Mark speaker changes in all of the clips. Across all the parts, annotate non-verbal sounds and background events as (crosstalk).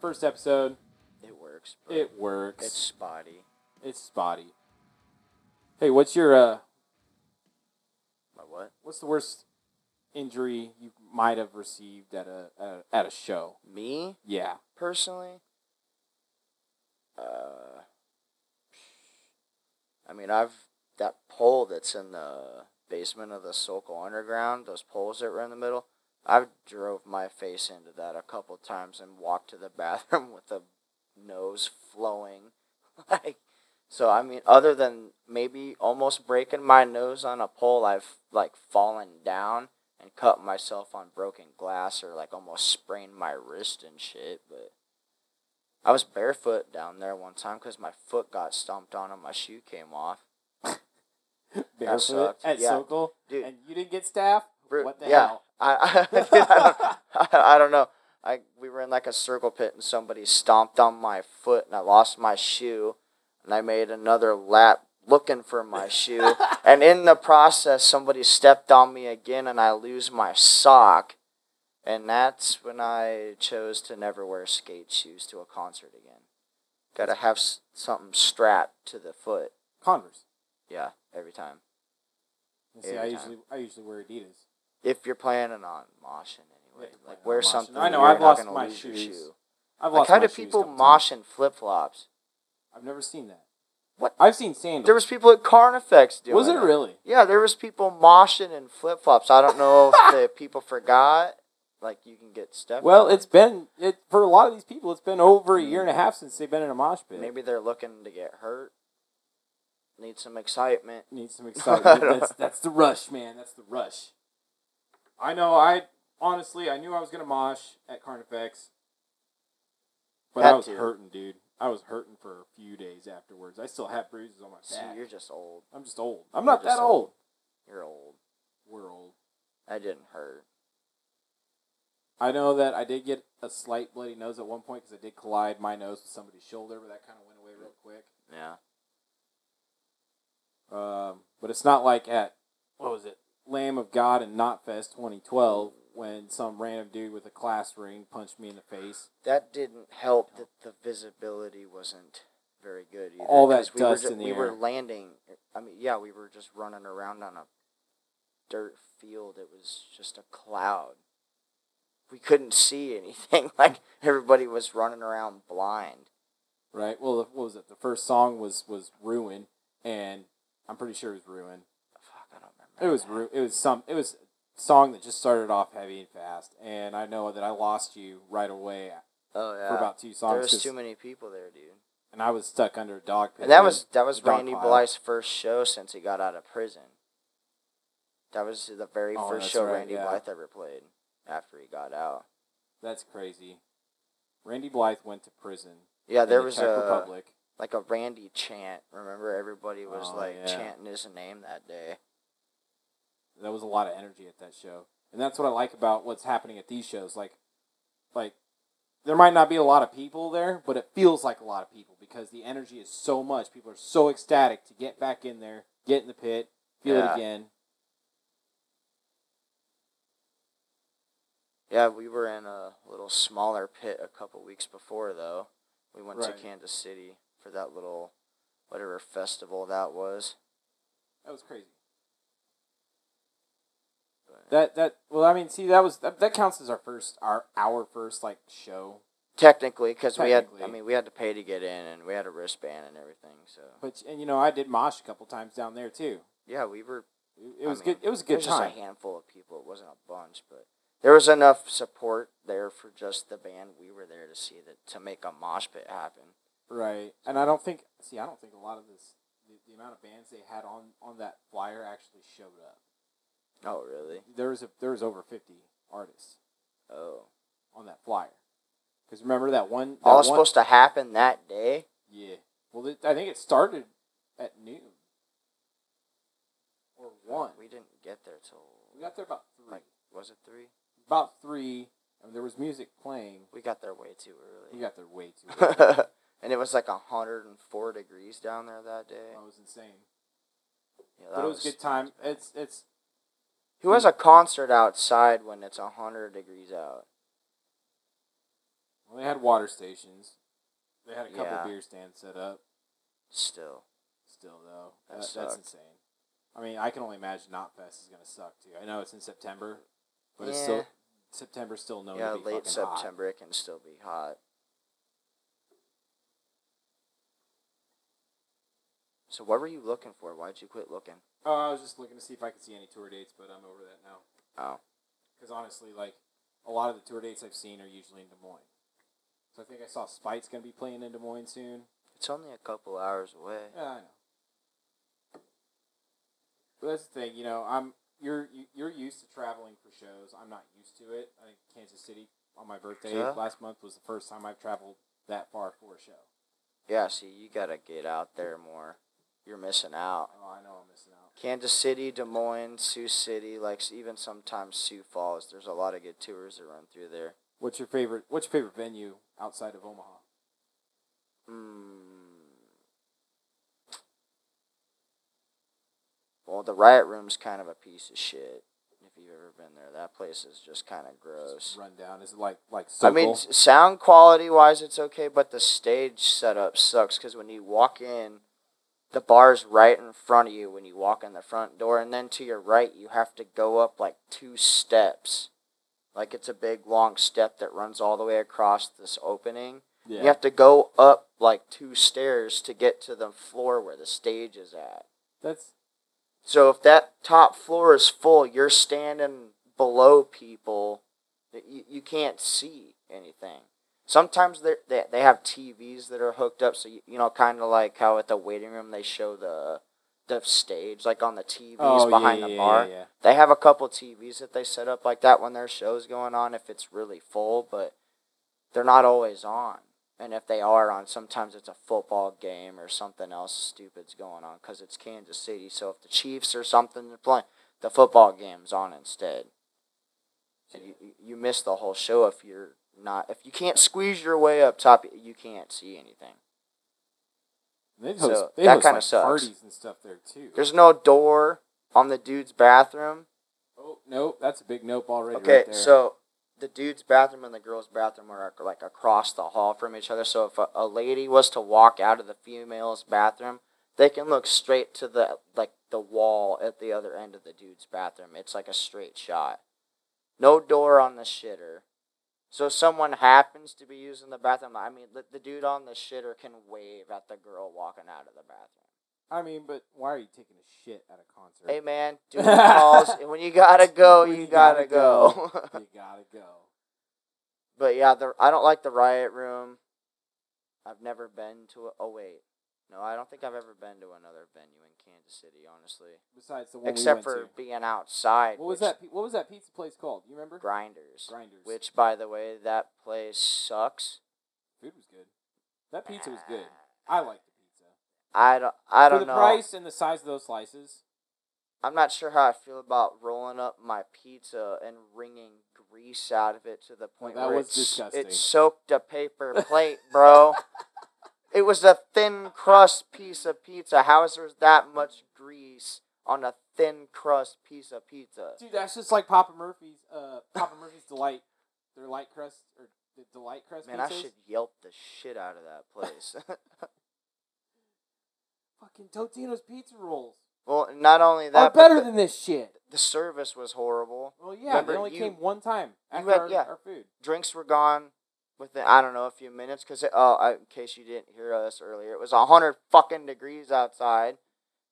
Speaker 1: First episode,
Speaker 2: It works. But
Speaker 1: it works.
Speaker 2: It's
Speaker 1: It's,
Speaker 2: spotty.
Speaker 1: spotty. Hey, what's your uh?
Speaker 2: My what?
Speaker 1: What's the worst injury you might have received at a at a, at a show?
Speaker 2: Me
Speaker 1: Yeah.
Speaker 2: personally. Uh. I mean, I've that pole that's in the basement of the Sokol Underground. Those poles that were in the middle. I've drove my face into that a couple times and walked to the (laughs) bathroom with a nose flowing, (laughs) like. So I mean, other than maybe almost breaking my nose on a pole, I've like fallen down and cut myself on broken glass or like almost sprained my wrist and shit. But I was barefoot down there one time because my foot got stomped on and my shoe came off.
Speaker 1: Barefoot
Speaker 2: sucked.
Speaker 1: at
Speaker 2: Yeah.
Speaker 1: Sokol,
Speaker 2: Dude.
Speaker 1: and you didn't get staff.
Speaker 2: Bru-
Speaker 1: What the
Speaker 2: yeah,
Speaker 1: hell?
Speaker 2: I (laughs) I, dude, I, don't, I, I don't know. I we were in like a circle pit and somebody stomped on my foot and I lost my shoe and I made another lap looking
Speaker 1: (laughs)
Speaker 2: for my shoe and in the process somebody stepped on me again and I lose my sock and that's when I chose to never wear skate shoes to a concert again. Got to have s- something strapped to the foot.
Speaker 1: Converse.
Speaker 2: Yeah, every time.
Speaker 1: You See, I
Speaker 2: Every time.
Speaker 1: usually I usually wear Adidas.
Speaker 2: if you're planning on moshing anyway,
Speaker 1: Yeah, planning
Speaker 2: like wear
Speaker 1: on moshing.
Speaker 2: something.
Speaker 1: I know,
Speaker 2: where
Speaker 1: I've
Speaker 2: you're not
Speaker 1: lost
Speaker 2: gonna
Speaker 1: my
Speaker 2: lose your
Speaker 1: shoes.
Speaker 2: shoe.
Speaker 1: I've
Speaker 2: Like
Speaker 1: lost
Speaker 2: how
Speaker 1: my
Speaker 2: do
Speaker 1: shoes
Speaker 2: people
Speaker 1: couple times.
Speaker 2: mosh in flip flops?
Speaker 1: I've never seen that.
Speaker 2: What?
Speaker 1: I've seen sandals.
Speaker 2: There was people at Carnifex doing.
Speaker 1: was it really?
Speaker 2: Yeah, there was people moshing in flip flops. I don't know if
Speaker 1: (laughs)
Speaker 2: the people forgot. Like you can get stuff.
Speaker 1: Well, it's been it for a lot of these people. It's been over a
Speaker 2: Mm-hmm.
Speaker 1: year and a half since they've been in a mosh pit.
Speaker 2: maybe they're looking to get hurt. Need some excitement.
Speaker 1: need
Speaker 2: (laughs)
Speaker 1: some excitement. that's that's the rush, man. That's the rush. I know. I honestly, I knew I was gonna mosh at Carnifex, but I
Speaker 2: Had
Speaker 1: was
Speaker 2: to.
Speaker 1: hurting, dude. I was hurting for a few days afterwards. I still have bruises on my
Speaker 2: See,
Speaker 1: back.
Speaker 2: you're just old.
Speaker 1: I'm just old. I'm
Speaker 2: you're
Speaker 1: not that
Speaker 2: just
Speaker 1: old.
Speaker 2: old. You're old.
Speaker 1: We're old.
Speaker 2: That didn't hurt.
Speaker 1: I know that I did get a slight bloody nose at one point because I did collide my nose with somebody's shoulder, but that kind of went away real quick.
Speaker 2: Yeah.
Speaker 1: Um, but it's not like at what was it, Lamb of God and Knot Fest 2012, when some random dude with a class ring punched me in the face.
Speaker 2: That didn't help that the visibility wasn't very good either.
Speaker 1: All that
Speaker 2: 'cause we
Speaker 1: dust
Speaker 2: were ju-
Speaker 1: in the
Speaker 2: We were
Speaker 1: air.
Speaker 2: landing. I mean, yeah, we were just running around on a dirt field. It was just a cloud. We couldn't see anything. (laughs) Like everybody was running around blind.
Speaker 1: Right. Well, what was it? The first song was was Ruin, and I'm pretty sure it was Ruin.
Speaker 2: Fuck, I don't remember.
Speaker 1: It was Ru- it was some it was a song that just started off heavy and fast, and I know that I lost you right away
Speaker 2: Oh yeah.
Speaker 1: for about two songs,
Speaker 2: there was
Speaker 1: 'cause-
Speaker 2: too many people there, dude.
Speaker 1: and I was stuck under a dog pit.
Speaker 2: And that
Speaker 1: with-
Speaker 2: was that was
Speaker 1: dog
Speaker 2: Randy
Speaker 1: pile.
Speaker 2: Blythe's first show since he got out of prison. That was the very
Speaker 1: Oh,
Speaker 2: first
Speaker 1: that's
Speaker 2: show
Speaker 1: right,
Speaker 2: Randy
Speaker 1: yeah.
Speaker 2: Blythe ever played after he got out.
Speaker 1: That's crazy. Randy Blythe went to prison.
Speaker 2: Yeah,
Speaker 1: in
Speaker 2: there
Speaker 1: the
Speaker 2: was
Speaker 1: Czech
Speaker 2: a
Speaker 1: Republic.
Speaker 2: like a Randy chant. Remember, everybody was
Speaker 1: Oh,
Speaker 2: like
Speaker 1: yeah.
Speaker 2: chanting his name that day.
Speaker 1: There was a lot of energy at that show, and that's what I like about what's happening at these shows. Like, like there might not be a lot of people there, but it feels like a lot of people because the energy is so much. People are so ecstatic to get back in there, get in the pit, feel it
Speaker 2: Yeah.
Speaker 1: again.
Speaker 2: Yeah, we were in a little smaller pit a couple weeks before though. We went
Speaker 1: Right.
Speaker 2: to Kansas City for that little whatever festival that was.
Speaker 1: That was crazy.
Speaker 2: But
Speaker 1: That that well, I mean, see, that was that, that counts as our first our our first like show.
Speaker 2: technically, because we had, I
Speaker 1: Technically.
Speaker 2: mean, we had to pay to get in, and we had a wristband and everything. So
Speaker 1: But and you know, I did mosh a couple times down there too.
Speaker 2: yeah, we were
Speaker 1: It, it
Speaker 2: I
Speaker 1: was
Speaker 2: mean,
Speaker 1: good. It was a
Speaker 2: It
Speaker 1: good
Speaker 2: was
Speaker 1: time.
Speaker 2: just a handful of people. It wasn't a bunch, but there was enough support there for just the band we were there to see that to make a mosh pit happen.
Speaker 1: Right, and I don't think. See, I don't think a lot of this, the, the amount of bands they had on on that flyer actually showed up.
Speaker 2: Oh, really?
Speaker 1: There was a, there was over fifty artists
Speaker 2: Oh.
Speaker 1: on that flyer. Because remember that one. That
Speaker 2: All
Speaker 1: one-
Speaker 2: supposed to happen that day?
Speaker 1: Yeah. Well, it, I think it started at noon. Or one.
Speaker 2: We didn't get there till
Speaker 1: We got there about three.
Speaker 2: like was it three?
Speaker 1: about three, and there was music playing.
Speaker 2: We got there way too
Speaker 1: We
Speaker 2: early.
Speaker 1: got there way too.
Speaker 2: (laughs)
Speaker 1: Late.
Speaker 2: and it was like hundred and four degrees down there that day.
Speaker 1: that was insane.
Speaker 2: Yeah,
Speaker 1: Oh, But
Speaker 2: that
Speaker 1: it was a good time. It's it's
Speaker 2: Who has a concert outside when it's hundred degrees out?
Speaker 1: Well, they had water stations. They had a couple
Speaker 2: Yeah.
Speaker 1: beer stands set up.
Speaker 2: Still,
Speaker 1: Still though,
Speaker 2: That
Speaker 1: That- that's
Speaker 2: sucked.
Speaker 1: insane. I mean, I can only imagine Knot Fest is gonna suck too. I know it's in September, but it's still
Speaker 2: Yeah.
Speaker 1: September's still known
Speaker 2: yeah,
Speaker 1: to be
Speaker 2: late
Speaker 1: fucking hot.
Speaker 2: September it can still be hot. So what were you looking for? Why'd you quit looking?
Speaker 1: Oh, I was just looking to see if I could see any tour dates, but I'm over that now.
Speaker 2: Oh,
Speaker 1: Because honestly, like a lot of the tour dates I've seen are usually in Des Moines. So I think I saw Spite's gonna be playing in Des Moines soon.
Speaker 2: it's only a couple hours away.
Speaker 1: Yeah, I know. But that's the thing, you know. I'm you're you- you're used to traveling for shows. I'm not used to it. I think Kansas City on my birthday
Speaker 2: Yeah.
Speaker 1: last month was the first time I've traveled that far for a show.
Speaker 2: Yeah, see, you gotta get out there more. You're missing out.
Speaker 1: Oh, I know I'm missing out.
Speaker 2: Kansas City, Des Moines, Sioux City, like s- even sometimes Sioux Falls. There's a lot of good tours that run through there.
Speaker 1: What's your favorite? What's your favorite venue outside of Omaha?
Speaker 2: Mm. Well, the Riot Room's kind of a piece of shit. If you've ever been there, that place is just kind of
Speaker 1: Just
Speaker 2: gross.
Speaker 1: run down. Is it like like
Speaker 2: Uh, I
Speaker 1: Sokol?
Speaker 2: mean, s- sound quality wise, it's okay, but the stage setup sucks because when you walk in, the bar's right in front of you when you walk in the front door, and then to your right, you have to go up like two steps. Like it's a big long step that runs all the way across this opening.
Speaker 1: yeah.
Speaker 2: You have to go up like two stairs to get to the floor where the stage is at.
Speaker 1: That's
Speaker 2: So if that top floor is full, you're standing below people that you, you can't see anything. Sometimes they're- they they have TVs that are hooked up, so you, you know, kind of like how at the waiting room they show the the stage like on the TVs
Speaker 1: oh yeah,
Speaker 2: behind
Speaker 1: yeah,
Speaker 2: the
Speaker 1: yeah,
Speaker 2: bar.
Speaker 1: yeah, yeah.
Speaker 2: They have a couple TVs that they set up like that when their show's going on if it's really full, but they're not always on. And if they are on, sometimes it's a football game or something else stupid's going on because it's Kansas City. So if the Chiefs or something are playing, the football game's on instead. And you, you- you miss the whole show if you're not if you can't squeeze your way up top. You can't see anything.
Speaker 1: They host,
Speaker 2: So,
Speaker 1: they
Speaker 2: that
Speaker 1: host
Speaker 2: kinda
Speaker 1: like
Speaker 2: sucks.
Speaker 1: parties and stuff there too.
Speaker 2: There's no door on the dude's bathroom.
Speaker 1: oh nope, that's a big nope already.
Speaker 2: Okay,
Speaker 1: right there.
Speaker 2: so the dude's bathroom and the girl's bathroom are like across the hall from each other. So if a, a lady was to walk out of the female's bathroom, they can look straight to the like the wall at the other end of the dude's bathroom. It's like a straight shot. No door on the shitter. So if someone happens to be using the bathroom, I mean, the, the dude on the shitter can wave at the girl walking out of the bathroom.
Speaker 1: I mean, but why are you taking a shit at a concert?
Speaker 2: Hey man, dude calls, and when you gotta go,
Speaker 1: When
Speaker 2: you gotta go. (laughs)
Speaker 1: (laughs) you gotta go.
Speaker 2: But yeah, the I don't like the riot room. I've never been to a. Oh wait, no, I don't think I've ever been to another venue in Kansas City, honestly,
Speaker 1: Besides the one
Speaker 2: except
Speaker 1: we
Speaker 2: for
Speaker 1: went
Speaker 2: being outside.
Speaker 1: to. What was
Speaker 2: which-
Speaker 1: that? pi- What was that pizza place called? You remember?
Speaker 2: Grinders.
Speaker 1: Grinders.
Speaker 2: Which, by the way, that place sucks.
Speaker 1: food was good. That pizza was
Speaker 2: (sighs)
Speaker 1: good. I liked the pizza.
Speaker 2: I don't. I
Speaker 1: for
Speaker 2: don't
Speaker 1: the
Speaker 2: know.
Speaker 1: price and the size of those slices.
Speaker 2: I'm not sure how I feel about rolling up my pizza and wringing grease out of it to the point
Speaker 1: that
Speaker 2: where
Speaker 1: was
Speaker 2: it's,
Speaker 1: disgusting.
Speaker 2: it soaked a paper plate,
Speaker 1: (laughs)
Speaker 2: bro. it was a thin crust piece of pizza. How is there that much grease on a thin crust piece of pizza?
Speaker 1: Dude, that's just like Papa Murphy's. Uh, Papa Murphy's delight. Their light crust or the delight crust
Speaker 2: Man,
Speaker 1: pizzas.
Speaker 2: I should yelp the shit out of that place. (laughs)
Speaker 1: Fucking Totino's pizza rolls
Speaker 2: well, not only that,
Speaker 1: are better
Speaker 2: but the,
Speaker 1: than this shit.
Speaker 2: the service was horrible.
Speaker 1: Well, yeah,
Speaker 2: Remember,
Speaker 1: they only
Speaker 2: you-
Speaker 1: came one time after
Speaker 2: had-
Speaker 1: our,
Speaker 2: yeah.
Speaker 1: our food.
Speaker 2: drinks were gone within I don't know a few minutes because oh I, in case you didn't hear us earlier it was hundred fucking degrees outside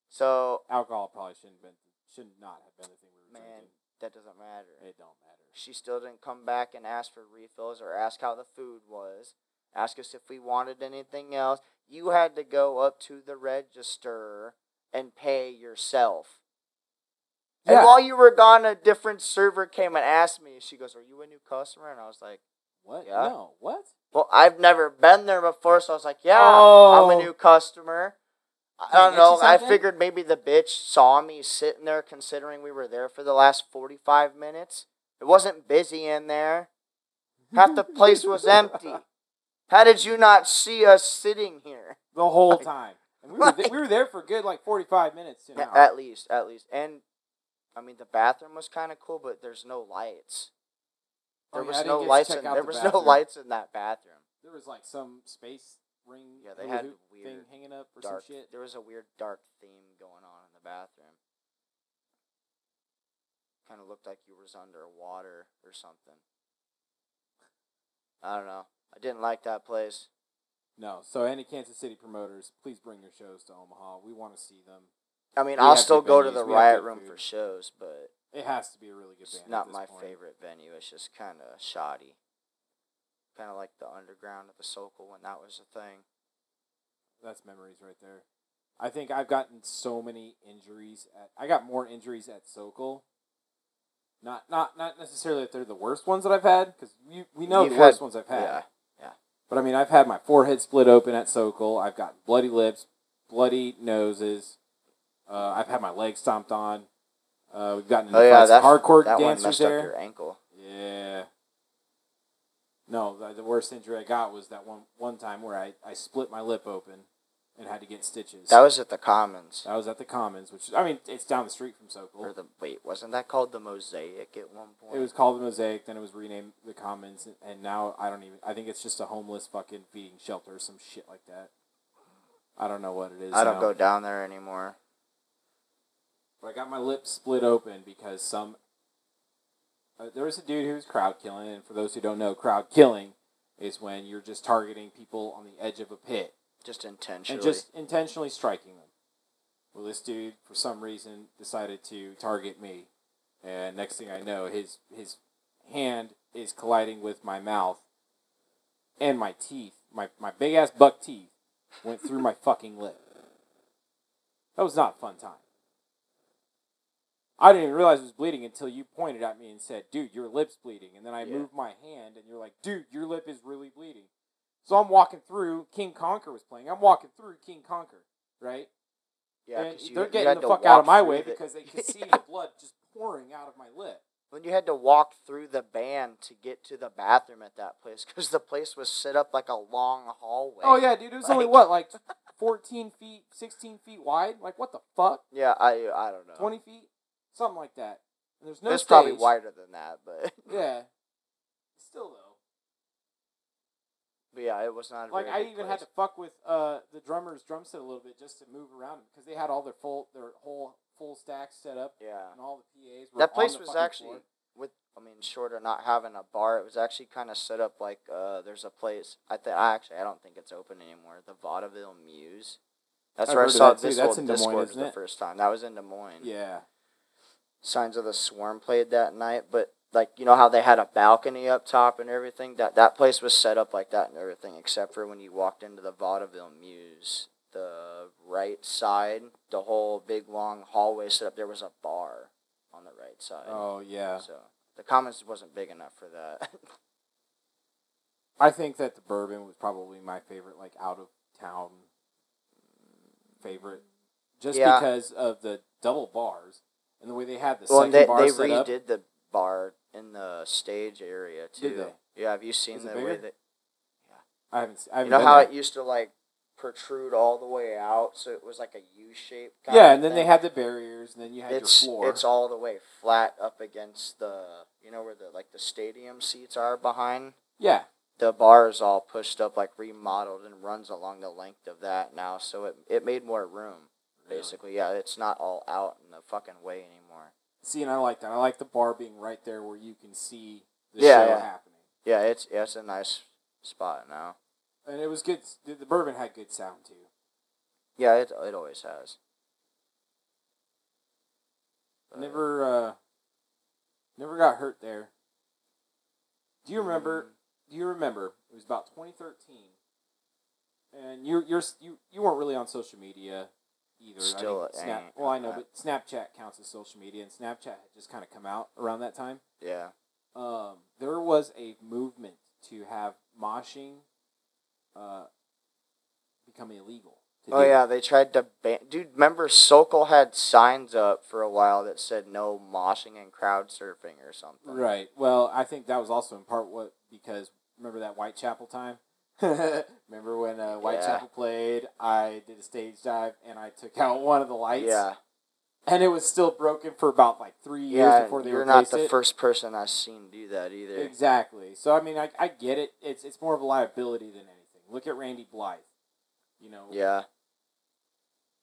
Speaker 2: so
Speaker 1: Alcohol probably shouldn't have been should not have been the thing we were
Speaker 2: Man.
Speaker 1: drinking.
Speaker 2: that doesn't matter
Speaker 1: It don't matter.
Speaker 2: she still didn't come back and ask for refills or ask how the food was ask us if we wanted anything else you had to go up to the register and pay yourself
Speaker 1: Yeah.
Speaker 2: and while you were gone a different server came and asked me she goes are you a new customer and I was like
Speaker 1: What?
Speaker 2: Yeah.
Speaker 1: No. What?
Speaker 2: Well, I've never been there before, so I was like, yeah, I'm
Speaker 1: Oh.
Speaker 2: a new customer. I
Speaker 1: Can I
Speaker 2: don't
Speaker 1: get
Speaker 2: know.
Speaker 1: you
Speaker 2: I
Speaker 1: something?
Speaker 2: figured maybe the bitch saw me sitting there considering we were there for the last 45 minutes. It wasn't busy in there. (laughs) Half the place
Speaker 1: (laughs)
Speaker 2: was empty. How did you not see us sitting here?
Speaker 1: the whole
Speaker 2: Like-
Speaker 1: time. And we were th- we were there for a good like forty five minutes. To an hour.
Speaker 2: At least, at least. And, I mean, the bathroom was kind of cool, but there's no lights.
Speaker 1: Oh,
Speaker 2: There
Speaker 1: yeah, I Oh,
Speaker 2: was
Speaker 1: didn't
Speaker 2: no
Speaker 1: get to
Speaker 2: lights.
Speaker 1: check
Speaker 2: In,
Speaker 1: out
Speaker 2: there
Speaker 1: the
Speaker 2: was no
Speaker 1: bathroom.
Speaker 2: lights in that bathroom.
Speaker 1: There was like some space ring
Speaker 2: Yeah, they
Speaker 1: hula
Speaker 2: had
Speaker 1: hoop
Speaker 2: weird
Speaker 1: thing hanging up or
Speaker 2: dark.
Speaker 1: some shit.
Speaker 2: There was a weird dark theme going on in the bathroom. Kind of looked like you was underwater or something. I don't know. I didn't like that place.
Speaker 1: No, so any Kansas City promoters, please bring your shows to Omaha. We want to see them.
Speaker 2: I mean,
Speaker 1: We
Speaker 2: I'll
Speaker 1: have
Speaker 2: still
Speaker 1: good
Speaker 2: go to
Speaker 1: venues,
Speaker 2: the
Speaker 1: we have
Speaker 2: riot
Speaker 1: good
Speaker 2: room
Speaker 1: food.
Speaker 2: for shows, but
Speaker 1: It has to be a really good
Speaker 2: it's
Speaker 1: band. at
Speaker 2: not
Speaker 1: this
Speaker 2: my
Speaker 1: point.
Speaker 2: favorite venue. It's just kind of shoddy. Kind of like the underground of the Sokol when that was a thing.
Speaker 1: That's memories right there. I think I've gotten so many injuries. At, I got more injuries at Sokol. Not not not necessarily that they're the worst ones that I've had because we we know
Speaker 2: You've
Speaker 1: the worst
Speaker 2: had-
Speaker 1: ones I've had.
Speaker 2: Yeah.
Speaker 1: But I mean, I've had my forehead split open at Sokol. I've got bloody lips, bloody noses. Uh, I've had my legs stomped on. Uh, we've gotten into
Speaker 2: Oh yeah,
Speaker 1: fights with
Speaker 2: that
Speaker 1: hardcore
Speaker 2: that one
Speaker 1: dancers
Speaker 2: messed
Speaker 1: there.
Speaker 2: up your ankle.
Speaker 1: Yeah. No, the, the worst injury I got was that one one time where I, I split my lip open and had to get stitches.
Speaker 2: That was at the Commons.
Speaker 1: That was at the Commons, which I mean, it's down the street from Sokol.
Speaker 2: Or the wait, wasn't that called the Mosaic at one point?
Speaker 1: It was called the Mosaic, then it was renamed the Commons, and- and now I don't even. I think it's just a homeless fucking feeding shelter or some shit like that. I don't know what it is.
Speaker 2: I don't
Speaker 1: now.
Speaker 2: go down there anymore.
Speaker 1: But I got my lips split open because some. Uh, there was a dude who was crowd killing, and for those who don't know, crowd killing is when you're just targeting people on the edge of a pit
Speaker 2: Just intentionally.
Speaker 1: and just intentionally striking them. Well, this dude, for some reason, decided to target me, and next thing I know, his his hand is colliding with my mouth and my teeth. My my big ass buck teeth went through my fucking lip. That was not a fun time. I didn't even realize it was bleeding until you pointed at me and said, "Dude, your lip's bleeding." And then I
Speaker 2: Yeah.
Speaker 1: moved my hand, and you're like, "Dude, your lip is really bleeding." So I'm walking through. King Conquer was playing. I'm walking through King Conquer, right?
Speaker 2: yeah,
Speaker 1: and
Speaker 2: 'cause you,
Speaker 1: they're
Speaker 2: you
Speaker 1: getting
Speaker 2: had
Speaker 1: the
Speaker 2: to
Speaker 1: fuck out
Speaker 2: walk
Speaker 1: of my
Speaker 2: through
Speaker 1: way
Speaker 2: the-
Speaker 1: because they
Speaker 2: (laughs)
Speaker 1: could see
Speaker 2: Yeah.
Speaker 1: the blood just pouring out of my lip.
Speaker 2: When you had to walk through the band to get to the bathroom at that place, because the place was set up like a long hallway.
Speaker 1: Oh yeah, dude, it was only
Speaker 2: Like-
Speaker 1: what like fourteen feet, sixteen feet wide. Like what the fuck?
Speaker 2: Yeah, I I don't know.
Speaker 1: Twenty feet, something like that. And there's no
Speaker 2: It's
Speaker 1: stage.
Speaker 2: probably wider than that, but
Speaker 1: Yeah. Still though.
Speaker 2: (laughs) but yeah, it was not. A
Speaker 1: like
Speaker 2: very
Speaker 1: I
Speaker 2: good
Speaker 1: even had to
Speaker 2: place.
Speaker 1: fuck with uh, the drummer's drum set a little bit just to move around because they had all their full their whole full stacks set up
Speaker 2: Yeah,
Speaker 1: and all the PAs. Were
Speaker 2: that
Speaker 1: on
Speaker 2: place
Speaker 1: the
Speaker 2: was
Speaker 1: fucking
Speaker 2: actually
Speaker 1: floor.
Speaker 2: with. I mean, short of not having a bar, it was actually kind of set up like uh, there's a place. I think I actually I don't think it's open anymore. The Vaudeville Muse. That's
Speaker 1: I've
Speaker 2: where I
Speaker 1: heard of
Speaker 2: saw
Speaker 1: that, too.
Speaker 2: this
Speaker 1: That's
Speaker 2: whole
Speaker 1: in Des Moines,
Speaker 2: Discord
Speaker 1: isn't
Speaker 2: the
Speaker 1: it?
Speaker 2: first time. That was in Des Moines.
Speaker 1: yeah.
Speaker 2: Signs of the Swarm played that night, but like you know how they had a balcony up top and everything. That that place was set up like that and everything, except for when you walked into the Vaudeville Muse, the right side, the whole big long hallway set up. There was a bar on the right side.
Speaker 1: Oh yeah.
Speaker 2: So the Commons wasn't big enough for that.
Speaker 1: I think that the bourbon was probably my favorite, like out of town favorite, just
Speaker 2: Yeah.
Speaker 1: because of the double bars and the way they
Speaker 2: (laughs)
Speaker 1: had the
Speaker 2: well,
Speaker 1: second
Speaker 2: and they
Speaker 1: bar
Speaker 2: they
Speaker 1: set up.
Speaker 2: redid the bar in the stage area too.
Speaker 1: Did they?
Speaker 2: Yeah, have you seen
Speaker 1: Is it
Speaker 2: the
Speaker 1: bigger?
Speaker 2: way that
Speaker 1: I haven't. se- I haven't
Speaker 2: you know
Speaker 1: been
Speaker 2: how
Speaker 1: there.
Speaker 2: it used to like protrude all the way out, so it was like a U shape.
Speaker 1: yeah, and then they had the barriers, and then you had
Speaker 2: it's
Speaker 1: your floor.
Speaker 2: it's all the way flat up against the you know where the like the stadium seats are behind.
Speaker 1: yeah,
Speaker 2: The bar is all pushed up, like remodeled, and runs along the length of that now. So it it made more room, basically. Yeah, it's not all out in the fucking way anymore.
Speaker 1: See, and I like that. I like the bar being right there where you can see the
Speaker 2: Yeah,
Speaker 1: show
Speaker 2: yeah.
Speaker 1: happening.
Speaker 2: Yeah, it's yeah, it's a nice spot now.
Speaker 1: And it was good. The, the bourbon had good sound too.
Speaker 2: Yeah, it it always has. But-
Speaker 1: Never, uh, never got hurt there. Do you remember?
Speaker 2: Mm.
Speaker 1: Do you remember? It was about 2013, and you you're you you weren't really on social media either.
Speaker 2: Still
Speaker 1: I think Snap,
Speaker 2: ain't. Uh,
Speaker 1: well, I know, but Snapchat counts as social media, and Snapchat had just kind of come out around that time.
Speaker 2: Yeah.
Speaker 1: um, there was a movement to have moshing uh, become illegal. to
Speaker 2: Oh
Speaker 1: do.
Speaker 2: yeah, they tried to ban. Dude, remember Sokol had signs up for a while that said no moshing and crowd surfing or something.
Speaker 1: Right. Well, I think that was also in part what because remember that Whitechapel time. (laughs) remember when uh, Whitechapel played? I did a stage dive and I took out one of the lights.
Speaker 2: Yeah.
Speaker 1: and it was still broken for about like three years
Speaker 2: Yeah,
Speaker 1: before they
Speaker 2: you're not
Speaker 1: replaced
Speaker 2: the
Speaker 1: it.
Speaker 2: first person I've seen do that either.
Speaker 1: Exactly. So I mean, I, I get it. It's it's more of a liability than anything. Look at Randy Blythe, you know.
Speaker 2: Yeah,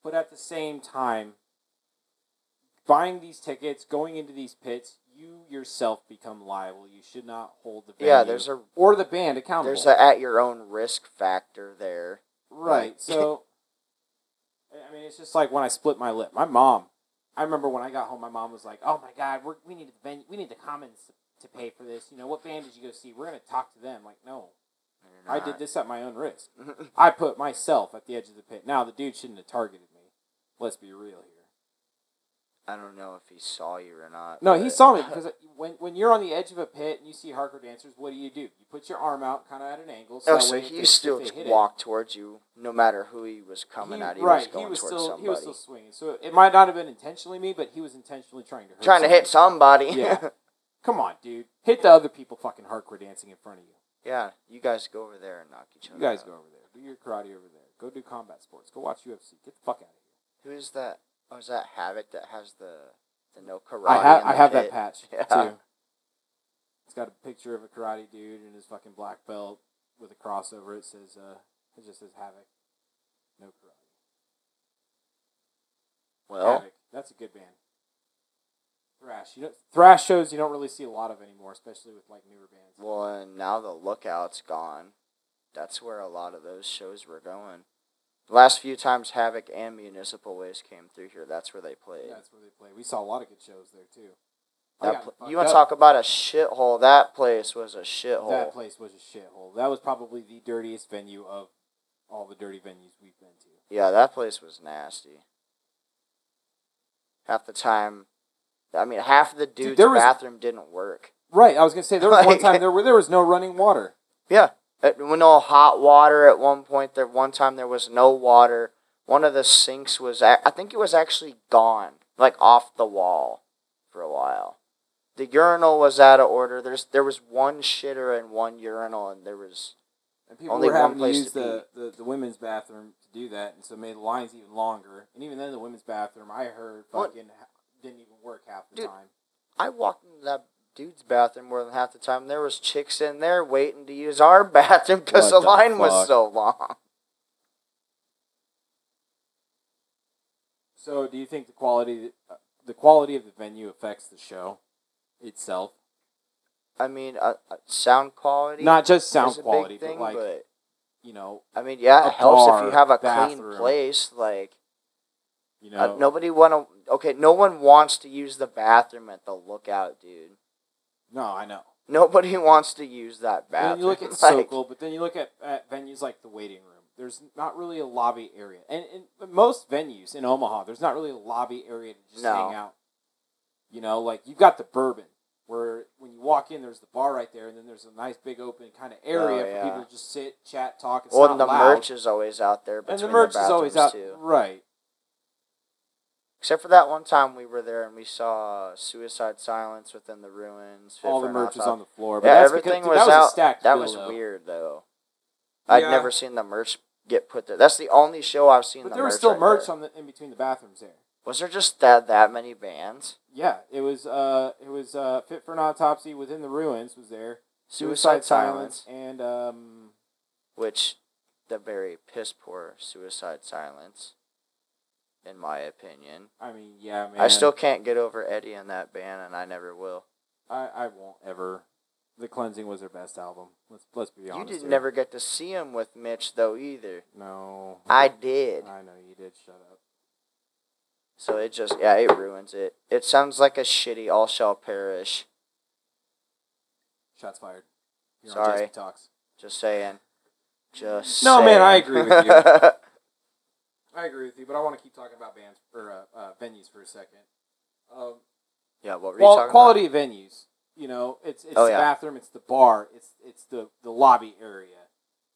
Speaker 1: But at the same time, buying these tickets, going into these pits, you yourself become liable. You should not hold the venue
Speaker 2: yeah. There's a
Speaker 1: or the band accountable.
Speaker 2: there's a at your own risk factor there.
Speaker 1: Right.
Speaker 2: Right.
Speaker 1: So, I I mean, it's just like when I split my lip. My mom, I remember when I got home, my mom was like, "Oh my God, we're, we need the venue, we need the Commons to pay for this. You know, what band did you go see? We're gonna talk to them." Like, no,
Speaker 2: You're
Speaker 1: I
Speaker 2: not.
Speaker 1: did this at my own risk.
Speaker 2: (laughs) this.
Speaker 1: I put myself at the edge of the pit. Now the dude shouldn't have targeted me. Let's be real here.
Speaker 2: I don't know if he saw you or not.
Speaker 1: No, he
Speaker 2: but- (laughs)
Speaker 1: saw me because when when you're on the edge of a pit and you see hardcore dancers, what do you do? You put your arm out, kind of at an angle. So
Speaker 2: Oh,
Speaker 1: that
Speaker 2: so
Speaker 1: way if they-
Speaker 2: he
Speaker 1: if
Speaker 2: still
Speaker 1: they
Speaker 2: just
Speaker 1: hit it-
Speaker 2: walked towards you, no matter who he was coming
Speaker 1: He-
Speaker 2: at. He
Speaker 1: right,
Speaker 2: was going
Speaker 1: he was
Speaker 2: towards
Speaker 1: still
Speaker 2: somebody,
Speaker 1: he was still swinging. So it might not have been intentionally me, but he was intentionally trying to hurt.
Speaker 2: trying to hit
Speaker 1: somebody.
Speaker 2: somebody.
Speaker 1: Yeah. Come on, dude, hit the other people fucking hardcore dancing in front of you.
Speaker 2: (laughs) Yeah, You guys go over there and knock each other.
Speaker 1: You guys
Speaker 2: out.
Speaker 1: go over there, do your karate over there, go do combat sports, go watch UFC, get the fuck out of here.
Speaker 2: Who is that? Oh, is that Havoc that has the the no karate?
Speaker 1: I have
Speaker 2: in
Speaker 1: I
Speaker 2: the
Speaker 1: have that
Speaker 2: pit?
Speaker 1: patch
Speaker 2: (laughs) Yeah.
Speaker 1: too. It's got a picture of a karate dude in his fucking black belt with a cross over it. Says uh, it just says havoc. No karate.
Speaker 2: Well,
Speaker 1: Havoc. That's a good band. Thrash. You know, thrash shows you don't really see a lot of anymore, especially with like newer bands.
Speaker 2: well, and now the lookout's gone. That's where a lot of those shows were going. Last few times Havoc and Municipal Waste came through here, that's where they played.
Speaker 1: That's where they play. We saw a lot of good shows there too. I
Speaker 2: That
Speaker 1: got
Speaker 2: pl-
Speaker 1: fucked
Speaker 2: you want
Speaker 1: up.
Speaker 2: to talk about a shithole? That place was a
Speaker 1: That
Speaker 2: shithole.
Speaker 1: place was a shithole. That was probably the dirtiest venue of all the dirty venues we've been to.
Speaker 2: yeah, that place was nasty. Half the time, I mean, half the dude's
Speaker 1: there was-
Speaker 2: bathroom didn't work.
Speaker 1: Right. I was gonna say there was one
Speaker 2: (laughs) Like-
Speaker 1: time there where there was no running water.
Speaker 2: Yeah, it went all hot water at one point. There, one time there was no water. One of the sinks was, ac- I think it was actually gone, like off the wall, for a while. The urinal was out of order. There's there was one shitter and one urinal, and there was
Speaker 1: And people
Speaker 2: Only
Speaker 1: were
Speaker 2: one
Speaker 1: having to
Speaker 2: place
Speaker 1: use
Speaker 2: to
Speaker 1: the, the, the women's bathroom to do that, and so made the lines even longer. And even then, the women's bathroom, I heard,
Speaker 2: Well-
Speaker 1: fucking ha- didn't even work half the
Speaker 2: Dude.
Speaker 1: time.
Speaker 2: I walked into that dude's bathroom more than half the time. There was chicks in there waiting to use our (laughs) bathroom because
Speaker 1: What
Speaker 2: the
Speaker 1: the
Speaker 2: line
Speaker 1: fuck?
Speaker 2: was so long.
Speaker 1: So, do you think the quality uh, the quality of the venue affects the show itself?
Speaker 2: I mean, uh, uh, sound quality.
Speaker 1: Not just sound
Speaker 2: is a big
Speaker 1: quality,
Speaker 2: thing,
Speaker 1: but like
Speaker 2: but
Speaker 1: you know,
Speaker 2: I mean, yeah,
Speaker 1: a
Speaker 2: it helps if
Speaker 1: bar,
Speaker 2: you have a
Speaker 1: bathroom.
Speaker 2: clean place. Like
Speaker 1: you
Speaker 2: uh,
Speaker 1: know,
Speaker 2: nobody want to. Okay, no one wants to use the bathroom at the lookout, dude.
Speaker 1: no, I know.
Speaker 2: Nobody (laughs) wants to use that
Speaker 1: And
Speaker 2: bathroom.
Speaker 1: then you look at
Speaker 2: (laughs) like,
Speaker 1: Sokol, but then you look at, at venues like the waiting room. There's not really a lobby area, and in most venues in Omaha, there's not really a lobby area to just
Speaker 2: No.
Speaker 1: hang out. You know, like you've got the bourbon, where when you walk in, there's the bar right there, and then there's a nice big open kind of area
Speaker 2: Oh,
Speaker 1: for
Speaker 2: yeah.
Speaker 1: people to just sit, chat, talk. It's
Speaker 2: Well,
Speaker 1: not
Speaker 2: and the
Speaker 1: loud.
Speaker 2: merch is always out there.
Speaker 1: and
Speaker 2: Between
Speaker 1: the merch is
Speaker 2: bathrooms
Speaker 1: always out,
Speaker 2: Too.
Speaker 1: right?
Speaker 2: Except for that one time we were there and we saw Suicide Silence within the ruins. Fit
Speaker 1: All
Speaker 2: for
Speaker 1: the
Speaker 2: an
Speaker 1: merch was
Speaker 2: Autopsy.
Speaker 1: on the floor. But
Speaker 2: Yeah,
Speaker 1: that's because,
Speaker 2: everything
Speaker 1: dude,
Speaker 2: was
Speaker 1: that was a
Speaker 2: out.
Speaker 1: stacked
Speaker 2: That
Speaker 1: bill,
Speaker 2: was
Speaker 1: though.
Speaker 2: weird though.
Speaker 1: Yeah.
Speaker 2: I'd never seen the merch get put there. That's the only show I've seen.
Speaker 1: But
Speaker 2: the
Speaker 1: there
Speaker 2: merch
Speaker 1: was still
Speaker 2: right
Speaker 1: merch
Speaker 2: there.
Speaker 1: on the in between the bathrooms there.
Speaker 2: Was there just that that many bands?
Speaker 1: Yeah, it was. Uh, it was uh, fit for an autopsy within the ruins was there.
Speaker 2: Suicide, Silence,
Speaker 1: and um,
Speaker 2: which the very piss poor Suicide Silence, in my opinion.
Speaker 1: I mean, yeah, man.
Speaker 2: I still can't get over Eddie and that band, and I never will.
Speaker 1: I, I won't ever. The cleansing was their best album. Let's let's be
Speaker 2: You
Speaker 1: honest.
Speaker 2: did
Speaker 1: here.
Speaker 2: never get to see him with Mitch though either.
Speaker 1: No,
Speaker 2: I did.
Speaker 1: I know you did. Shut up.
Speaker 2: So it just yeah, it ruins it. It sounds like a shitty all shall perish.
Speaker 1: Shots fired. You're on
Speaker 2: Sorry.
Speaker 1: Justin Talks.
Speaker 2: Just saying. Just
Speaker 1: No, man, I
Speaker 2: saying.
Speaker 1: agree with you. I agree with you, but I want to keep talking about bands or uh, uh, venues for a second. Um,
Speaker 2: (laughs) yeah, what were you
Speaker 1: qual-
Speaker 2: talking
Speaker 1: quality of venues. You know, it's it's
Speaker 2: Oh,
Speaker 1: the
Speaker 2: yeah.
Speaker 1: bathroom, it's the bar, it's it's the the lobby area.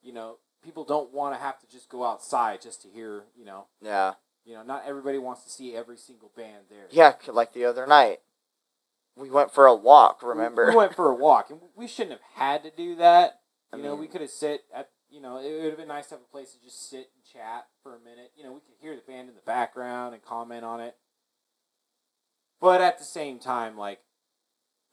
Speaker 1: You know, people don't want to have to just go outside just to hear. You know,
Speaker 2: about? Yeah.
Speaker 1: You know, not everybody wants to see every single band there.
Speaker 2: Yeah, c- like the other night. We went for a walk,
Speaker 1: We-
Speaker 2: remember?
Speaker 1: We, went for a walk, and we shouldn't have had to do that.
Speaker 2: I
Speaker 1: You know,
Speaker 2: mean-
Speaker 1: we could have sit at. You know, it would have been nice to have a place to just sit and chat for a minute. You know, we could hear the band in the background and comment on it. But at the same time, like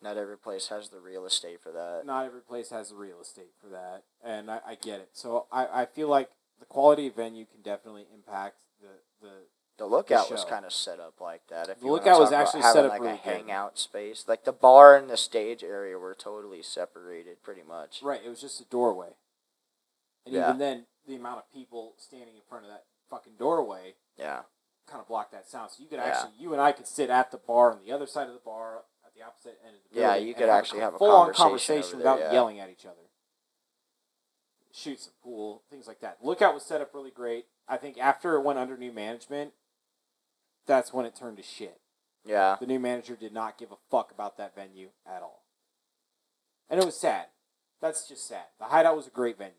Speaker 2: Not every place has the real estate for that.
Speaker 1: not every place has the real estate for that, and I, I get it. So I, I feel like the quality of venue can definitely impact the the
Speaker 2: The lookout was
Speaker 1: show.
Speaker 2: kind of set up like that. If
Speaker 1: The
Speaker 2: you wanna
Speaker 1: Lookout was
Speaker 2: talk about
Speaker 1: actually
Speaker 2: having
Speaker 1: set up
Speaker 2: like
Speaker 1: really
Speaker 2: a
Speaker 1: good.
Speaker 2: hangout space, like the bar and the stage area were totally separated, pretty much.
Speaker 1: right. It was just a doorway, and
Speaker 2: Yeah.
Speaker 1: even then, the amount of people standing in front of that fucking doorway
Speaker 2: Yeah,
Speaker 1: kind of blocked that sound. So you could
Speaker 2: Yeah.
Speaker 1: actually, you and I could sit at the bar on the other side of the bar at the opposite end of the
Speaker 2: Yeah,
Speaker 1: building
Speaker 2: you
Speaker 1: and
Speaker 2: could actually have a
Speaker 1: full-on
Speaker 2: conversation over there,
Speaker 1: without
Speaker 2: yeah.
Speaker 1: yelling at each other. Shoot some pool, things like that. Lookout was set up really great. I think after it went under new management, that's when it turned to shit.
Speaker 2: yeah,
Speaker 1: The new manager did not give a fuck about that venue at all. And it was sad. That's just sad. The Hideout was a great venue.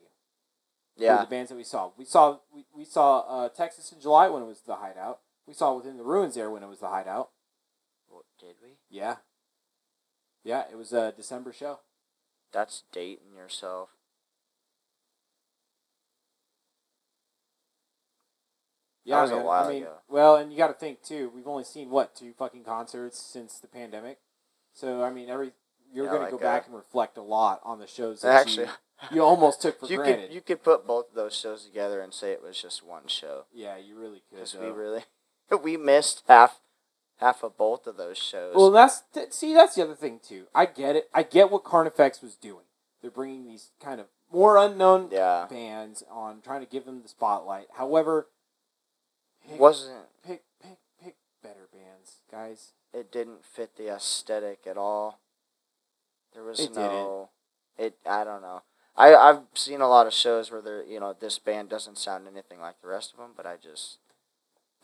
Speaker 1: Yeah.
Speaker 2: yeah.
Speaker 1: the bands that we saw. We saw we, we saw uh, Texas in July when it was the hideout. We saw Within the Ruins there when it was the hideout.
Speaker 2: What, did we?
Speaker 1: Yeah. Yeah, it was a December show.
Speaker 2: That's dating yourself.
Speaker 1: Yeah,
Speaker 2: was a
Speaker 1: man.
Speaker 2: while
Speaker 1: I mean,
Speaker 2: ago.
Speaker 1: well, and you got to think too. We've only seen what two fucking concerts since the pandemic. So I mean, every you're
Speaker 2: Yeah,
Speaker 1: gonna
Speaker 2: like,
Speaker 1: go
Speaker 2: uh,
Speaker 1: back and reflect a lot on the shows that
Speaker 2: Actually,
Speaker 1: you, you almost
Speaker 2: (laughs)
Speaker 1: took for
Speaker 2: you
Speaker 1: granted.
Speaker 2: could you could put both of those shows together and say it was just one show
Speaker 1: yeah, you really could.
Speaker 2: because we
Speaker 1: though.
Speaker 2: really (laughs) we missed half half of both of those shows.
Speaker 1: Well, that's th- see, that's the other thing too. I get it. I get what Carnifex was doing. They're bringing these kind of more unknown
Speaker 2: yeah,
Speaker 1: bands on trying to give them the spotlight. However, pick,
Speaker 2: wasn't
Speaker 1: pick pick pick better bands, guys.
Speaker 2: it didn't fit the aesthetic at all. There was
Speaker 1: It
Speaker 2: no it I don't know. I I've seen a lot of shows where there you know this band doesn't sound anything like the rest of them, but I just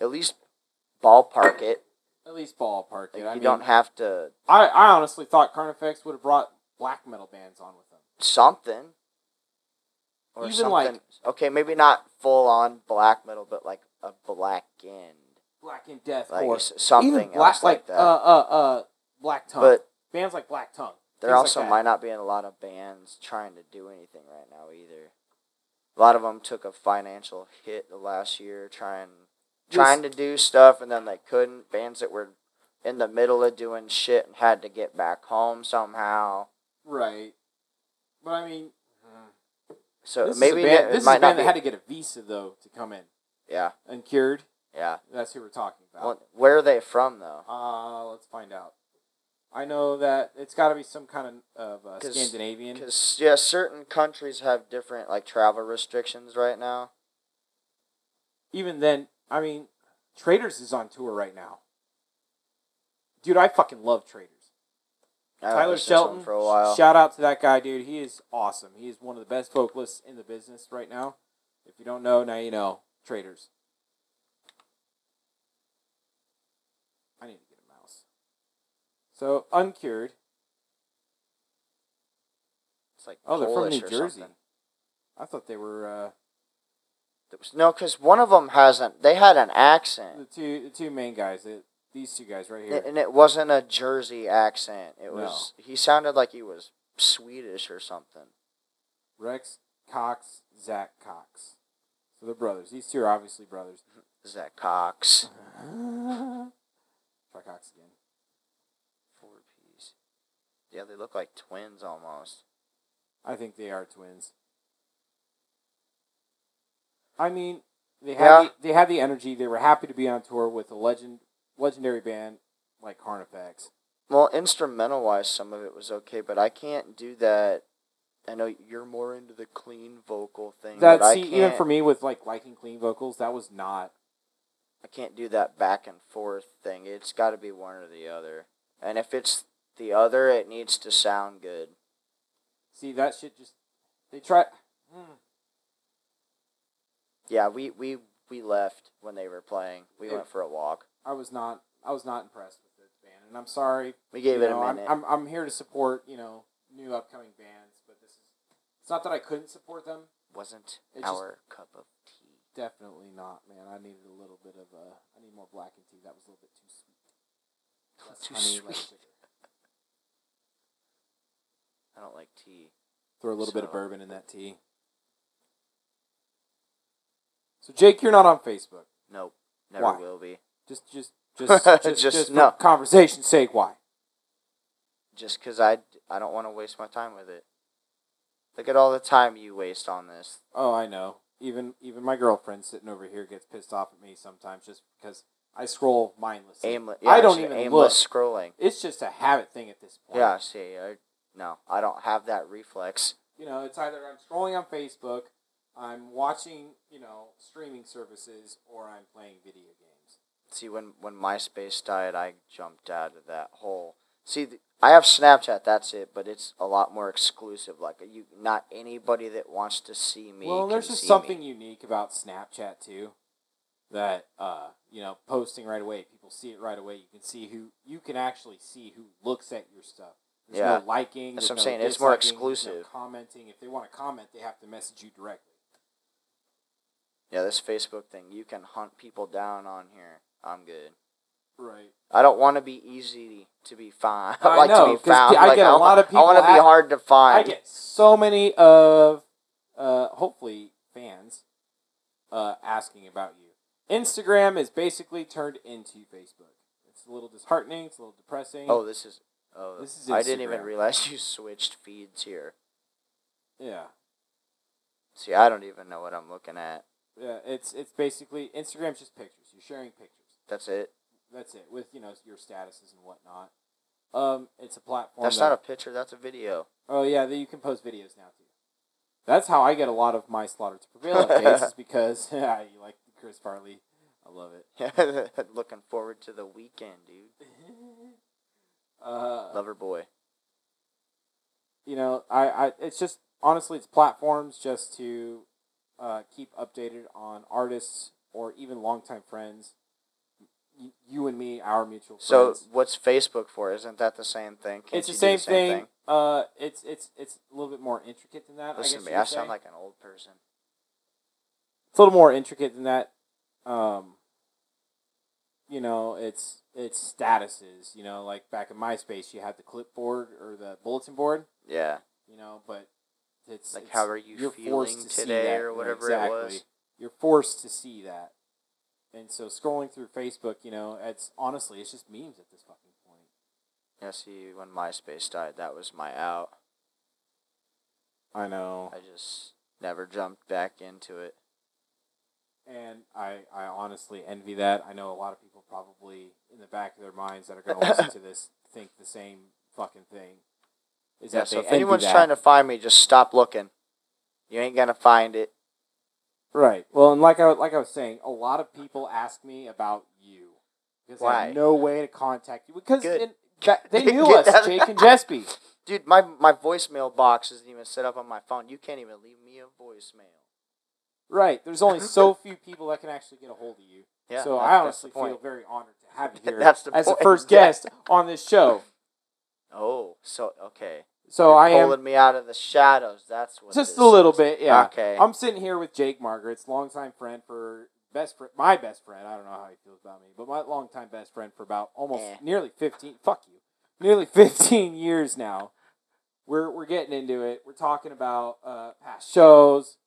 Speaker 2: at least ballpark it.
Speaker 1: At least ballpark it.
Speaker 2: Like,
Speaker 1: I
Speaker 2: you
Speaker 1: mean,
Speaker 2: don't have to
Speaker 1: I, I honestly thought Carnifex would have brought black metal bands on with them.
Speaker 2: something or
Speaker 1: Even,
Speaker 2: something.
Speaker 1: like-
Speaker 2: okay, maybe not full on black metal, but like a black end,
Speaker 1: Black and death
Speaker 2: like
Speaker 1: or
Speaker 2: s- something
Speaker 1: even black
Speaker 2: else like, that.
Speaker 1: uh uh uh black tongue
Speaker 2: but
Speaker 1: bands like black tongue.
Speaker 2: There
Speaker 1: things
Speaker 2: also
Speaker 1: like that.
Speaker 2: might not be a lot of bands trying to do anything right now either. A lot of them took a financial hit the last year trying trying to do stuff and then they couldn't. Bands that were in the middle of doing shit and had to get back home somehow.
Speaker 1: right, but I mean.
Speaker 2: So
Speaker 1: this is a
Speaker 2: maybe
Speaker 1: band-
Speaker 2: it,
Speaker 1: this is a
Speaker 2: might not
Speaker 1: band
Speaker 2: be.
Speaker 1: that had to get a visa though to come in.
Speaker 2: yeah,
Speaker 1: Uncured,
Speaker 2: yeah.
Speaker 1: that's who we're talking about.
Speaker 2: Well, where are they from though?
Speaker 1: Uh, let's find out. I know that it's got to be some kind of, of uh,
Speaker 2: 'Cause-
Speaker 1: Scandinavian.
Speaker 2: Because yeah, certain countries have different like travel restrictions right now.
Speaker 1: Even then, I mean, Traders is on tour right now. Dude, I fucking love Traders.
Speaker 2: I haven't
Speaker 1: Tyler
Speaker 2: listened to 'em
Speaker 1: Shelton,
Speaker 2: for a while.
Speaker 1: shout out to that guy, dude. He is awesome. He is one of the best vocalists in the business right now. If you don't know, now you know. Traders. I need to get a mouse. So uncured.
Speaker 2: it's like
Speaker 1: Oh, they're
Speaker 2: Polish
Speaker 1: from
Speaker 2: or
Speaker 1: New Jersey.
Speaker 2: something.
Speaker 1: I thought they were uh,
Speaker 2: There was- No, because one of them hasn't. They had an
Speaker 1: uh,
Speaker 2: accent,
Speaker 1: the two the two main guys. The, these two guys right here.
Speaker 2: and it wasn't a Jersey accent. It
Speaker 1: No.
Speaker 2: was. He sounded like he was Swedish or something.
Speaker 1: Rex Cox, Zach Cox. So they're brothers. These two are obviously
Speaker 2: (laughs)
Speaker 1: brothers.
Speaker 2: Is that Cox?
Speaker 1: Try Cox again.
Speaker 2: Four piece. Yeah, they look like twins almost.
Speaker 1: I think they are twins. I mean, they had
Speaker 2: Yeah.
Speaker 1: the, they had the energy. They were happy to be on tour with a legend legendary band like Carnifex.
Speaker 2: Well, instrumental wise, some of it was okay, but I can't do that. I know you're more into the clean vocal thing. but
Speaker 1: That
Speaker 2: I
Speaker 1: see,
Speaker 2: can't,
Speaker 1: even for me with like liking clean vocals, that was not.
Speaker 2: I can't do that back and forth thing. It's got to be one or the other. And if it's the other, it needs to sound good.
Speaker 1: See that shit just they try. Hmm.
Speaker 2: Yeah, we we we left when they were playing. We
Speaker 1: Yeah.
Speaker 2: went for a walk.
Speaker 1: I was not I was not impressed with this band, and I'm sorry.
Speaker 2: We gave
Speaker 1: you
Speaker 2: it
Speaker 1: know,
Speaker 2: a
Speaker 1: I'm,
Speaker 2: minute.
Speaker 1: I'm I'm here to support you know new upcoming bands, but this is it's not that I couldn't support them.
Speaker 2: Wasn't
Speaker 1: It just-
Speaker 2: our cup of tea.
Speaker 1: Definitely not, man. I needed a little bit of uh, I need more black and tea. That was a little bit too sweet. Less
Speaker 2: Too
Speaker 1: honey, less
Speaker 2: sweet.
Speaker 1: sugar.
Speaker 2: I don't like tea.
Speaker 1: Throw a little bit of
Speaker 2: So-
Speaker 1: bourbon in that tea. So Jake, you're not on Facebook.
Speaker 2: Nope, never
Speaker 1: Why?
Speaker 2: will be.
Speaker 1: (laughs) Just just Just, just, just,
Speaker 2: Just
Speaker 1: for
Speaker 2: no.
Speaker 1: conversation's sake, why?
Speaker 2: just because I, I don't want to waste my time with it. Look at all the time you waste on this.
Speaker 1: Oh, I know. Even even my girlfriend sitting over here gets pissed off at me sometimes just because I scroll mindlessly.
Speaker 2: Aimless,
Speaker 1: I don't even
Speaker 2: aimless scrolling.
Speaker 1: look. It's just a habit thing at this point.
Speaker 2: Yeah, see, I, no, I don't have that reflex.
Speaker 1: You know, it's either I'm scrolling on Facebook, I'm watching, you know, streaming services, or I'm playing video games.
Speaker 2: See, when when MySpace died, I jumped out of that hole. See, th- I have Snapchat. That's it, but it's a lot more exclusive. Like you, not anybody that wants to see me.
Speaker 1: well, and
Speaker 2: can
Speaker 1: there's just
Speaker 2: see
Speaker 1: something
Speaker 2: Me.
Speaker 1: unique about Snapchat too, that uh, you know, posting right away, people see it right away. You can see who you can actually see who looks at your stuff. There's
Speaker 2: Yeah.
Speaker 1: no liking.
Speaker 2: That's
Speaker 1: there's
Speaker 2: what I'm
Speaker 1: no
Speaker 2: saying, it's more
Speaker 1: disliking, there's no
Speaker 2: exclusive.
Speaker 1: commenting. If they want to comment, they have to message you directly.
Speaker 2: Yeah, this Facebook thing, you can hunt people down on here. I'm good.
Speaker 1: Right.
Speaker 2: I don't want to be easy to be (laughs) found.
Speaker 1: I
Speaker 2: like
Speaker 1: know,
Speaker 2: to be
Speaker 1: 'cause
Speaker 2: found.
Speaker 1: I
Speaker 2: Like,
Speaker 1: get a
Speaker 2: don't-
Speaker 1: lot of
Speaker 2: I want to
Speaker 1: people
Speaker 2: be
Speaker 1: at-
Speaker 2: hard to
Speaker 1: I
Speaker 2: find.
Speaker 1: get so many of, uh, hopefully fans, uh, asking about you. Instagram is basically turned into Facebook. It's a little disheartening. It's a little depressing.
Speaker 2: oh, this is. Oh,
Speaker 1: This is
Speaker 2: I didn't even
Speaker 1: Instagram.
Speaker 2: realize you switched feeds here.
Speaker 1: yeah.
Speaker 2: See, I don't even know what I'm looking at.
Speaker 1: Yeah, it's it's basically Instagram's just pictures. You're sharing pictures.
Speaker 2: That's it.
Speaker 1: That's it. With you know your statuses and whatnot. Um, it's a platform.
Speaker 2: That's
Speaker 1: that,
Speaker 2: not a picture. That's a video.
Speaker 1: Oh yeah, that you can post videos now too. That's how I get a lot of my slaughter to prevail
Speaker 2: (laughs)
Speaker 1: updates is because (laughs) yeah, you like Chris Farley. I love it.
Speaker 2: (laughs) Looking forward to the weekend, dude.
Speaker 1: Uh,
Speaker 2: Lover boy.
Speaker 1: you know, I, I it's just honestly it's platforms just to uh, keep updated on artists or even longtime friends. You, you and me, our mutual
Speaker 2: So,
Speaker 1: friends.
Speaker 2: what's Facebook for? Isn't that the same thing? Can't
Speaker 1: it's the
Speaker 2: you do
Speaker 1: same, thing. Uh, it's it's it's a little bit more intricate than that. I
Speaker 2: Listen
Speaker 1: guess
Speaker 2: to me.
Speaker 1: you would
Speaker 2: I sound
Speaker 1: say.
Speaker 2: like an old person.
Speaker 1: it's a little more intricate than that. Um, you know, it's it's statuses. You know, like back in MySpace, you had the clipboard or the bulletin board.
Speaker 2: Yeah.
Speaker 1: You know, but it's
Speaker 2: Like,
Speaker 1: it's-
Speaker 2: how are you
Speaker 1: you're
Speaker 2: feeling
Speaker 1: forced to see
Speaker 2: today
Speaker 1: that,
Speaker 2: or
Speaker 1: yeah,
Speaker 2: whatever it
Speaker 1: exactly.
Speaker 2: was?
Speaker 1: You're forced to see that, and so scrolling through Facebook, you know, it's honestly it's just memes at this fucking point.
Speaker 2: Yeah. See, when MySpace died, that was my out.
Speaker 1: I know.
Speaker 2: I just never jumped back into it.
Speaker 1: and I, I honestly envy that. I know a lot of people probably in the back of their minds that are going to listen to this think the same fucking thing. Is
Speaker 2: Yeah,
Speaker 1: that
Speaker 2: so
Speaker 1: they
Speaker 2: if
Speaker 1: envy
Speaker 2: anyone's
Speaker 1: that.
Speaker 2: trying to find me, just stop looking. You ain't gonna find it.
Speaker 1: right? Well, and like I like I was saying, a lot of people ask me about you because I
Speaker 2: Why?
Speaker 1: have no way to contact you because
Speaker 2: Good.
Speaker 1: it,
Speaker 2: (laughs)
Speaker 1: that, they knew
Speaker 2: Get
Speaker 1: us,
Speaker 2: that-
Speaker 1: Jake and Jespy.
Speaker 2: Dude, my, my voicemail box isn't even set up on my phone. You can't even leave me a voicemail.
Speaker 1: Right? There's only
Speaker 2: (laughs)
Speaker 1: so few people that can actually get a hold of you.
Speaker 2: Yeah,
Speaker 1: so
Speaker 2: that-
Speaker 1: I
Speaker 2: that's the
Speaker 1: honestly feel
Speaker 2: point.
Speaker 1: very honored to
Speaker 2: (laughs)
Speaker 1: have you here
Speaker 2: That's the
Speaker 1: as
Speaker 2: point,
Speaker 1: the first
Speaker 2: yeah.
Speaker 1: guest on this show.
Speaker 2: Oh, so okay.
Speaker 1: So I am
Speaker 2: pulling me out of the shadows. That's what.
Speaker 1: just
Speaker 2: this
Speaker 1: a little
Speaker 2: is.
Speaker 1: bit, yeah.
Speaker 2: Okay.
Speaker 1: I'm sitting here with Jake Margaret's longtime friend for best friend, my best friend. I don't know how he feels about me, but my longtime best friend for about almost
Speaker 2: Eh.
Speaker 1: nearly 15. Fuck you, nearly (laughs) 15 years now. We're we're getting into it. We're talking about uh, past shows,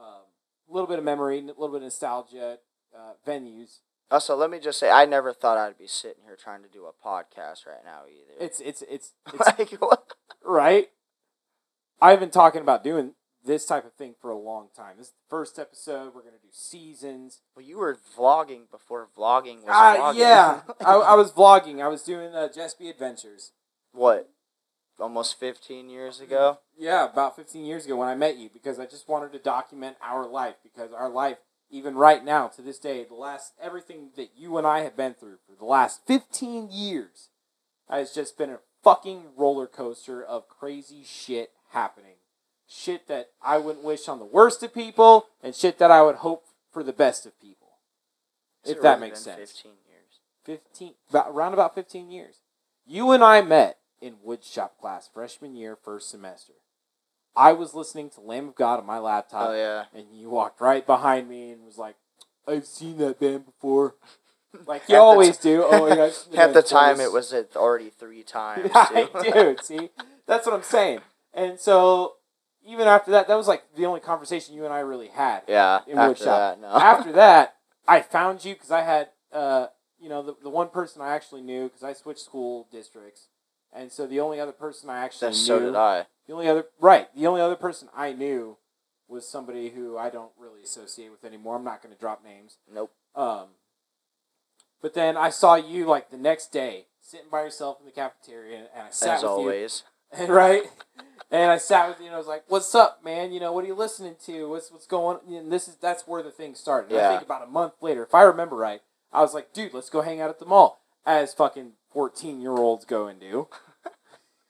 Speaker 1: a little bit of memory, a little bit of nostalgia, uh, venues.
Speaker 2: also, let me just say, I never thought I'd be sitting here trying to do a podcast right now either. (laughs)
Speaker 1: It's it's it's, (laughs) it's
Speaker 2: like what?
Speaker 1: right. I've been talking about doing this type of thing for a long time. This is the first episode. We're gonna do seasons.
Speaker 2: Well, you were vlogging before vlogging was
Speaker 1: Uh,
Speaker 2: vlogging. (laughs)
Speaker 1: yeah, I, I was vlogging. I was doing uh, Jespy Adventures.
Speaker 2: what? Almost fifteen years ago.
Speaker 1: Yeah, about 15 years ago when I met you because I just wanted to document our life because our life, even right now to this day, the last everything that you and I have been through for the last 15 years has just been a fucking roller coaster of crazy shit happening. Shit that I wouldn't wish on the worst of people and shit that I would hope for the best of people.
Speaker 2: Has
Speaker 1: If
Speaker 2: it
Speaker 1: that
Speaker 2: really
Speaker 1: makes
Speaker 2: been
Speaker 1: sense.
Speaker 2: Fifteen years.
Speaker 1: 15 about, around about 15 years you and i met in woodshop class freshman year first semester i was listening to lamb of god on my laptop
Speaker 2: Oh yeah.
Speaker 1: and you walked right behind me and was like i've seen that band
Speaker 2: (laughs)
Speaker 1: before like you always do oh yeah I've seen
Speaker 2: At the
Speaker 1: band
Speaker 2: time,
Speaker 1: twice."
Speaker 2: it was at already
Speaker 1: (laughs)
Speaker 2: three times.
Speaker 1: yeah,
Speaker 2: (laughs)
Speaker 1: dude see that's what i'm saying and so even after that that was like the only conversation you and i really had
Speaker 2: yeah.
Speaker 1: In Woodshop.
Speaker 2: after that, no. (laughs)
Speaker 1: after that, I found you because I had uh, you know, the, the one person I actually knew because I switched school districts, and so the only other person I actually
Speaker 2: Then
Speaker 1: knew,
Speaker 2: so did I.
Speaker 1: the only other right, the only other person I knew was somebody who I don't really associate with anymore. I'm not going to drop names.
Speaker 2: Nope.
Speaker 1: Um, but then I saw you like the next day sitting by yourself in the cafeteria, and, and I sat
Speaker 2: As
Speaker 1: with
Speaker 2: always. (laughs)
Speaker 1: you, and (laughs) right, and I sat with you, and I was like, "What's up, man? You know, what are you listening to? What's what's going?" on? And this is that's where the thing started. And I
Speaker 2: Yeah.
Speaker 1: think about a month later, if I remember right, I was like, "Dude, let's go hang out at the mall," as fucking fourteen year olds go and do.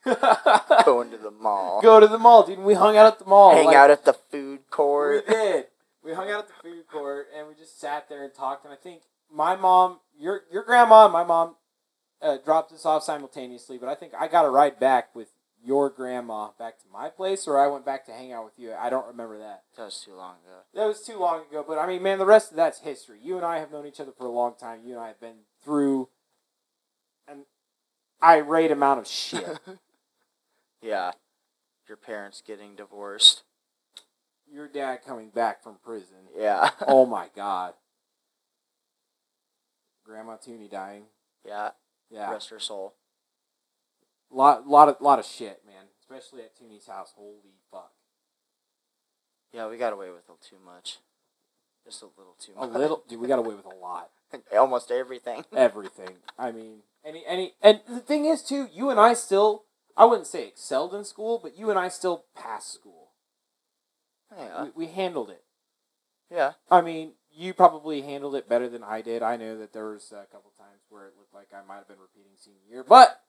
Speaker 1: (laughs)
Speaker 2: Going to the mall.
Speaker 1: go to the mall, dude. And we hung out at the mall.
Speaker 2: Hang
Speaker 1: like-
Speaker 2: out at the food
Speaker 1: (laughs)
Speaker 2: court.
Speaker 1: we did. We hung out at the food court and we just sat there and talked. And I think my mom, your your grandma, and my mom uh, dropped us off simultaneously. But I think I got a ride back with your grandma back to my place, or I went back to hang out with you. I don't remember that.
Speaker 2: That was too long ago.
Speaker 1: That was too long ago. But I mean, man, the rest of that's history. You and I have known each other for a long time. You and I have been through an irate amount of shit.
Speaker 2: Yeah. Your parents getting divorced.
Speaker 1: your dad coming back from prison.
Speaker 2: Yeah. (laughs)
Speaker 1: Oh my god. Grandma Tooney dying.
Speaker 2: yeah.
Speaker 1: Yeah,
Speaker 2: Rest her soul.
Speaker 1: lot, lot of, lot of shit, man. Especially at Tooney's house. Holy fuck!
Speaker 2: Yeah, we got away with it too much. Just a little too
Speaker 1: A
Speaker 2: much. (laughs)
Speaker 1: little, dude. We got away with a lot,
Speaker 2: Almost everything. (laughs)
Speaker 1: everything. I mean, any, any, and the thing is, too, you and I still, I wouldn't say excelled in school, but you and I still passed school.
Speaker 2: Yeah.
Speaker 1: We, we handled it.
Speaker 2: Yeah.
Speaker 1: I mean, you probably handled it better than I did. I know that there was a couple times where it looked like I might have been repeating senior year, but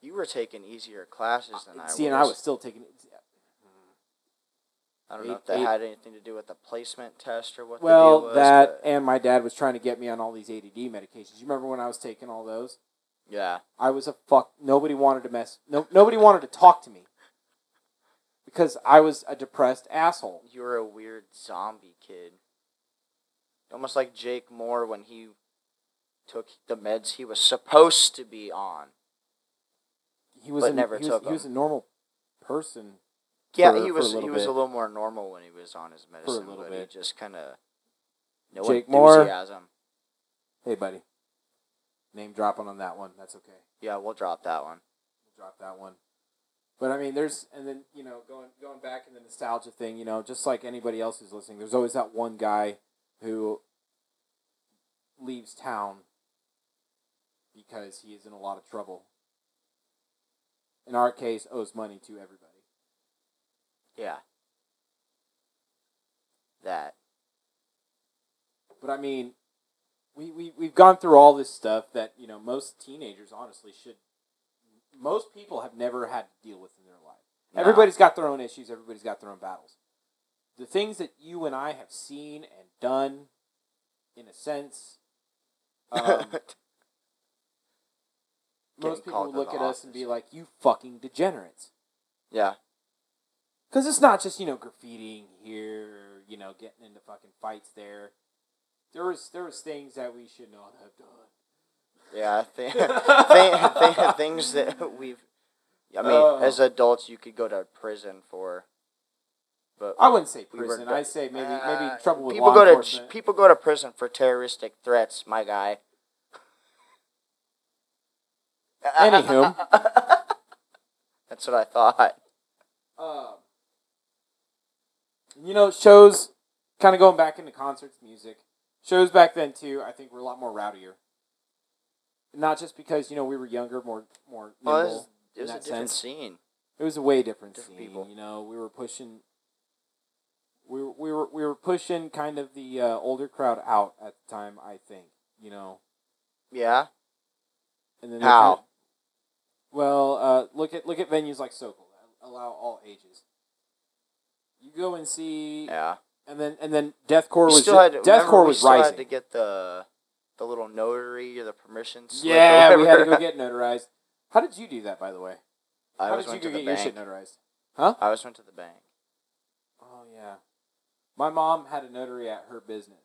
Speaker 2: You were taking easier classes than I
Speaker 1: Uh, see,
Speaker 2: was.
Speaker 1: and I was still taking. it.
Speaker 2: I don't know
Speaker 1: Eight-
Speaker 2: if that
Speaker 1: eight-
Speaker 2: had anything to do with the placement test or what the deal
Speaker 1: Well,
Speaker 2: was.
Speaker 1: that
Speaker 2: but-
Speaker 1: and my dad was trying to get me on all these ADD medications. You remember when I was taking all those?
Speaker 2: yeah.
Speaker 1: I was a fuck. Nobody wanted to mess. No, nobody wanted to talk to me because I was a depressed asshole.
Speaker 2: You were a weird zombie kid. Almost like Jake Moore when he took the meds he was supposed to be on.
Speaker 1: He was
Speaker 2: But
Speaker 1: a,
Speaker 2: never
Speaker 1: he was,
Speaker 2: took
Speaker 1: he was a
Speaker 2: 'em.
Speaker 1: normal person.
Speaker 2: Yeah,
Speaker 1: for-
Speaker 2: he
Speaker 1: for a
Speaker 2: was he
Speaker 1: little
Speaker 2: was
Speaker 1: bit.
Speaker 2: a little more normal when he was on his medicine,
Speaker 1: little
Speaker 2: but
Speaker 1: bit.
Speaker 2: he just kind of no
Speaker 1: Jake Moore.
Speaker 2: enthusiasm.
Speaker 1: Hey, buddy. Name dropping on that one. That's okay.
Speaker 2: Yeah, we'll drop that one.
Speaker 1: We'll drop that one. But I mean, there's and then you know going going back in the nostalgia thing, you know, just like anybody else who's listening, there's always that one guy who leaves town because he is in a lot of trouble. In our case, owes money to everybody.
Speaker 2: Yeah. That
Speaker 1: But I mean, we, we we've gone through all this stuff that you know most teenagers honestly should. Most people have never had to deal with in their life.
Speaker 2: no.
Speaker 1: Everybody's got their own issues. Everybody's got their own battles. The things that you and I have seen and done, in a
Speaker 2: (laughs)
Speaker 1: sense, um, most people
Speaker 2: called
Speaker 1: would
Speaker 2: to
Speaker 1: look
Speaker 2: the
Speaker 1: at us and be like, "You fucking degenerates."
Speaker 2: yeah,
Speaker 1: Because it's not just you know graffitiing here, you know, getting into fucking fights there. There was there was things that we should not have done.
Speaker 2: yeah. I think (laughs) thi- thi- things that we've. I mean,
Speaker 1: Oh.
Speaker 2: as adults, you could go to prison for. But
Speaker 1: I wouldn't say
Speaker 2: We were
Speaker 1: prison.
Speaker 2: done.
Speaker 1: I say maybe maybe
Speaker 2: Uh,
Speaker 1: trouble with
Speaker 2: people
Speaker 1: law
Speaker 2: go to j-
Speaker 1: enforcement.
Speaker 2: people go to prison for terroristic threats, my guy. (laughs)
Speaker 1: Anywho.
Speaker 2: that's what I thought.
Speaker 1: Um, you know, shows kind of going back into concerts, music shows back then too. I think were a lot more rowdier. Not just because you know we were younger, more more nimble.
Speaker 2: Well, it was, it
Speaker 1: in
Speaker 2: was a
Speaker 1: that
Speaker 2: different
Speaker 1: sense.
Speaker 2: scene.
Speaker 1: it was a way different
Speaker 2: different
Speaker 1: scene.
Speaker 2: people.
Speaker 1: You know, we were pushing. We were, we were we were pushing kind of the uh, older crowd out at the time. I think you know,
Speaker 2: Yeah.
Speaker 1: and then they
Speaker 2: How?
Speaker 1: kinda- well, uh, look at look at venues like Sokol that allow all ages. You go and see
Speaker 2: Yeah.
Speaker 1: and then and then deathcore
Speaker 2: We
Speaker 1: was
Speaker 2: still had to, remember,
Speaker 1: deathcore
Speaker 2: we
Speaker 1: was
Speaker 2: still
Speaker 1: rising.
Speaker 2: had to get the the little notary or the permission slip. or
Speaker 1: yeah, we had to go
Speaker 2: whatever.
Speaker 1: get notarized. How did you do that, by the way?
Speaker 2: (laughs) I
Speaker 1: How
Speaker 2: always
Speaker 1: did you
Speaker 2: went
Speaker 1: go
Speaker 2: to the
Speaker 1: get your shit
Speaker 2: bank.
Speaker 1: notarized?
Speaker 2: I always went to the bank.
Speaker 1: Oh yeah, my mom had a notary at her business.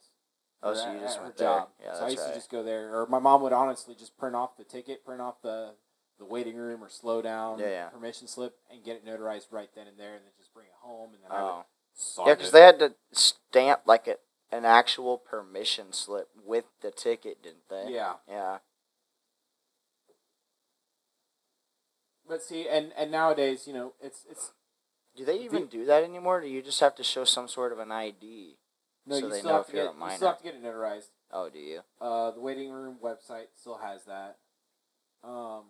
Speaker 2: Oh,
Speaker 1: or
Speaker 2: so
Speaker 1: at,
Speaker 2: you just
Speaker 1: at her
Speaker 2: went there.
Speaker 1: job.
Speaker 2: Yeah,
Speaker 1: so I
Speaker 2: that's
Speaker 1: used
Speaker 2: right.
Speaker 1: to just go there, or my mom would honestly just print off the ticket, print off the the waiting room or slow down
Speaker 2: Yeah, yeah.
Speaker 1: permission slip, and get it notarized right then and there, and then just bring it home, and then I would
Speaker 2: Oh.
Speaker 1: sign
Speaker 2: Yeah, because
Speaker 1: it.
Speaker 2: they had to stamp like it an actual permission slip with the ticket, didn't they?
Speaker 1: Yeah.
Speaker 2: Yeah.
Speaker 1: But see, and and nowadays, you know, it's it's
Speaker 2: Do they even do that anymore? Do you just have to show some sort of an ID?
Speaker 1: no,
Speaker 2: So
Speaker 1: you
Speaker 2: they
Speaker 1: still
Speaker 2: know
Speaker 1: have
Speaker 2: if
Speaker 1: to
Speaker 2: you're
Speaker 1: get
Speaker 2: a
Speaker 1: you
Speaker 2: minor.
Speaker 1: still have to get it notarized.
Speaker 2: Oh, do you?
Speaker 1: Uh, the waiting room website still has that. Um,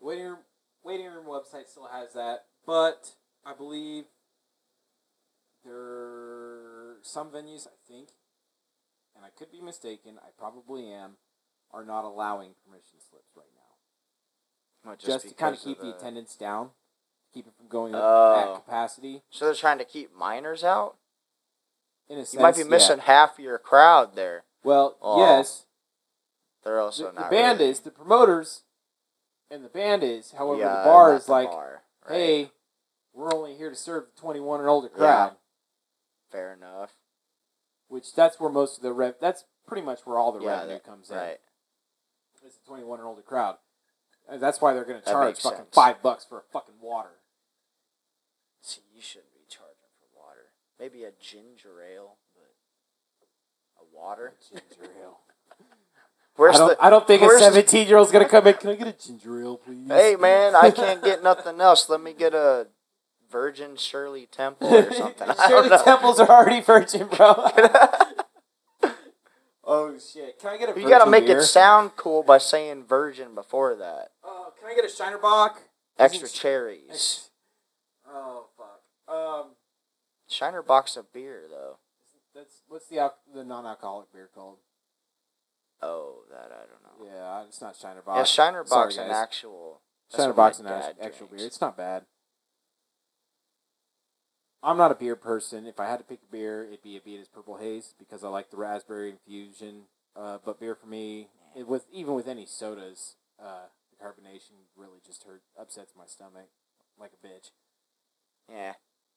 Speaker 1: waiting room, waiting room website still has that, but I believe there some venues I think, and I could be mistaken. I probably am, are not allowing permission slips right now,
Speaker 2: Well,
Speaker 1: just, to kind of
Speaker 2: because
Speaker 1: keep the
Speaker 2: the-
Speaker 1: attendance down, keep it from going up
Speaker 2: Oh.
Speaker 1: at capacity.
Speaker 2: So they're trying to keep minors out.
Speaker 1: In a
Speaker 2: You
Speaker 1: sense,
Speaker 2: might be
Speaker 1: yeah.
Speaker 2: missing half your crowd there.
Speaker 1: Well,
Speaker 2: Oh.
Speaker 1: yes,
Speaker 2: They're
Speaker 1: the,
Speaker 2: also
Speaker 1: the
Speaker 2: not.
Speaker 1: band
Speaker 2: really-
Speaker 1: is the promoters, and the band is. However,
Speaker 2: Yeah,
Speaker 1: the bar
Speaker 2: not
Speaker 1: is
Speaker 2: the
Speaker 1: like,
Speaker 2: bar, right?
Speaker 1: hey, we're only here to serve the twenty-one and older
Speaker 2: Yeah.
Speaker 1: crowd,
Speaker 2: fair enough.
Speaker 1: which that's where most of the rev. That's pretty much where all the
Speaker 2: Yeah,
Speaker 1: revenue
Speaker 2: that-
Speaker 1: comes in.
Speaker 2: Right.
Speaker 1: It's the twenty-one and older crowd. And that's why they're going to
Speaker 2: That
Speaker 1: charge
Speaker 2: makes
Speaker 1: fucking
Speaker 2: sense.
Speaker 1: five bucks for a fucking water.
Speaker 2: See, you shouldn't be charging for water. Maybe a ginger ale, but a water.
Speaker 1: Ginger ale.
Speaker 2: Where's
Speaker 1: I don't. I don't think a
Speaker 2: where's the-
Speaker 1: seventeen-year-old's going to come in. Can I get a ginger ale, please?
Speaker 2: Hey
Speaker 1: (laughs)
Speaker 2: man, I can't get nothing else. Let me get a Virgin Shirley Temple
Speaker 1: (laughs)
Speaker 2: or something. I
Speaker 1: sure,
Speaker 2: don't
Speaker 1: the
Speaker 2: know.
Speaker 1: temples are already virgin,
Speaker 2: (laughs)
Speaker 1: bro. oh shit! Can I get a?
Speaker 2: you gotta
Speaker 1: virgin
Speaker 2: make
Speaker 1: beer?
Speaker 2: it sound cool by saying Virgin before that.
Speaker 1: Uh, can I get a Shiner Bock?
Speaker 2: Extra
Speaker 1: Isn't-
Speaker 2: cherries.
Speaker 1: Oh fuck. Um,
Speaker 2: Shiner box of beer though.
Speaker 1: that's what's the al- the non-alcoholic beer called?
Speaker 2: Oh, that I don't know.
Speaker 1: Yeah, it's not Shiner
Speaker 2: Yeah,
Speaker 1: Bock.
Speaker 2: Shiner
Speaker 1: Sorry,
Speaker 2: box an
Speaker 1: guys.
Speaker 2: actual. that's
Speaker 1: Shiner
Speaker 2: what my
Speaker 1: Bock's an
Speaker 2: dad
Speaker 1: act- actual
Speaker 2: drinks.
Speaker 1: beer. It's not bad. I'm not a beer person. If I had to pick a beer, it'd be a Abita's Purple Haze because I like the raspberry infusion. Uh, but beer for me, it with even with any sodas, uh, the carbonation really just hurt upsets my stomach like a bitch.
Speaker 2: Yeah,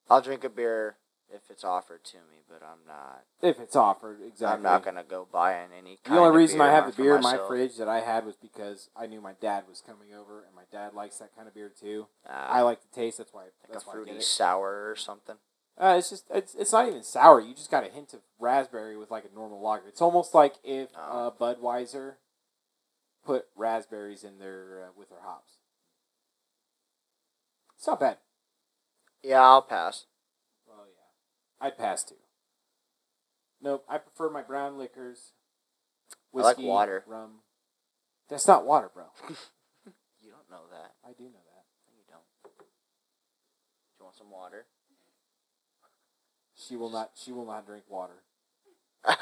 Speaker 2: I'll drink a beer if it's offered to me, but I'm not.
Speaker 1: If it's offered, exactly.
Speaker 2: I'm not gonna go buying any. Kind
Speaker 1: The only
Speaker 2: of
Speaker 1: reason I
Speaker 2: beer
Speaker 1: have the
Speaker 2: for
Speaker 1: beer in my
Speaker 2: myself.
Speaker 1: fridge that I had was because I knew my dad was coming over, and my dad likes that kind of beer too.
Speaker 2: Ah,
Speaker 1: I like the taste. That's why.
Speaker 2: like
Speaker 1: That's
Speaker 2: a
Speaker 1: why I get
Speaker 2: fruity
Speaker 1: it.
Speaker 2: sour or something.
Speaker 1: Uh, it's just it's, it's not even sour. You just got a hint of raspberry with like a normal lager. It's almost like if uh,
Speaker 2: Oh.
Speaker 1: Budweiser put raspberries in their uh, with their hops. It's not bad.
Speaker 2: Yeah, I'll pass.
Speaker 1: Well, yeah, I'd pass too. Nope, I prefer my brown liquors.
Speaker 2: I like
Speaker 1: Whiskey,
Speaker 2: water.
Speaker 1: rum. That's not water, bro.
Speaker 2: You don't know that.
Speaker 1: I do know that.
Speaker 2: No, You don't. Do you want some water? (laughs)
Speaker 1: She will not. She will not drink water.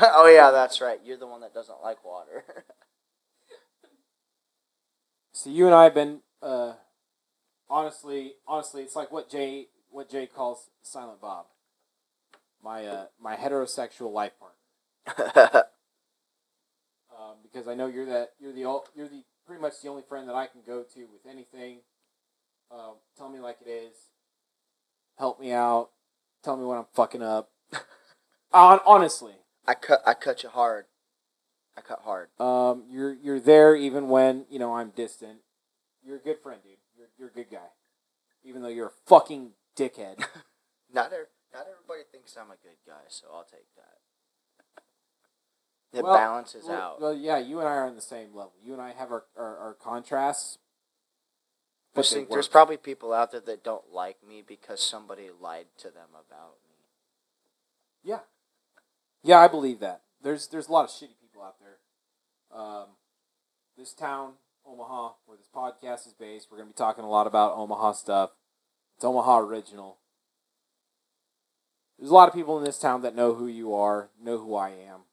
Speaker 2: oh yeah, that's right. You're the one that doesn't like water. (laughs)
Speaker 1: So you and I have been, uh, honestly, honestly, it's like what Jay, what Jay calls Silent Bob, my uh, my heterosexual life partner, um, because I know you're that you're the ol- you're the pretty much the only friend that I can go to with anything. Um, tell me like it is. Help me out. Tell me when I'm fucking up. (laughs) Hon- honestly,
Speaker 2: I cut. I cut you hard. I cut hard.
Speaker 1: um, you're you're there even when you know I'm distant. You're a good friend, dude. You're you're a good guy, even though you're a fucking dickhead.
Speaker 2: Not er- Not everybody thinks I'm a good guy, so I'll take that. (laughs) It
Speaker 1: Well,
Speaker 2: balances
Speaker 1: well,
Speaker 2: out.
Speaker 1: Well, yeah, you and I are on the same level. You and I have our our, our contrasts.
Speaker 2: I
Speaker 1: they
Speaker 2: think there's
Speaker 1: work.
Speaker 2: probably people out there that don't like me because somebody lied to them about me.
Speaker 1: yeah, yeah, I believe that. There's there's a lot of shitty people out there. Um, this town, Omaha, where this podcast is based, we're gonna be talking a lot about Omaha stuff. It's Omaha original. There's a lot of people in this town that know who you are, know who I am.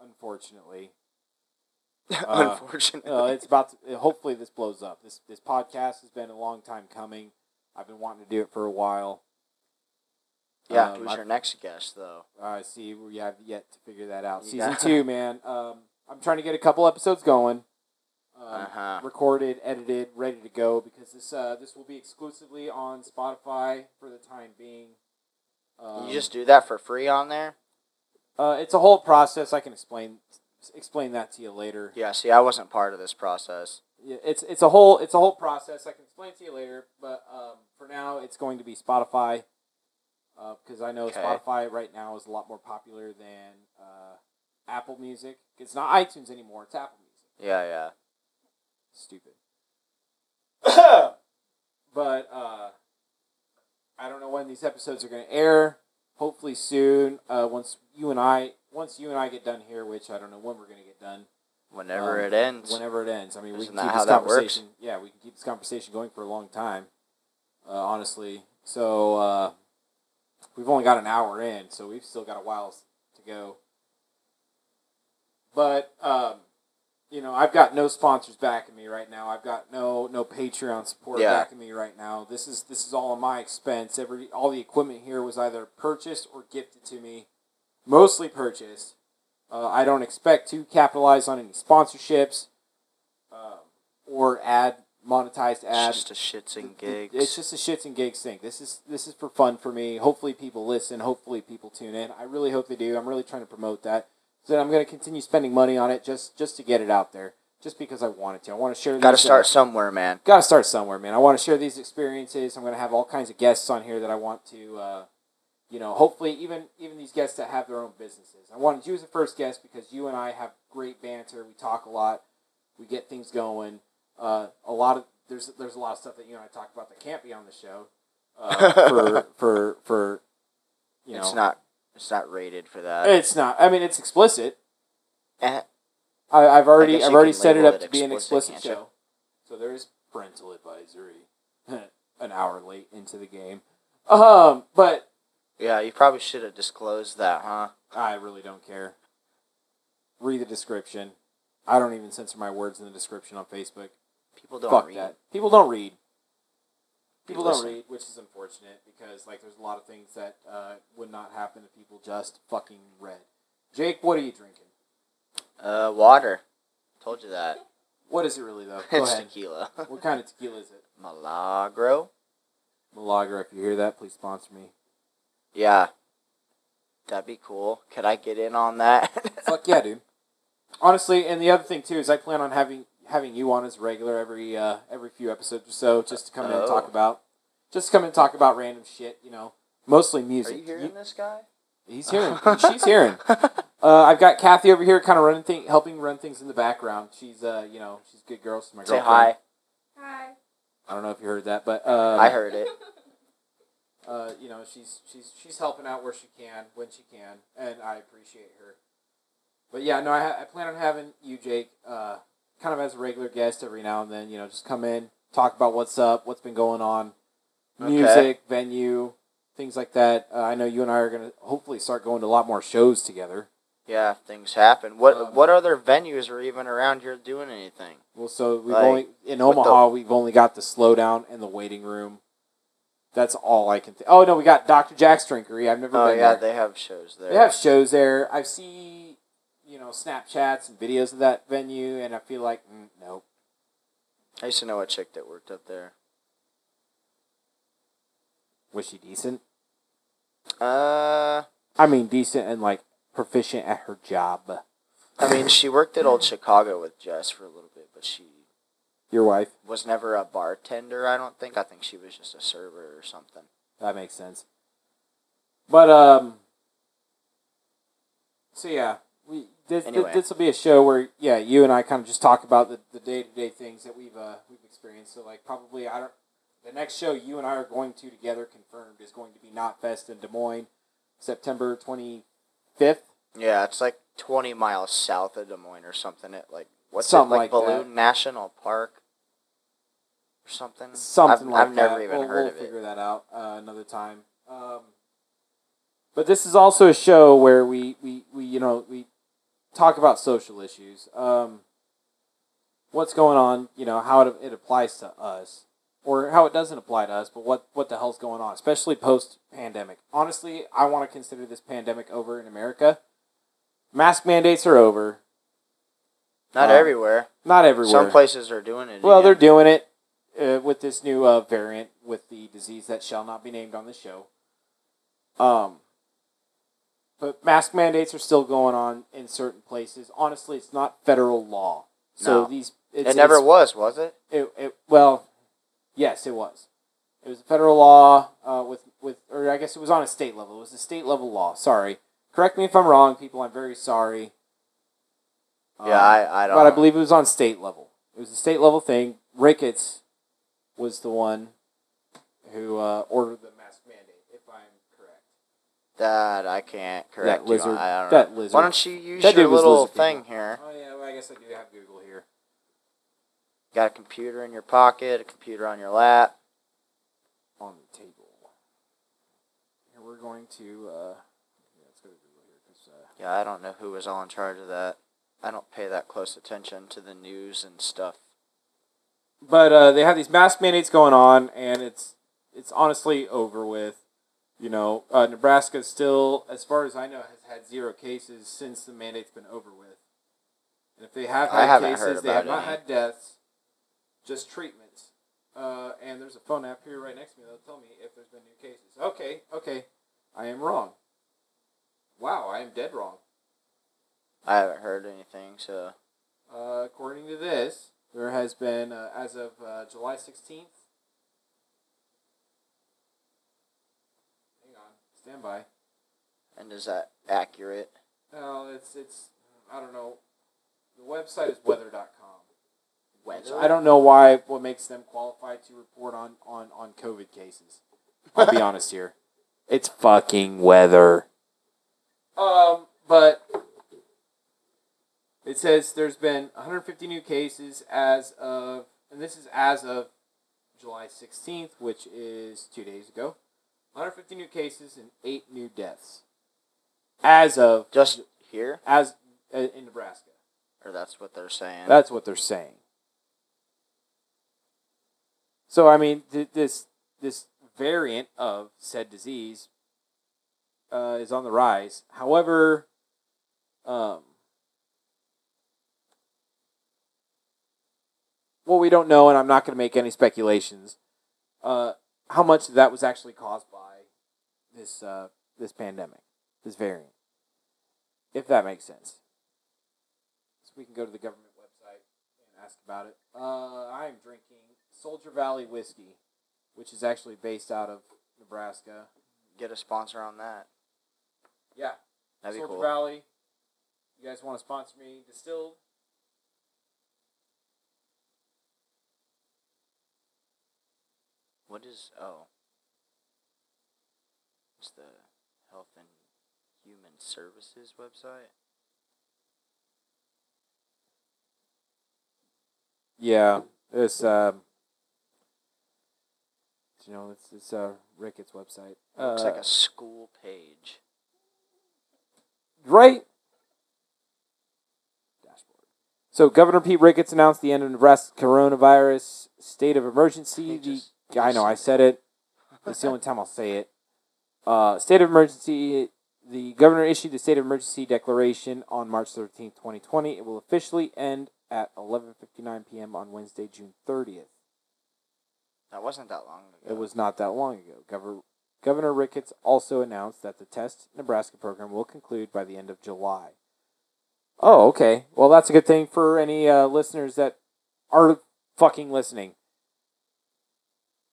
Speaker 1: Unfortunately, (laughs)
Speaker 2: (laughs)
Speaker 1: Uh,
Speaker 2: Unfortunately,
Speaker 1: uh, it's about to, hopefully this blows up. This this podcast has been a long time coming. I've been wanting to do it for a while.
Speaker 2: yeah.
Speaker 1: um,
Speaker 2: who's
Speaker 1: I-
Speaker 2: your next guest, though?
Speaker 1: I see we have yet to figure that out.
Speaker 2: You
Speaker 1: Season
Speaker 2: got-
Speaker 1: two, man. Um, I'm trying to get a couple episodes going. Um,
Speaker 2: Uh-huh.
Speaker 1: Recorded, edited, ready to go because this uh, this will be exclusively on Spotify for the time being. Um,
Speaker 2: you just do that for free on there?
Speaker 1: uh, it's a whole process. I can explain explain that to you later.
Speaker 2: Yeah. See, I wasn't part of this process.
Speaker 1: Yeah, it's it's a whole it's a whole process. I can explain it to you later, but um, for now, it's going to be Spotify. because I know
Speaker 2: Okay.
Speaker 1: Spotify right now is a lot more popular than uh, Apple Music. It's not iTunes anymore; it's Apple Music.
Speaker 2: Yeah, yeah.
Speaker 1: Stupid. (coughs) but uh, I don't know when these episodes are going to air. Hopefully soon. Uh, once you and I, once you and I get done here, which I don't know when we're going to get done.
Speaker 2: Whenever
Speaker 1: Um,
Speaker 2: it ends.
Speaker 1: Whenever it ends, I mean, we
Speaker 2: Isn't
Speaker 1: can
Speaker 2: that
Speaker 1: keep
Speaker 2: how
Speaker 1: this
Speaker 2: that works?
Speaker 1: conversation. Yeah, we can keep this conversation going for a long time. Uh, honestly, so uh, we've only got an hour in, so we've still got a while s- to go. But um, you know, I've got no sponsors backing me right now. I've got no no Patreon support
Speaker 2: Yeah.
Speaker 1: backing me right now. This is this is all on my expense. Every all the equipment here was either purchased or gifted to me, mostly purchased. Uh, I don't expect to capitalize on any sponsorships um, or ad monetized
Speaker 2: it's
Speaker 1: ads.
Speaker 2: just a shits and
Speaker 1: Th-
Speaker 2: gigs.
Speaker 1: It's just a shits and gigs thing. This is this is for fun for me. Hopefully people listen. Hopefully people tune in. I really hope they do. I'm really trying to promote that. So I'm going to continue spending money on it just just to get it out there. Just because I wanted to. I want to share.
Speaker 2: Got to
Speaker 1: these, uh,
Speaker 2: start somewhere, man.
Speaker 1: got to start somewhere, man. I want to share these experiences. I'm going to have all kinds of guests on here that I want to, uh, you know, hopefully even even these guests that have their own businesses. I wanted you as the first guest because you and I have great banter. We talk a lot. We get things going. Uh, a lot of there's there's a lot of stuff that you and I talk about that can't be on the show uh, for for for you know
Speaker 2: It's not. It's not rated for that.
Speaker 1: it's not. I mean, it's explicit.
Speaker 2: Eh,
Speaker 1: I, I've
Speaker 2: I
Speaker 1: already
Speaker 2: guess
Speaker 1: I've
Speaker 2: you
Speaker 1: already
Speaker 2: can
Speaker 1: set it
Speaker 2: label
Speaker 1: up
Speaker 2: it
Speaker 1: to be an
Speaker 2: explicit,
Speaker 1: explicit
Speaker 2: can't you?
Speaker 1: show. So there is parental advisory. (laughs) An hour late into the game, um, but
Speaker 2: yeah, you probably should have disclosed that, huh?
Speaker 1: I really don't care. Read the description. I don't even censor my words in the description on Facebook.
Speaker 2: People don't
Speaker 1: Fuck
Speaker 2: read.
Speaker 1: that. People don't read.
Speaker 2: They
Speaker 1: People don't
Speaker 2: listen.
Speaker 1: read, which is unfortunate because like there's a lot of things that uh, would not happen if people just fucking read. Jake, what are you drinking?
Speaker 2: Uh, water. Told you that.
Speaker 1: What is it really
Speaker 2: (laughs)
Speaker 1: though? Oh, Go
Speaker 2: it's
Speaker 1: ahead.
Speaker 2: tequila.
Speaker 1: What kind of tequila is it?
Speaker 2: Milagro.
Speaker 1: Malaga, if you hear that, please sponsor me.
Speaker 2: Yeah. That'd be cool. Could I get in on that? (laughs)
Speaker 1: Fuck yeah, dude. Honestly, and the other thing too is I plan on having having you on as a regular every uh, every few episodes or so, just to come in and talk
Speaker 2: Oh.
Speaker 1: about just to come in and talk about random shit, you know, mostly
Speaker 2: Are
Speaker 1: music.
Speaker 2: you hearing
Speaker 1: You-
Speaker 2: this guy?
Speaker 1: he's
Speaker 2: (laughs)
Speaker 1: hearing. she's hearing. Uh, I've got Kathy over here, kind of running thing, helping run things in the background. She's uh, you know, she's a good girl. She's my
Speaker 2: Say
Speaker 1: girlfriend.
Speaker 2: hi.
Speaker 3: Hi.
Speaker 1: I don't know if you heard that, but uh,
Speaker 2: I heard it.
Speaker 1: uh, you know, she's she's she's helping out where she can when she can, and I appreciate her. But yeah, no, I, ha- I plan on having you, Jake, uh, kind of as a regular guest every now and then. You know, just come in, talk about what's up, what's been going on,
Speaker 2: Okay.
Speaker 1: music, venue, things like that. Uh, I know you and I are gonna hopefully start going to a lot more shows together.
Speaker 2: Yeah, if things happen. What
Speaker 1: Um,
Speaker 2: what other venues are even around here doing anything?
Speaker 1: Well, so we've
Speaker 2: Like,
Speaker 1: only in
Speaker 2: what the-
Speaker 1: Omaha, we've only got the slowdown and the waiting room. That's all I can think. Oh no, we got Dr. Jack's Drinkery. I've never
Speaker 2: Oh
Speaker 1: been
Speaker 2: yeah,
Speaker 1: there.
Speaker 2: they have shows there.
Speaker 1: They have shows there. I see, you know, Snapchats and videos of that venue, and I feel like, mm, nope.
Speaker 2: I used to know a chick that worked up there.
Speaker 1: Was she decent?
Speaker 2: Uh
Speaker 1: I mean, decent and like proficient at her job.
Speaker 2: I mean she worked
Speaker 1: (laughs)
Speaker 2: at old Chicago with Jess for a little bit, but she
Speaker 1: Your wife.
Speaker 2: was never a bartender, I don't think. I think she was just a server or something.
Speaker 1: That makes sense. But um, so yeah, we this
Speaker 2: Anyway.
Speaker 1: this will be a show where yeah, you and I kind of just talk about the the day to day things that we've uh we've experienced. So like probably I don't. The next show you and I are going to together confirmed is going to be Knot Fest in Des Moines, September twenty fifth.
Speaker 2: Yeah, it's like twenty miles south of Des Moines or something at like what's
Speaker 1: Something
Speaker 2: it like,
Speaker 1: like that.
Speaker 2: Balloon National Park or something?
Speaker 1: something
Speaker 2: I've,
Speaker 1: like
Speaker 2: I've
Speaker 1: that.
Speaker 2: never even
Speaker 1: we'll,
Speaker 2: heard
Speaker 1: we'll
Speaker 2: of it.
Speaker 1: figure that out uh, another time. Um, but this is also a show where we, we, we you know we talk about social issues, um, what's going on, you know how it, it applies to us, or how it doesn't apply to us, but what what the hell's going on, especially post pandemic. Honestly, I want to consider this pandemic over in America. Mask mandates are over.
Speaker 2: Not
Speaker 1: Um,
Speaker 2: everywhere.
Speaker 1: Not everywhere.
Speaker 2: Some places are doing it.
Speaker 1: Well, they're
Speaker 2: again.
Speaker 1: doing it uh, with this new uh, variant with the disease that shall not be named on the show. Um, but mask mandates are still going on in certain places. Honestly, it's not federal law, so
Speaker 2: No.
Speaker 1: these it's,
Speaker 2: it never
Speaker 1: it's-
Speaker 2: was, was it?
Speaker 1: it, it, well, yes, it was. It was a federal law uh, with with, or I guess it was on a state level. It was a state level law. Sorry, correct me if I'm wrong, people. I'm very sorry. Um,
Speaker 2: yeah, I, I don't.
Speaker 1: but I
Speaker 2: know.
Speaker 1: believe it was on state level. It was a state level thing. Ricketts was the one who uh, ordered the mask mandate, if I'm correct.
Speaker 2: that I can't correct
Speaker 1: that lizard.
Speaker 2: you. on- I don't know.
Speaker 1: that lizard.
Speaker 2: Why don't you use
Speaker 1: That
Speaker 2: your
Speaker 1: dude was
Speaker 2: little
Speaker 1: lizard people.
Speaker 2: thing here?
Speaker 1: Oh yeah, well, I guess I do have Google here.
Speaker 2: Got a computer in your pocket, a computer on your lap.
Speaker 1: on the table. Here we're going to. Uh, yeah, let's go to Google here 'cause, uh,
Speaker 2: Yeah, I don't know who was all in charge of that. I don't pay that close attention to the news and stuff.
Speaker 1: but uh, they have these mask mandates going on, and it's it's honestly over with. You know, uh, Nebraska still, as far as I know, has had zero cases since the mandate's been over with. And if they have
Speaker 2: I
Speaker 1: had
Speaker 2: haven't heard
Speaker 1: cases, they
Speaker 2: about
Speaker 1: have not
Speaker 2: any.
Speaker 1: had deaths, just treatments. Uh, and there's a phone app here right next to me that'll tell me if there's been new cases. Okay, okay, I am wrong. Wow, I am dead wrong.
Speaker 2: I haven't heard anything, so
Speaker 1: Uh, according to this, there has been, uh, as of uh, July 16th. Hang on, stand by.
Speaker 2: and is that accurate?
Speaker 1: No, it's, it's, I don't know. The website is weather.com.
Speaker 2: Weather?
Speaker 1: I don't know why, what makes them qualified to report on, on, on COVID cases. I'll (laughs) be honest here. It's fucking weather. Um, but it says there's been 150 new cases as of, and this is as of July 16th, which is two days ago. 150 new cases and eight new deaths. As of
Speaker 2: Just here,
Speaker 1: as uh, in Nebraska.
Speaker 2: or that's what they're saying.
Speaker 1: That's what they're saying. So I mean, th- this this variant of said disease uh, is on the rise. However, um, well, we don't know, and I'm not going to make any speculations. Uh, how much of that was actually caused by this uh, this pandemic, this variant, if that makes sense. So we can go to the government website and ask about it. Uh, I am drinking Soldier Valley whiskey, which is actually based out of Nebraska.
Speaker 2: Get a sponsor on that.
Speaker 1: Yeah,
Speaker 2: That'd be
Speaker 1: Soldier
Speaker 2: cool.
Speaker 1: Valley. You guys want to sponsor me? Distilled.
Speaker 2: What is oh? It's the Health and Human Services website.
Speaker 1: Yeah, it's um, you know, it's it's uh, Ricketts website.
Speaker 2: Looks
Speaker 1: Uh,
Speaker 2: like a school page.
Speaker 1: right dashboard. So Governor Pete Ricketts announced the end of Nebraska coronavirus state of emergency.
Speaker 2: He
Speaker 1: The
Speaker 2: just-
Speaker 1: I know I said it. That's the only time I'll say it. Uh, state of emergency. The governor issued the state of emergency declaration on March thirteenth, 2020. It will officially end at 11:59 p.m. on Wednesday, June 30th.
Speaker 2: (laughs) That wasn't that long ago.
Speaker 1: It was not that long ago. Gover- Governor Ricketts also announced that the Test Nebraska program will conclude by the end of July. Oh, okay. Well, that's a good thing for any uh, listeners that are fucking listening.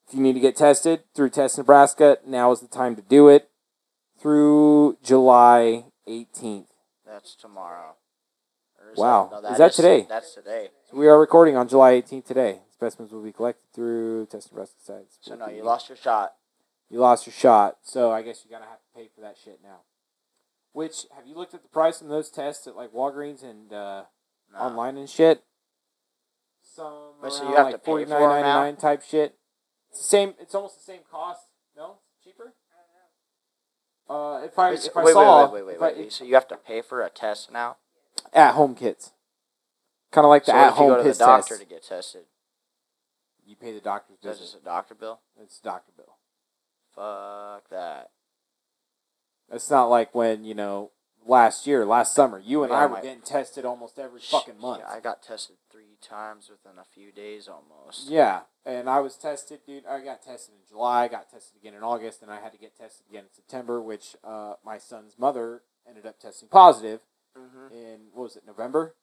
Speaker 1: If you need to get tested through Test Nebraska, now is the time to do it through July 18th.
Speaker 2: That's tomorrow. Or
Speaker 1: Wow. Is that today?
Speaker 2: That's today.
Speaker 1: We are recording on July 18th today. Specimens will be collected through Test Nebraska sites.
Speaker 2: So no, you lost your shot.
Speaker 1: You lost your shot, so I guess you're gonna have to pay for that shit now. Which have you looked at the price on those tests at like Walgreens and uh,
Speaker 2: Nah.
Speaker 1: online and shit? Some
Speaker 2: But so
Speaker 1: around,
Speaker 2: you have
Speaker 1: like
Speaker 2: to pay for 'em now?
Speaker 1: $49.99 type shit. It's the same. It's almost the same cost. No, cheaper. Uh, if I
Speaker 2: Wait,
Speaker 1: if
Speaker 2: wait,
Speaker 1: I
Speaker 2: wait,
Speaker 1: saw
Speaker 2: wait, wait,
Speaker 1: if
Speaker 2: wait,
Speaker 1: I-
Speaker 2: wait. So you have to pay for a test now.
Speaker 1: at home kits, kind of like the
Speaker 2: so what
Speaker 1: at
Speaker 2: if you
Speaker 1: home
Speaker 2: go to the
Speaker 1: piss
Speaker 2: doctor
Speaker 1: test.
Speaker 2: to get tested?
Speaker 1: You pay the doctor's
Speaker 2: Is that
Speaker 1: visit.
Speaker 2: just a doctor bill?
Speaker 1: It's doctor bill.
Speaker 2: Fuck that.
Speaker 1: It's not like when you know last year, last summer, you and
Speaker 2: Yeah,
Speaker 1: I were
Speaker 2: my-
Speaker 1: getting tested almost every fucking
Speaker 2: Shit,
Speaker 1: month.
Speaker 2: I got tested three times within a few days almost.
Speaker 1: Yeah, and I was tested, dude. I got tested in July, got tested again in August, and I had to get tested again in September, which uh, my son's mother ended up testing positive
Speaker 2: Mm-hmm.
Speaker 1: in what was it, November?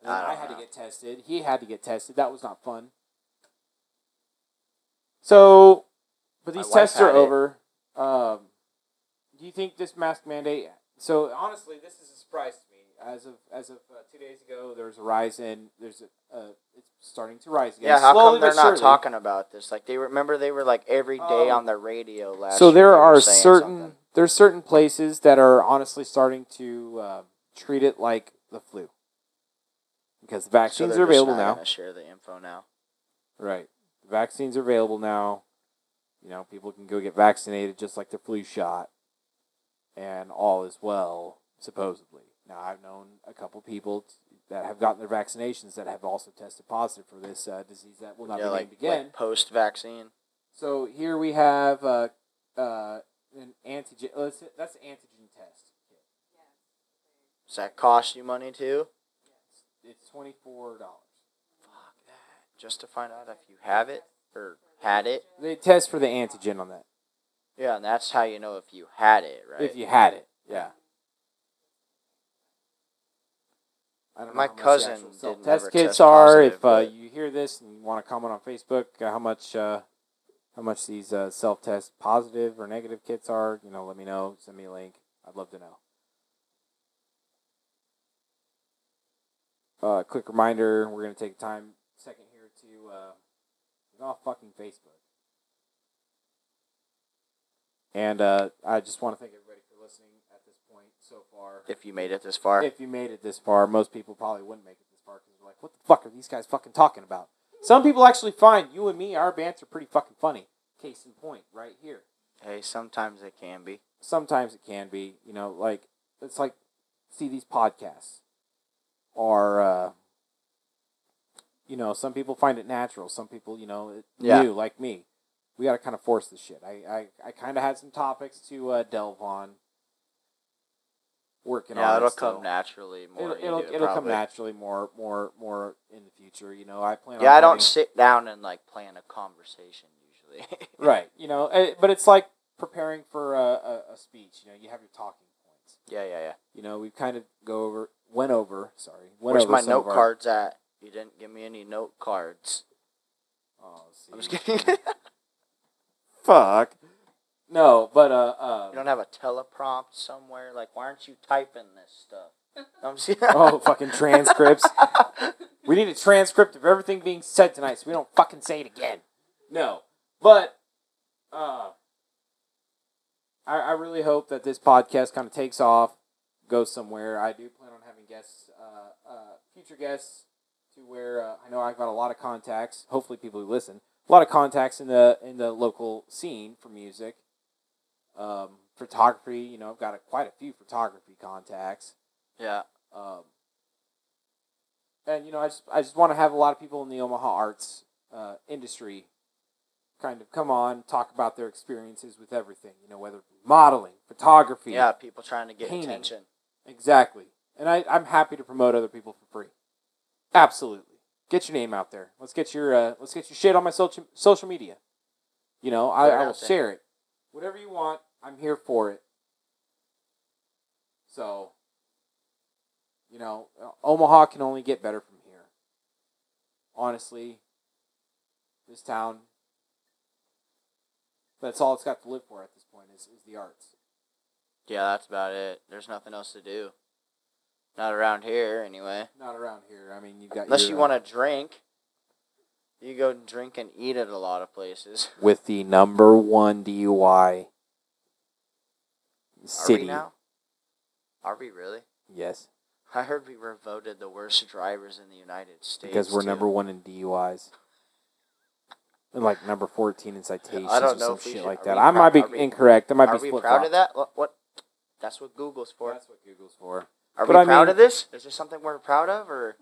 Speaker 1: And then
Speaker 2: I
Speaker 1: I,
Speaker 2: don't
Speaker 1: had
Speaker 2: know.
Speaker 1: to get tested. He had to get tested. That was not fun. So, but
Speaker 2: My
Speaker 1: these
Speaker 2: wife
Speaker 1: tests are
Speaker 2: had it.
Speaker 1: over. Um, do you think this mask mandate? So honestly, this is a surprise to me. As of as of uh, two days ago, there's a rise in. There's a uh, it's starting to rise again.
Speaker 2: Yeah, how
Speaker 1: Slowly
Speaker 2: come they're
Speaker 1: but
Speaker 2: not
Speaker 1: surely.
Speaker 2: talking about this? Like they remember they were like every day
Speaker 1: Um,
Speaker 2: on the radio last.
Speaker 1: So
Speaker 2: year
Speaker 1: there
Speaker 2: they were
Speaker 1: are
Speaker 2: saying
Speaker 1: certain
Speaker 2: something.
Speaker 1: there's certain places that are honestly starting to uh, treat it like the flu because the
Speaker 2: So
Speaker 1: vaccines
Speaker 2: they're
Speaker 1: are
Speaker 2: just
Speaker 1: available
Speaker 2: not
Speaker 1: now.
Speaker 2: gonna Share the info now.
Speaker 1: Right. The vaccines are available now. You know, people can go get vaccinated just like their flu shot, and all is well, supposedly. Now, I've known a couple people t- that have gotten their vaccinations that have also tested positive for this uh, disease that will not
Speaker 2: yeah,
Speaker 1: be
Speaker 2: like,
Speaker 1: named again.
Speaker 2: like post vaccine.
Speaker 1: so here we have uh, uh, an antigen. Let's, that's an antigen test.
Speaker 2: Does that cost you money too?
Speaker 1: It's twenty four dollars.
Speaker 2: Fuck that. Just to find out if you have it or had it.
Speaker 1: They test for the antigen on that
Speaker 2: Yeah, and that's how you know if you had it, right?
Speaker 1: if you had it. Yeah. I don't
Speaker 2: My
Speaker 1: how much the
Speaker 2: cousin
Speaker 1: actual self-
Speaker 2: didn't
Speaker 1: test
Speaker 2: ever
Speaker 1: kits
Speaker 2: test
Speaker 1: are.
Speaker 2: positive,
Speaker 1: If uh,
Speaker 2: but-
Speaker 1: you hear this and you want to comment on Facebook, uh, how much uh, how much these uh, self test positive or negative kits are, you know, let me know. Send me a link. I'd love to know. Uh, quick reminder: We're gonna take a time second here to uh, get off fucking Facebook. And uh, I just want to thank everybody for listening at this point so far
Speaker 2: If you made it this far.
Speaker 1: if you made it this far, most people probably wouldn't make it this far because like, what the fuck are these guys fucking talking about? Some people actually find you and me, our banter pretty fucking funny. Case in point, right here.
Speaker 2: hey, sometimes it can be.
Speaker 1: Sometimes it can be, you know, like it's like see these podcasts are, uh, you know, some people find it natural. Some people, you know, it,
Speaker 2: Yeah.
Speaker 1: new like me. We got to kind of force this shit. I, I, I kind of had some topics to uh, delve on. Working on
Speaker 2: yeah, it'll
Speaker 1: it still
Speaker 2: come naturally more.
Speaker 1: it'll
Speaker 2: you
Speaker 1: it'll,
Speaker 2: do it,
Speaker 1: it'll come
Speaker 2: probably.
Speaker 1: naturally more more more in the future. You know, I plan.
Speaker 2: Yeah,
Speaker 1: on
Speaker 2: I don't
Speaker 1: having-
Speaker 2: sit down and like plan a conversation usually. (laughs)
Speaker 1: right. You know, eh, but it's like preparing for a, a, a speech. You know, you have your talking points.
Speaker 2: yeah, yeah, yeah.
Speaker 1: You know, we kind of go over, went over. Sorry, went
Speaker 2: Where's
Speaker 1: over
Speaker 2: my
Speaker 1: some
Speaker 2: note
Speaker 1: of our-
Speaker 2: cards at? You didn't give me any note cards.
Speaker 1: Oh, see.
Speaker 2: I'm just kidding. (laughs) you
Speaker 1: Fuck. No, but uh, uh
Speaker 2: don't have a teleprompt somewhere? Like, why aren't you typing
Speaker 1: (laughs)
Speaker 2: this stuff? I'm (laughs) just kidding.
Speaker 1: oh fucking transcripts. we need a transcript of everything being said tonight, so we don't fucking say it again. No, but uh, I I really hope that this podcast kind of takes off, goes somewhere. I do plan on having guests, uh, uh, future guests, to where uh, I know I've got a lot of contacts. Hopefully, people who listen, a lot of contacts in the in the local scene for music, um, photography. You know, I've got a, quite a few photography contacts.
Speaker 2: yeah.
Speaker 1: Um, and you know, I just I just want to have a lot of people in the Omaha arts uh, industry kind of come on, talk about their experiences with everything. You know, whether it be modeling, photography,
Speaker 2: Yeah, people trying to get
Speaker 1: Painting.
Speaker 2: attention.
Speaker 1: exactly. And I I'm happy to promote other people for free. Absolutely, get your name out there. Let's get your uh, let's get your shit on my social social media. You know, I,
Speaker 2: Put it
Speaker 1: I will
Speaker 2: out there.
Speaker 1: share it. Whatever you want, I'm here for it. So, you know, uh, Omaha can only get better from here. Honestly, this town, that's all it's got to live for at this point is, is the arts.
Speaker 2: Yeah, that's about it. There's nothing else to do. Not around here, anyway.
Speaker 1: Not around here. I mean, you've got.
Speaker 2: Unless
Speaker 1: your,
Speaker 2: you
Speaker 1: uh,
Speaker 2: want to drink, you go drink and eat at a lot of places.
Speaker 1: With the number one DUI
Speaker 2: Are
Speaker 1: city.
Speaker 2: we now? Are we really? (laughs)
Speaker 1: Yes.
Speaker 2: I heard we were voted the worst drivers in the United States.
Speaker 1: Because we're
Speaker 2: too.
Speaker 1: number one in DUIs. And like number fourteen in citations
Speaker 2: I don't
Speaker 1: or
Speaker 2: know
Speaker 1: some
Speaker 2: if we
Speaker 1: shit
Speaker 2: should-
Speaker 1: like
Speaker 2: are
Speaker 1: that.
Speaker 2: we
Speaker 1: I
Speaker 2: prou-
Speaker 1: might be
Speaker 2: are we-
Speaker 1: incorrect. There might
Speaker 2: Are
Speaker 1: be
Speaker 2: we
Speaker 1: split
Speaker 2: proud
Speaker 1: thought.
Speaker 2: of that? What? what? That's what Google's for.
Speaker 1: That's what Google's for.
Speaker 2: Are
Speaker 1: But
Speaker 2: we
Speaker 1: I
Speaker 2: proud
Speaker 1: mean-
Speaker 2: of this? Is there something we're proud of, or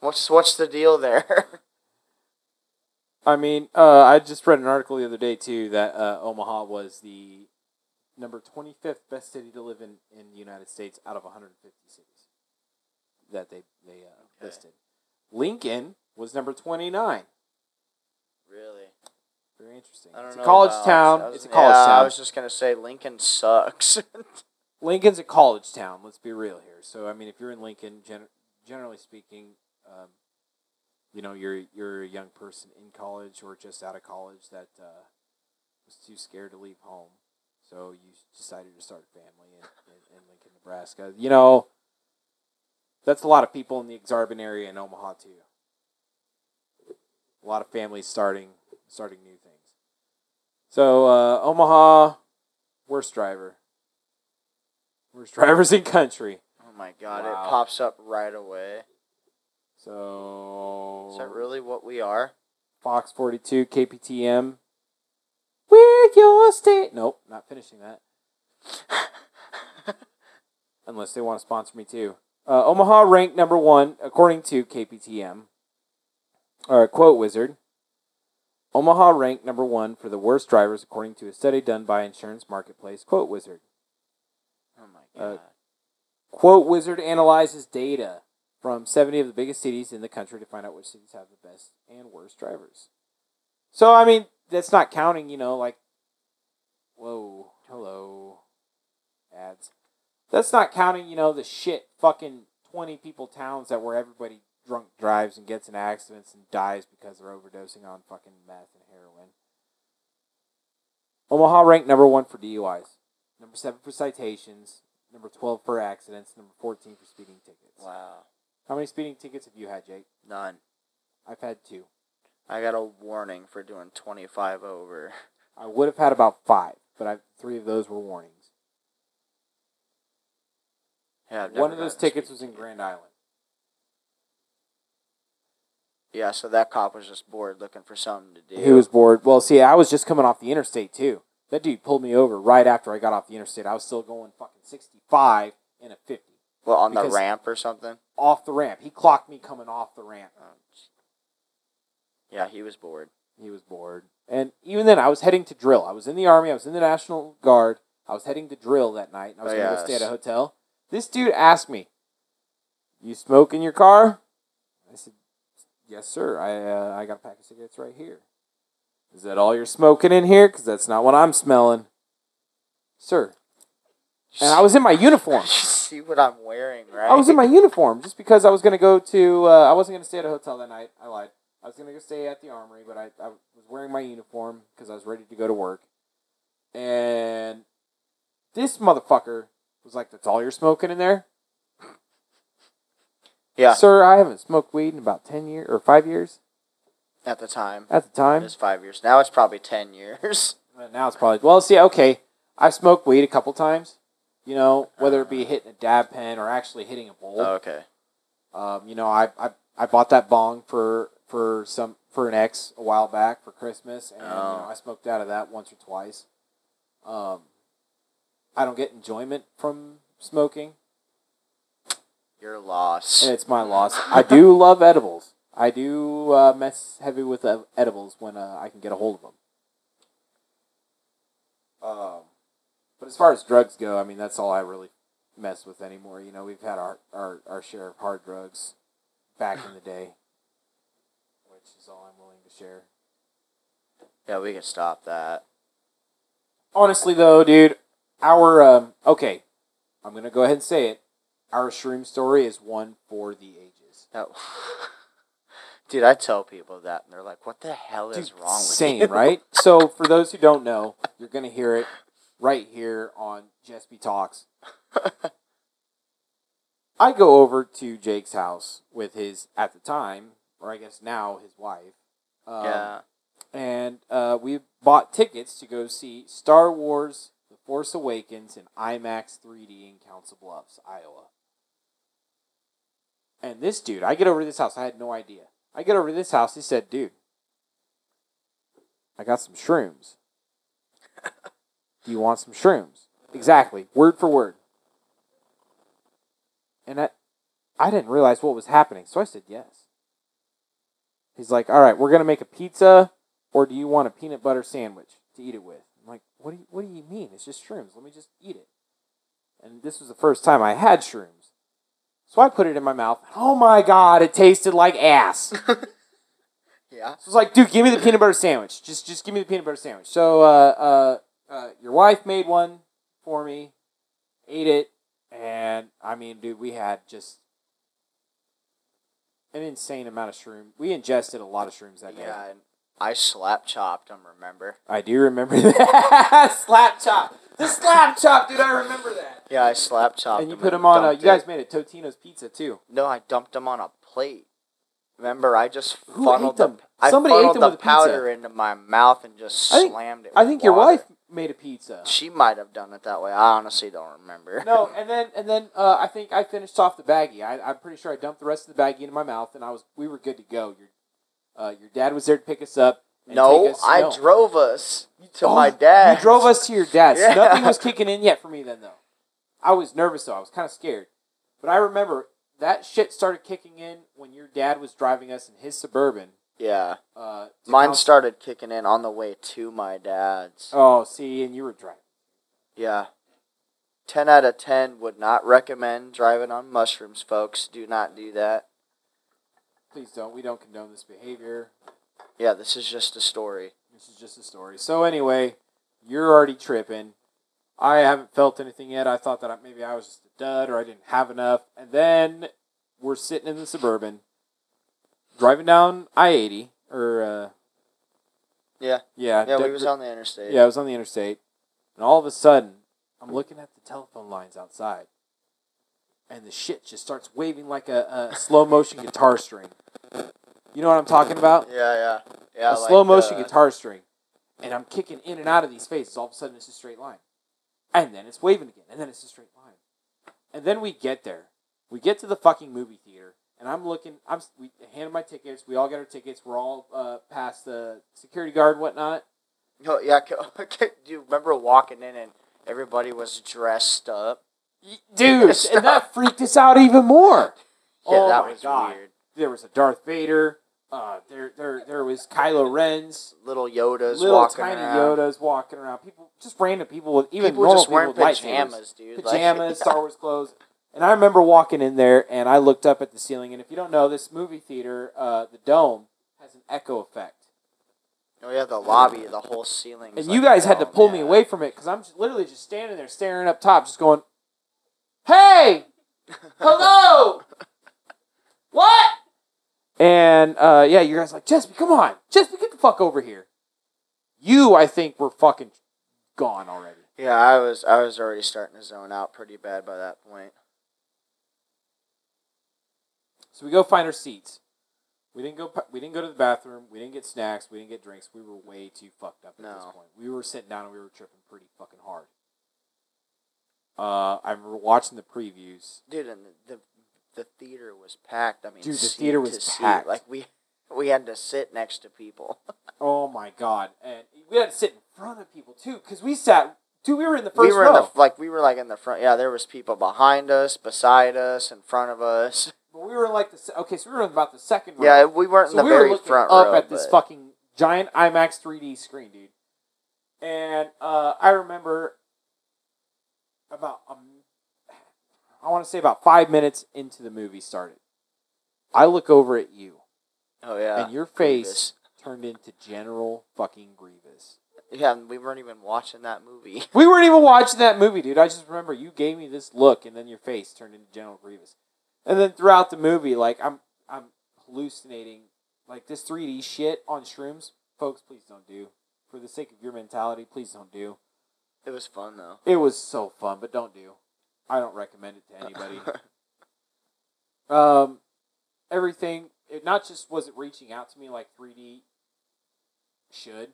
Speaker 2: what's what's the deal there? (laughs)
Speaker 1: I mean, uh, I just read an article the other day too that uh, Omaha was the number twenty fifth best city to live in in the United States out of one hundred and fifty cities that they they uh,
Speaker 2: Okay.
Speaker 1: listed. Lincoln was number twenty nine.
Speaker 2: really?
Speaker 1: Very interesting.
Speaker 2: I don't
Speaker 1: It's a
Speaker 2: know
Speaker 1: college
Speaker 2: about-
Speaker 1: town.
Speaker 2: I was-
Speaker 1: it's a college
Speaker 2: yeah,
Speaker 1: town.
Speaker 2: I was just gonna say Lincoln sucks. (laughs) Oh
Speaker 1: Lincoln's a college town. Let's be real here. So I mean, if you're in Lincoln, gen- generally speaking, um, you know, you're you're a young person in college or just out of college that uh, was was too scared to leave home, so you decided to start a family in, in, in Lincoln, Nebraska. You know, that's a lot of people in the Exarban area in Omaha too. A lot of families starting starting new things. So uh, Omaha, worst driver, worst drivers in country.
Speaker 2: Oh my god,
Speaker 1: Wow.
Speaker 2: it pops up right away.
Speaker 1: So
Speaker 2: Is that really what we are?
Speaker 1: Fox 42, KPTM. We're your state. Nope, not finishing that. Unless they want to sponsor me too. Uh, Omaha ranked number one, according to KPTM, or Quote Wizard. Omaha ranked number one for the worst drivers, according to a study done by insurance marketplace Quote Wizard.
Speaker 2: Oh my
Speaker 1: Uh,
Speaker 2: god.
Speaker 1: Quote Wizard analyzes data from 70 of the biggest cities in the country to find out which cities have the best and worst drivers. So, I mean, that's not counting, you know, like, whoa, hello, ads. That's not counting, you know, the shit fucking 20 people towns that where everybody drunk drives and gets in accidents and dies because they're overdosing on fucking meth and heroin. Omaha ranked number one for DUIs, number seven for citations, number 12 for accidents, number 14 for speeding tickets.
Speaker 2: wow.
Speaker 1: How many speeding tickets have you had, Jake?
Speaker 2: None.
Speaker 1: I've had two.
Speaker 2: I got a warning for doing 25 over. (laughs)
Speaker 1: I would have had about five, but I, three of those were warnings.
Speaker 2: Yeah, I've never
Speaker 1: One of those
Speaker 2: gotten a
Speaker 1: tickets
Speaker 2: speed
Speaker 1: was in
Speaker 2: ticket.
Speaker 1: Grand Island.
Speaker 2: Yeah, so that cop was just bored looking for something to do.
Speaker 1: He was bored. Well, see, I was just coming off the interstate too. That dude pulled me over right after I got off the interstate. I was still going fucking sixty-five and a fifty
Speaker 2: well, on the
Speaker 1: because-
Speaker 2: ramp or something.
Speaker 1: off the ramp. He clocked me coming off the ramp.
Speaker 2: Oh, j- yeah, he was bored.
Speaker 1: He was bored. And even then, I was heading to drill. I was in the army. I was in the National Guard. I was heading to drill that night. And I was
Speaker 2: Oh,
Speaker 1: going to
Speaker 2: yes.
Speaker 1: go stay at a hotel. This dude asked me, "You smoke in your car?" I said, "Yes, sir. I uh, I got a pack of cigarettes right here." Is that all you're smoking in here? Because that's not what I'm smelling, sir. And I was in my
Speaker 2: (laughs)
Speaker 1: uniform.
Speaker 2: See what I'm wearing, right?
Speaker 1: I was in my uniform just because I was going to go to. Uh, I wasn't going to stay at a hotel that night. I lied. I was going to go stay at the armory, but I, I was wearing my uniform because I was ready to go to work. And this motherfucker was like, "That's all you're smoking in there,
Speaker 2: yeah,
Speaker 1: sir." I haven't smoked weed in about ten years or five years
Speaker 2: at the time.
Speaker 1: at the time.
Speaker 2: It was five years. Now it's probably 10 years. (laughs)
Speaker 1: But now it's probably well. See, okay, I've smoked weed a couple times. You know, whether it be hitting a dab pen or actually hitting a bowl.
Speaker 2: Oh, okay.
Speaker 1: Um, you know, I, I I bought that bong for for some for an ex a while back for Christmas, and you know,
Speaker 2: Oh.
Speaker 1: I smoked out of that once or twice. Um, I don't get enjoyment from smoking,
Speaker 2: You're lost.
Speaker 1: and it's my loss. I do love edibles. I do uh, mess heavy with uh, edibles when uh, I can get a hold of them. Um, but as far as drugs go, I mean, that's all I really mess with anymore. You know, we've had our, our, our share of hard drugs back in the day, which is all I'm willing to share.
Speaker 2: yeah, we can stop that.
Speaker 1: Honestly, though, dude, our, um, okay, I'm going to go ahead and say it. Our shroom story is one for the ages.
Speaker 2: No. (laughs) Dude, I tell people that, and they're like, "What the hell is
Speaker 1: Dude,
Speaker 2: wrong with
Speaker 1: same,
Speaker 2: you?"
Speaker 1: right? So, for those who don't know, you're going to hear it right here on Jespy Talks. I go over to Jake's house with his, at the time, or I guess now, his wife. Um,
Speaker 2: yeah,
Speaker 1: And uh, we bought tickets to go see Star Wars The Force Awakens in IMAX 3D in Council Bluffs, Iowa. And this dude, I get over to this house. I had no idea. I get over to this house. He said, dude, I got some shrooms. Do you want some shrooms? Exactly, word for word. And I, I didn't realize what was happening, so I said yes. He's like, "All right, we're gonna make a pizza, or do you want a peanut butter sandwich to eat it with?" I'm like, "What do you, What do you mean? It's just shrooms. Let me just eat it." And this was the first time I had shrooms, so I put it in my mouth. Oh my god, it tasted like ass. (laughs)
Speaker 2: yeah.
Speaker 1: So it's like, dude, give me the peanut butter sandwich. Just, just give me the peanut butter sandwich. So, uh, uh, uh, your wife made one for me, ate it, and I mean, dude, we had just an insane amount of shroom. We ingested a lot of shrooms that day.
Speaker 2: Yeah, and I slap chopped him. Remember?
Speaker 1: I do remember (laughs) that slap chop. The slap chop, dude. I remember that.
Speaker 2: Yeah, I slap chopped.
Speaker 1: And you put him on. Uh, you
Speaker 2: dumped
Speaker 1: guys
Speaker 2: it.
Speaker 1: made it Totino's pizza too.
Speaker 2: No, I dumped him on a plate. Remember, I just
Speaker 1: Who
Speaker 2: funneled
Speaker 1: ate
Speaker 2: the-
Speaker 1: them?
Speaker 2: I
Speaker 1: Somebody ate
Speaker 2: funneled
Speaker 1: them
Speaker 2: the
Speaker 1: with a pizza.
Speaker 2: powder into my mouth and just
Speaker 1: I think-
Speaker 2: slammed it.
Speaker 1: I
Speaker 2: with
Speaker 1: think your
Speaker 2: water.
Speaker 1: wife made a pizza.
Speaker 2: She might have done it that way. I honestly don't remember.
Speaker 1: No, and then and then uh, I think I finished off the baggie. I, I'm pretty sure I dumped the rest of the baggie into my mouth, and I was we were good to go. Your uh, your dad was there to pick us up. and
Speaker 2: (laughs) No,
Speaker 1: take us-
Speaker 2: I
Speaker 1: no.
Speaker 2: drove us to
Speaker 1: Oh,
Speaker 2: my dad.
Speaker 1: You drove us to your dad's.
Speaker 2: (laughs) Yeah.
Speaker 1: Nothing was kicking in yet for me then, though. I was nervous, though. I was kind of scared. But I remember that shit started kicking in when your dad was driving us in his Suburban.
Speaker 2: Yeah,
Speaker 1: Uh, to
Speaker 2: mine
Speaker 1: Mount-
Speaker 2: started kicking in on the way to my dad's.
Speaker 1: Oh, see, and you were driving.
Speaker 2: Yeah. 10 out of 10 would not recommend driving on mushrooms, folks. Do not do that.
Speaker 1: Please don't. We don't condone this behavior.
Speaker 2: Yeah, this is just a story.
Speaker 1: This is just a story. So anyway, you're already tripping. I haven't felt anything yet. I thought that I, maybe I was just a dud or I didn't have enough. And then we're sitting in the suburban, driving down I eighty or uh,
Speaker 2: Yeah.
Speaker 1: yeah,
Speaker 2: Yeah,
Speaker 1: d-
Speaker 2: we was on the interstate.
Speaker 1: yeah, it was on the interstate, and all of a sudden, I'm looking at the telephone lines outside, and the shit just starts waving like a, a slow motion guitar string. You know what I'm talking about?
Speaker 2: Yeah, yeah.
Speaker 1: a
Speaker 2: Yeah, like uh,
Speaker 1: slow motion
Speaker 2: the-
Speaker 1: guitar string, and I'm kicking in and out of these faces. All of a sudden, it's a straight line, and then it's waving again, and then it's a straight line, and then we get there. We get to the fucking movie theater, and I'm looking. I'm s- we handed my tickets. We all got our tickets. We're all uh, past the security guard, and whatnot.
Speaker 2: No, oh, yeah, (laughs) c- okay. Do you remember walking in and everybody was dressed up?
Speaker 1: Y- Dude, and that freaked us out even more.
Speaker 2: Yeah,
Speaker 1: oh
Speaker 2: that
Speaker 1: my
Speaker 2: was
Speaker 1: god!
Speaker 2: weird.
Speaker 1: There was a Darth Vader. Uh, there, there, there was Kylo Ren's.
Speaker 2: Little Yodas
Speaker 1: little
Speaker 2: walking
Speaker 1: tiny
Speaker 2: around.
Speaker 1: Yodas walking around. People, just random people with even
Speaker 2: People
Speaker 1: normal
Speaker 2: just wearing
Speaker 1: people with
Speaker 2: pajamas,
Speaker 1: lightsabers.
Speaker 2: dude. Like- (laughs)
Speaker 1: pajamas, Star Wars clothes. And I remember walking in there, and I looked up at the ceiling. And if you don't know, this movie theater, uh, the dome, has an echo effect.
Speaker 2: Oh yeah, the lobby, the whole ceiling.
Speaker 1: And you guys
Speaker 2: oh,
Speaker 1: had to pull me away from it because I'm just, literally just standing there, staring up top, just going, "Hey, hello, what?" And uh, yeah, you guys like, "Jessica, come on, Jessica, get the fuck over here." You, I think, were fucking gone already.
Speaker 2: Yeah, I was I was already starting to zone out pretty bad by that point.
Speaker 1: So we go find our seats. We didn't go. p- We didn't go to the bathroom. We didn't get snacks. We didn't get drinks. We were way too fucked up at this
Speaker 2: No.
Speaker 1: point. We were sitting down and we were tripping pretty fucking hard. Uh, I remember watching the previews.
Speaker 2: Dude, and the the theater was packed. I mean,
Speaker 1: Dude, the
Speaker 2: seat
Speaker 1: theater
Speaker 2: to
Speaker 1: was
Speaker 2: seat.
Speaker 1: packed.
Speaker 2: Like we we had to sit next to people.
Speaker 1: Oh my god! And we had to sit in front of people too, because we sat. Dude, we were in the first
Speaker 2: we were
Speaker 1: row.
Speaker 2: in the like we were like in the front. Yeah, there was people behind us, beside us, in front of
Speaker 1: (laughs)
Speaker 2: us.
Speaker 1: but we were in like the se- okay, so we were in about the second row.
Speaker 2: Yeah, we weren't
Speaker 1: so
Speaker 2: in the
Speaker 1: we were
Speaker 2: very
Speaker 1: looking
Speaker 2: front
Speaker 1: up
Speaker 2: row.
Speaker 1: at this
Speaker 2: but-
Speaker 1: fucking giant IMAX 3D screen, dude. And uh, I remember about um, I want to say about five minutes into the movie started, I look over at you
Speaker 2: oh yeah,
Speaker 1: and your face
Speaker 2: Grievous.
Speaker 1: turned into General fucking Grievous.
Speaker 2: Yeah, and we weren't even watching that movie. (laughs)
Speaker 1: We weren't even watching that movie, dude. I just remember you gave me this look, and then your face turned into General Grievous. And then throughout the movie, like I'm, I'm hallucinating, like this 3D shit on shrooms, folks. Please don't do. For the sake of your mentality, please don't do.
Speaker 2: It was fun though.
Speaker 1: It was so fun, but don't do. I don't recommend it to anybody. um, everything. It not just was it reaching out to me like 3D should,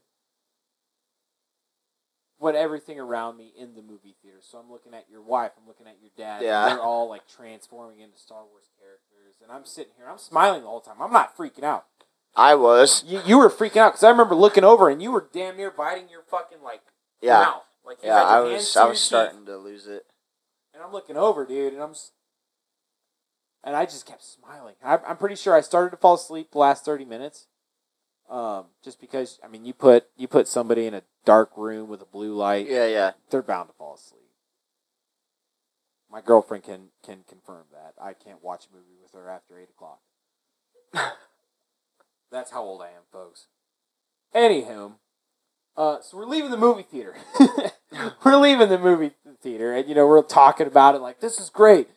Speaker 1: but everything around me in the movie theater. So I'm looking at your wife. I'm looking at your dad. and
Speaker 2: Yeah.
Speaker 1: they're all like transforming into Star Wars characters, and I'm sitting here. I'm smiling the whole time. I'm not freaking out.
Speaker 2: (laughs) I was.
Speaker 1: You you were freaking out because I remember looking over and you were damn near biting your fucking like
Speaker 2: Yeah,
Speaker 1: mouth. Like you
Speaker 2: yeah.
Speaker 1: had your
Speaker 2: I
Speaker 1: hands
Speaker 2: was.
Speaker 1: to
Speaker 2: I
Speaker 1: your
Speaker 2: was
Speaker 1: teeth.
Speaker 2: starting to lose it.
Speaker 1: And I'm looking over, dude, and I'm, s and I just kept smiling. I, I'm pretty sure I started to fall asleep the last thirty minutes, um, just because. I mean, you put you put somebody in a dark room with a blue light,
Speaker 2: Yeah, yeah.
Speaker 1: they're bound to fall asleep. My girlfriend can can confirm that. I can't watch a movie with her after eight o'clock. (laughs) That's how old I am, folks. Anywho, uh, so we're leaving the movie theater. (laughs) we're leaving the movie theater, and you know we're talking about it like this is great.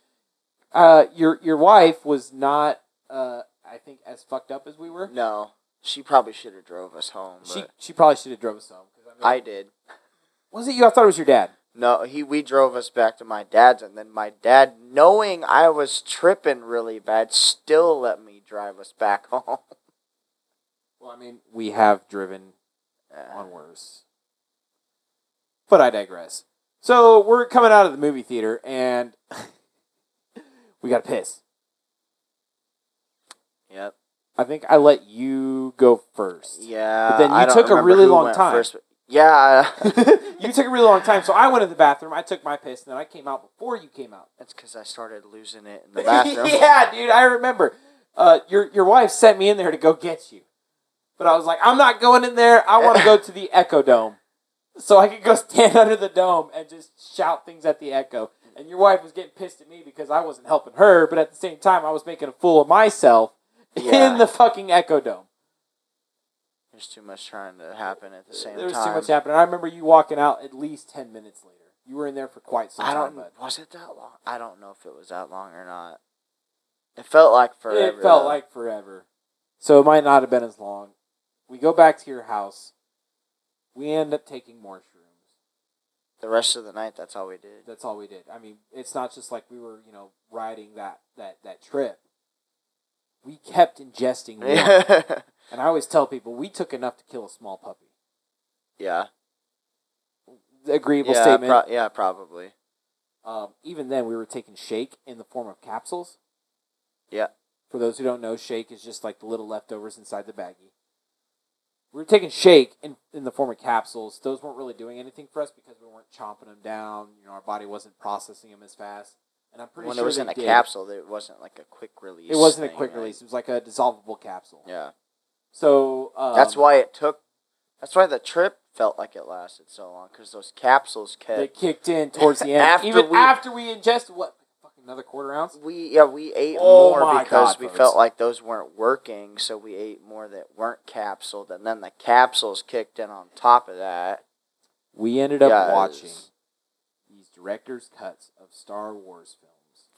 Speaker 1: Uh, your your wife was not, uh, I think, as fucked up as we were.
Speaker 2: No, She probably should have drove us home.
Speaker 1: She
Speaker 2: but
Speaker 1: she probably should have drove us home. 'cause I, mean,
Speaker 2: I did.
Speaker 1: was it you? I thought it was your dad.
Speaker 2: No, he we drove us back to my dad's, and then my dad, knowing I was tripping really bad, still let me drive us back (laughs) home.
Speaker 1: Well, I mean, we have driven
Speaker 2: Yeah.
Speaker 1: on worse. But I digress. So we're coming out of the movie theater and (laughs) we got to piss.
Speaker 2: Yep.
Speaker 1: I think I let you go first. (laughs)
Speaker 2: Yeah.
Speaker 1: But then you
Speaker 2: I don't
Speaker 1: took a
Speaker 2: remember
Speaker 1: really
Speaker 2: who
Speaker 1: long
Speaker 2: went
Speaker 1: time.
Speaker 2: first, but- yeah, uh, I-
Speaker 1: you took a really long time, so I went to the bathroom. I took my piss, and then I came out before you came out.
Speaker 2: (laughs) that's because I started losing it
Speaker 1: (laughs)
Speaker 2: in the bathroom.
Speaker 1: yeah, dude, I remember. Uh, your your wife sent me in there to go get you, but I was like, I'm not going in there. I want to go to the Echo Dome, so I could go stand (laughs) under the dome and just shout things at the Echo. And your wife was getting pissed at me because I wasn't helping her, but at the same time, I was making a fool of myself (laughs)
Speaker 2: Yeah.
Speaker 1: in the fucking Echo Dome.
Speaker 2: There's too much trying to happen at the same
Speaker 1: there was
Speaker 2: time.
Speaker 1: too much happening. I remember you walking out at least ten minutes later. You were in there for quite some
Speaker 2: I
Speaker 1: time.
Speaker 2: don't.
Speaker 1: bud.
Speaker 2: Was it that long? I don't know if it was that long or not. It felt like forever.
Speaker 1: It felt
Speaker 2: though.
Speaker 1: like forever. So it might not have been as long. We go back to your house. We end up taking more shrooms.
Speaker 2: the rest of the night. That's all we did.
Speaker 1: That's all we did. I mean, it's not just like we were, you know, riding that that that trip. We kept
Speaker 2: (laughs)
Speaker 1: ingesting more.
Speaker 2: Yeah.
Speaker 1: and I always tell people we took enough to kill a small puppy.
Speaker 2: yeah.
Speaker 1: Agreeable
Speaker 2: yeah,
Speaker 1: statement.
Speaker 2: pro- yeah, probably.
Speaker 1: um, even then, we were taking shake in the form of capsules.
Speaker 2: Yeah.
Speaker 1: For those who don't know, shake is just like the little leftovers inside the baggie. We were taking shake in, in the form of capsules. Those weren't really doing anything for us because we weren't chomping them down. You know, our body wasn't processing them as fast. And I'm pretty
Speaker 2: when
Speaker 1: sure
Speaker 2: it was
Speaker 1: they
Speaker 2: in a
Speaker 1: did.
Speaker 2: capsule, it wasn't like a quick release.
Speaker 1: It wasn't a
Speaker 2: thing,
Speaker 1: quick
Speaker 2: right?
Speaker 1: release. It was like a dissolvable capsule.
Speaker 2: Yeah.
Speaker 1: So um,
Speaker 2: that's why it took. That's why the trip felt like it lasted so long because those capsules
Speaker 1: they
Speaker 2: kept.
Speaker 1: kicked in towards the end.
Speaker 2: (laughs) After
Speaker 1: even
Speaker 2: we-
Speaker 1: after we ingested what fucking another quarter ounce.
Speaker 2: We yeah we ate
Speaker 1: Oh my
Speaker 2: more because
Speaker 1: God,
Speaker 2: we
Speaker 1: folks.
Speaker 2: felt like those weren't working, so we ate more that weren't capsuled, and then the capsules kicked in on top of that.
Speaker 1: We ended up
Speaker 2: Yes.
Speaker 1: watching these director's cuts of Star Wars films.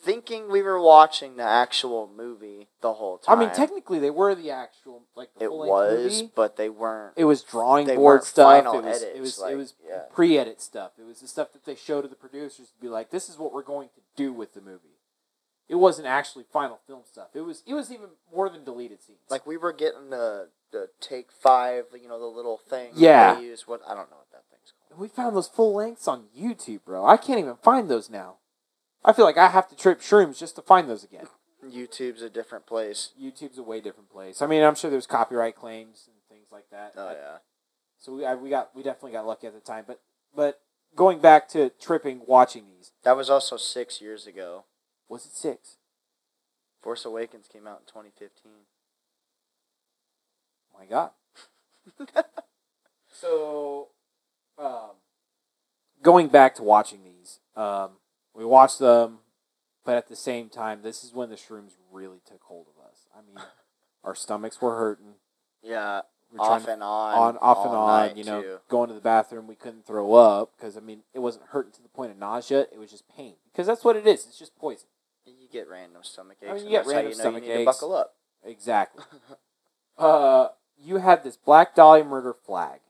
Speaker 2: Thinking we were watching the actual movie the whole time.
Speaker 1: I mean, technically, they were the actual like the
Speaker 2: it
Speaker 1: full-length
Speaker 2: was,
Speaker 1: movie.
Speaker 2: but they weren't.
Speaker 1: It was drawing
Speaker 2: They
Speaker 1: board
Speaker 2: weren't
Speaker 1: stuff.
Speaker 2: final
Speaker 1: it was it
Speaker 2: edits,
Speaker 1: was it
Speaker 2: like,
Speaker 1: was
Speaker 2: yeah.
Speaker 1: pre-edit stuff. It was the stuff that they show to the producers to be like, this is what we're going to do with the movie. It wasn't actually final film stuff. It was it was even more than deleted scenes.
Speaker 2: like we were getting the the take five, you know, the little thing. that
Speaker 1: Yeah.
Speaker 2: They use what I don't know what that thing's called.
Speaker 1: And we found those full lengths on YouTube, bro. I can't even find those now. I feel like I have to trip shrooms just to find those
Speaker 2: (laughs)
Speaker 1: again.
Speaker 2: YouTube's a different place.
Speaker 1: YouTube's a way different place. I mean, I'm sure there's copyright claims and things like that.
Speaker 2: Oh yeah.
Speaker 1: So we I, we got we definitely got lucky at the time, but but going back to tripping watching these,
Speaker 2: That was also six years ago.
Speaker 1: was it six?
Speaker 2: Force Awakens came out in 2015.
Speaker 1: my
Speaker 2: (laughs)
Speaker 1: God. so, um, going back to watching these, um, we watched them, but at the same time, this is when the shrooms really took hold of us. I
Speaker 2: (laughs)
Speaker 1: mean, our stomachs were hurting.
Speaker 2: Yeah,
Speaker 1: We were trying
Speaker 2: off
Speaker 1: to
Speaker 2: and on,
Speaker 1: on off and
Speaker 2: all
Speaker 1: on
Speaker 2: night,
Speaker 1: you know
Speaker 2: too.
Speaker 1: going to the bathroom we couldn't throw up because i mean it wasn't hurting to the point of nausea it was just pain because that's what it is it's just poison
Speaker 2: You get random stomach aches.
Speaker 1: I mean, you get
Speaker 2: and that's how
Speaker 1: random
Speaker 2: you know
Speaker 1: stomach
Speaker 2: you need
Speaker 1: aches.
Speaker 2: To buckle up. (laughs)
Speaker 1: exactly uh you had this black dolly murder flag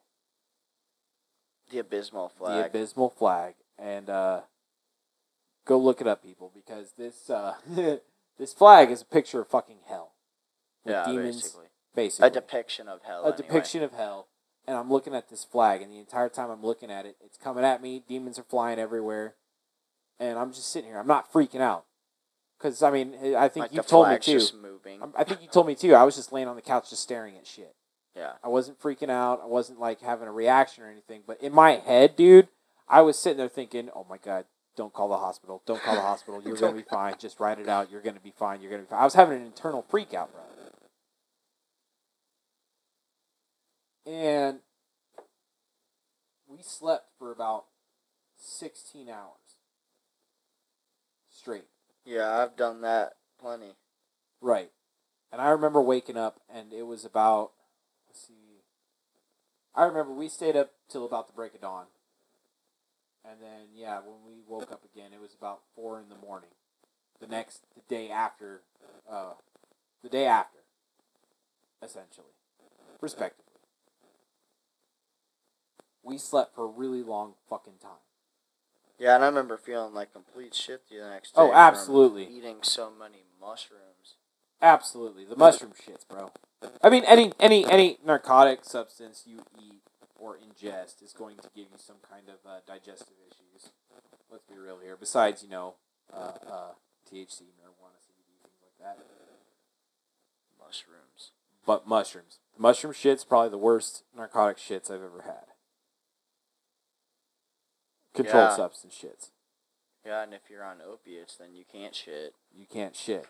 Speaker 2: the abysmal flag.
Speaker 1: the abysmal flag and uh go look it up people because this uh (laughs) this flag is a picture of fucking hell with
Speaker 2: yeah,
Speaker 1: demons
Speaker 2: basically
Speaker 1: basically
Speaker 2: a depiction of hell.
Speaker 1: a
Speaker 2: anyway.
Speaker 1: depiction of hell. And I'm looking at this flag, and the entire time I'm looking at it, it's coming at me. Demons are flying everywhere, and I'm just sitting here. I'm not freaking out because I mean, I think
Speaker 2: Like
Speaker 1: you've
Speaker 2: the
Speaker 1: told me
Speaker 2: flag's
Speaker 1: too.
Speaker 2: Just moving.
Speaker 1: I'm- I think you told me too. I was just laying on the couch, just staring at shit.
Speaker 2: yeah,
Speaker 1: I wasn't freaking out. I wasn't like having a reaction or anything. But in my head, dude, I was sitting there thinking, "Oh my god, don't call the hospital. Don't call the hospital. You're gonna be fine. Just write it out. You're gonna be fine. You're gonna be fine." I was having an internal freak out, bro. And we slept for about sixteen hours straight.
Speaker 2: yeah, I've done that plenty.
Speaker 1: Right. And I remember waking up, and it was about. Let's see. I remember we stayed up till about the break of dawn. And then, yeah, when we woke up again, it was about four in the morning. The next, the day after, uh, the day after, essentially. respectively. We slept for a really long fucking time.
Speaker 2: Yeah, and I remember feeling like complete shit the next day.
Speaker 1: Oh,
Speaker 2: from
Speaker 1: absolutely.
Speaker 2: Eating so many mushrooms.
Speaker 1: Absolutely, the mushroom shits, bro. I mean, any any any narcotic substance you eat or ingest is going to give you some kind of uh, digestive issues. Let's be real here. Besides, you know, uh, uh, THC, marijuana, CBD, things like that.
Speaker 2: Mushrooms.
Speaker 1: But mushrooms, the mushroom shit's probably the worst narcotic shits I've ever had. Controlled
Speaker 2: Yeah.
Speaker 1: substance shits.
Speaker 2: Yeah, and if you're on opiates, then you can't shit.
Speaker 1: You can't (laughs) shit.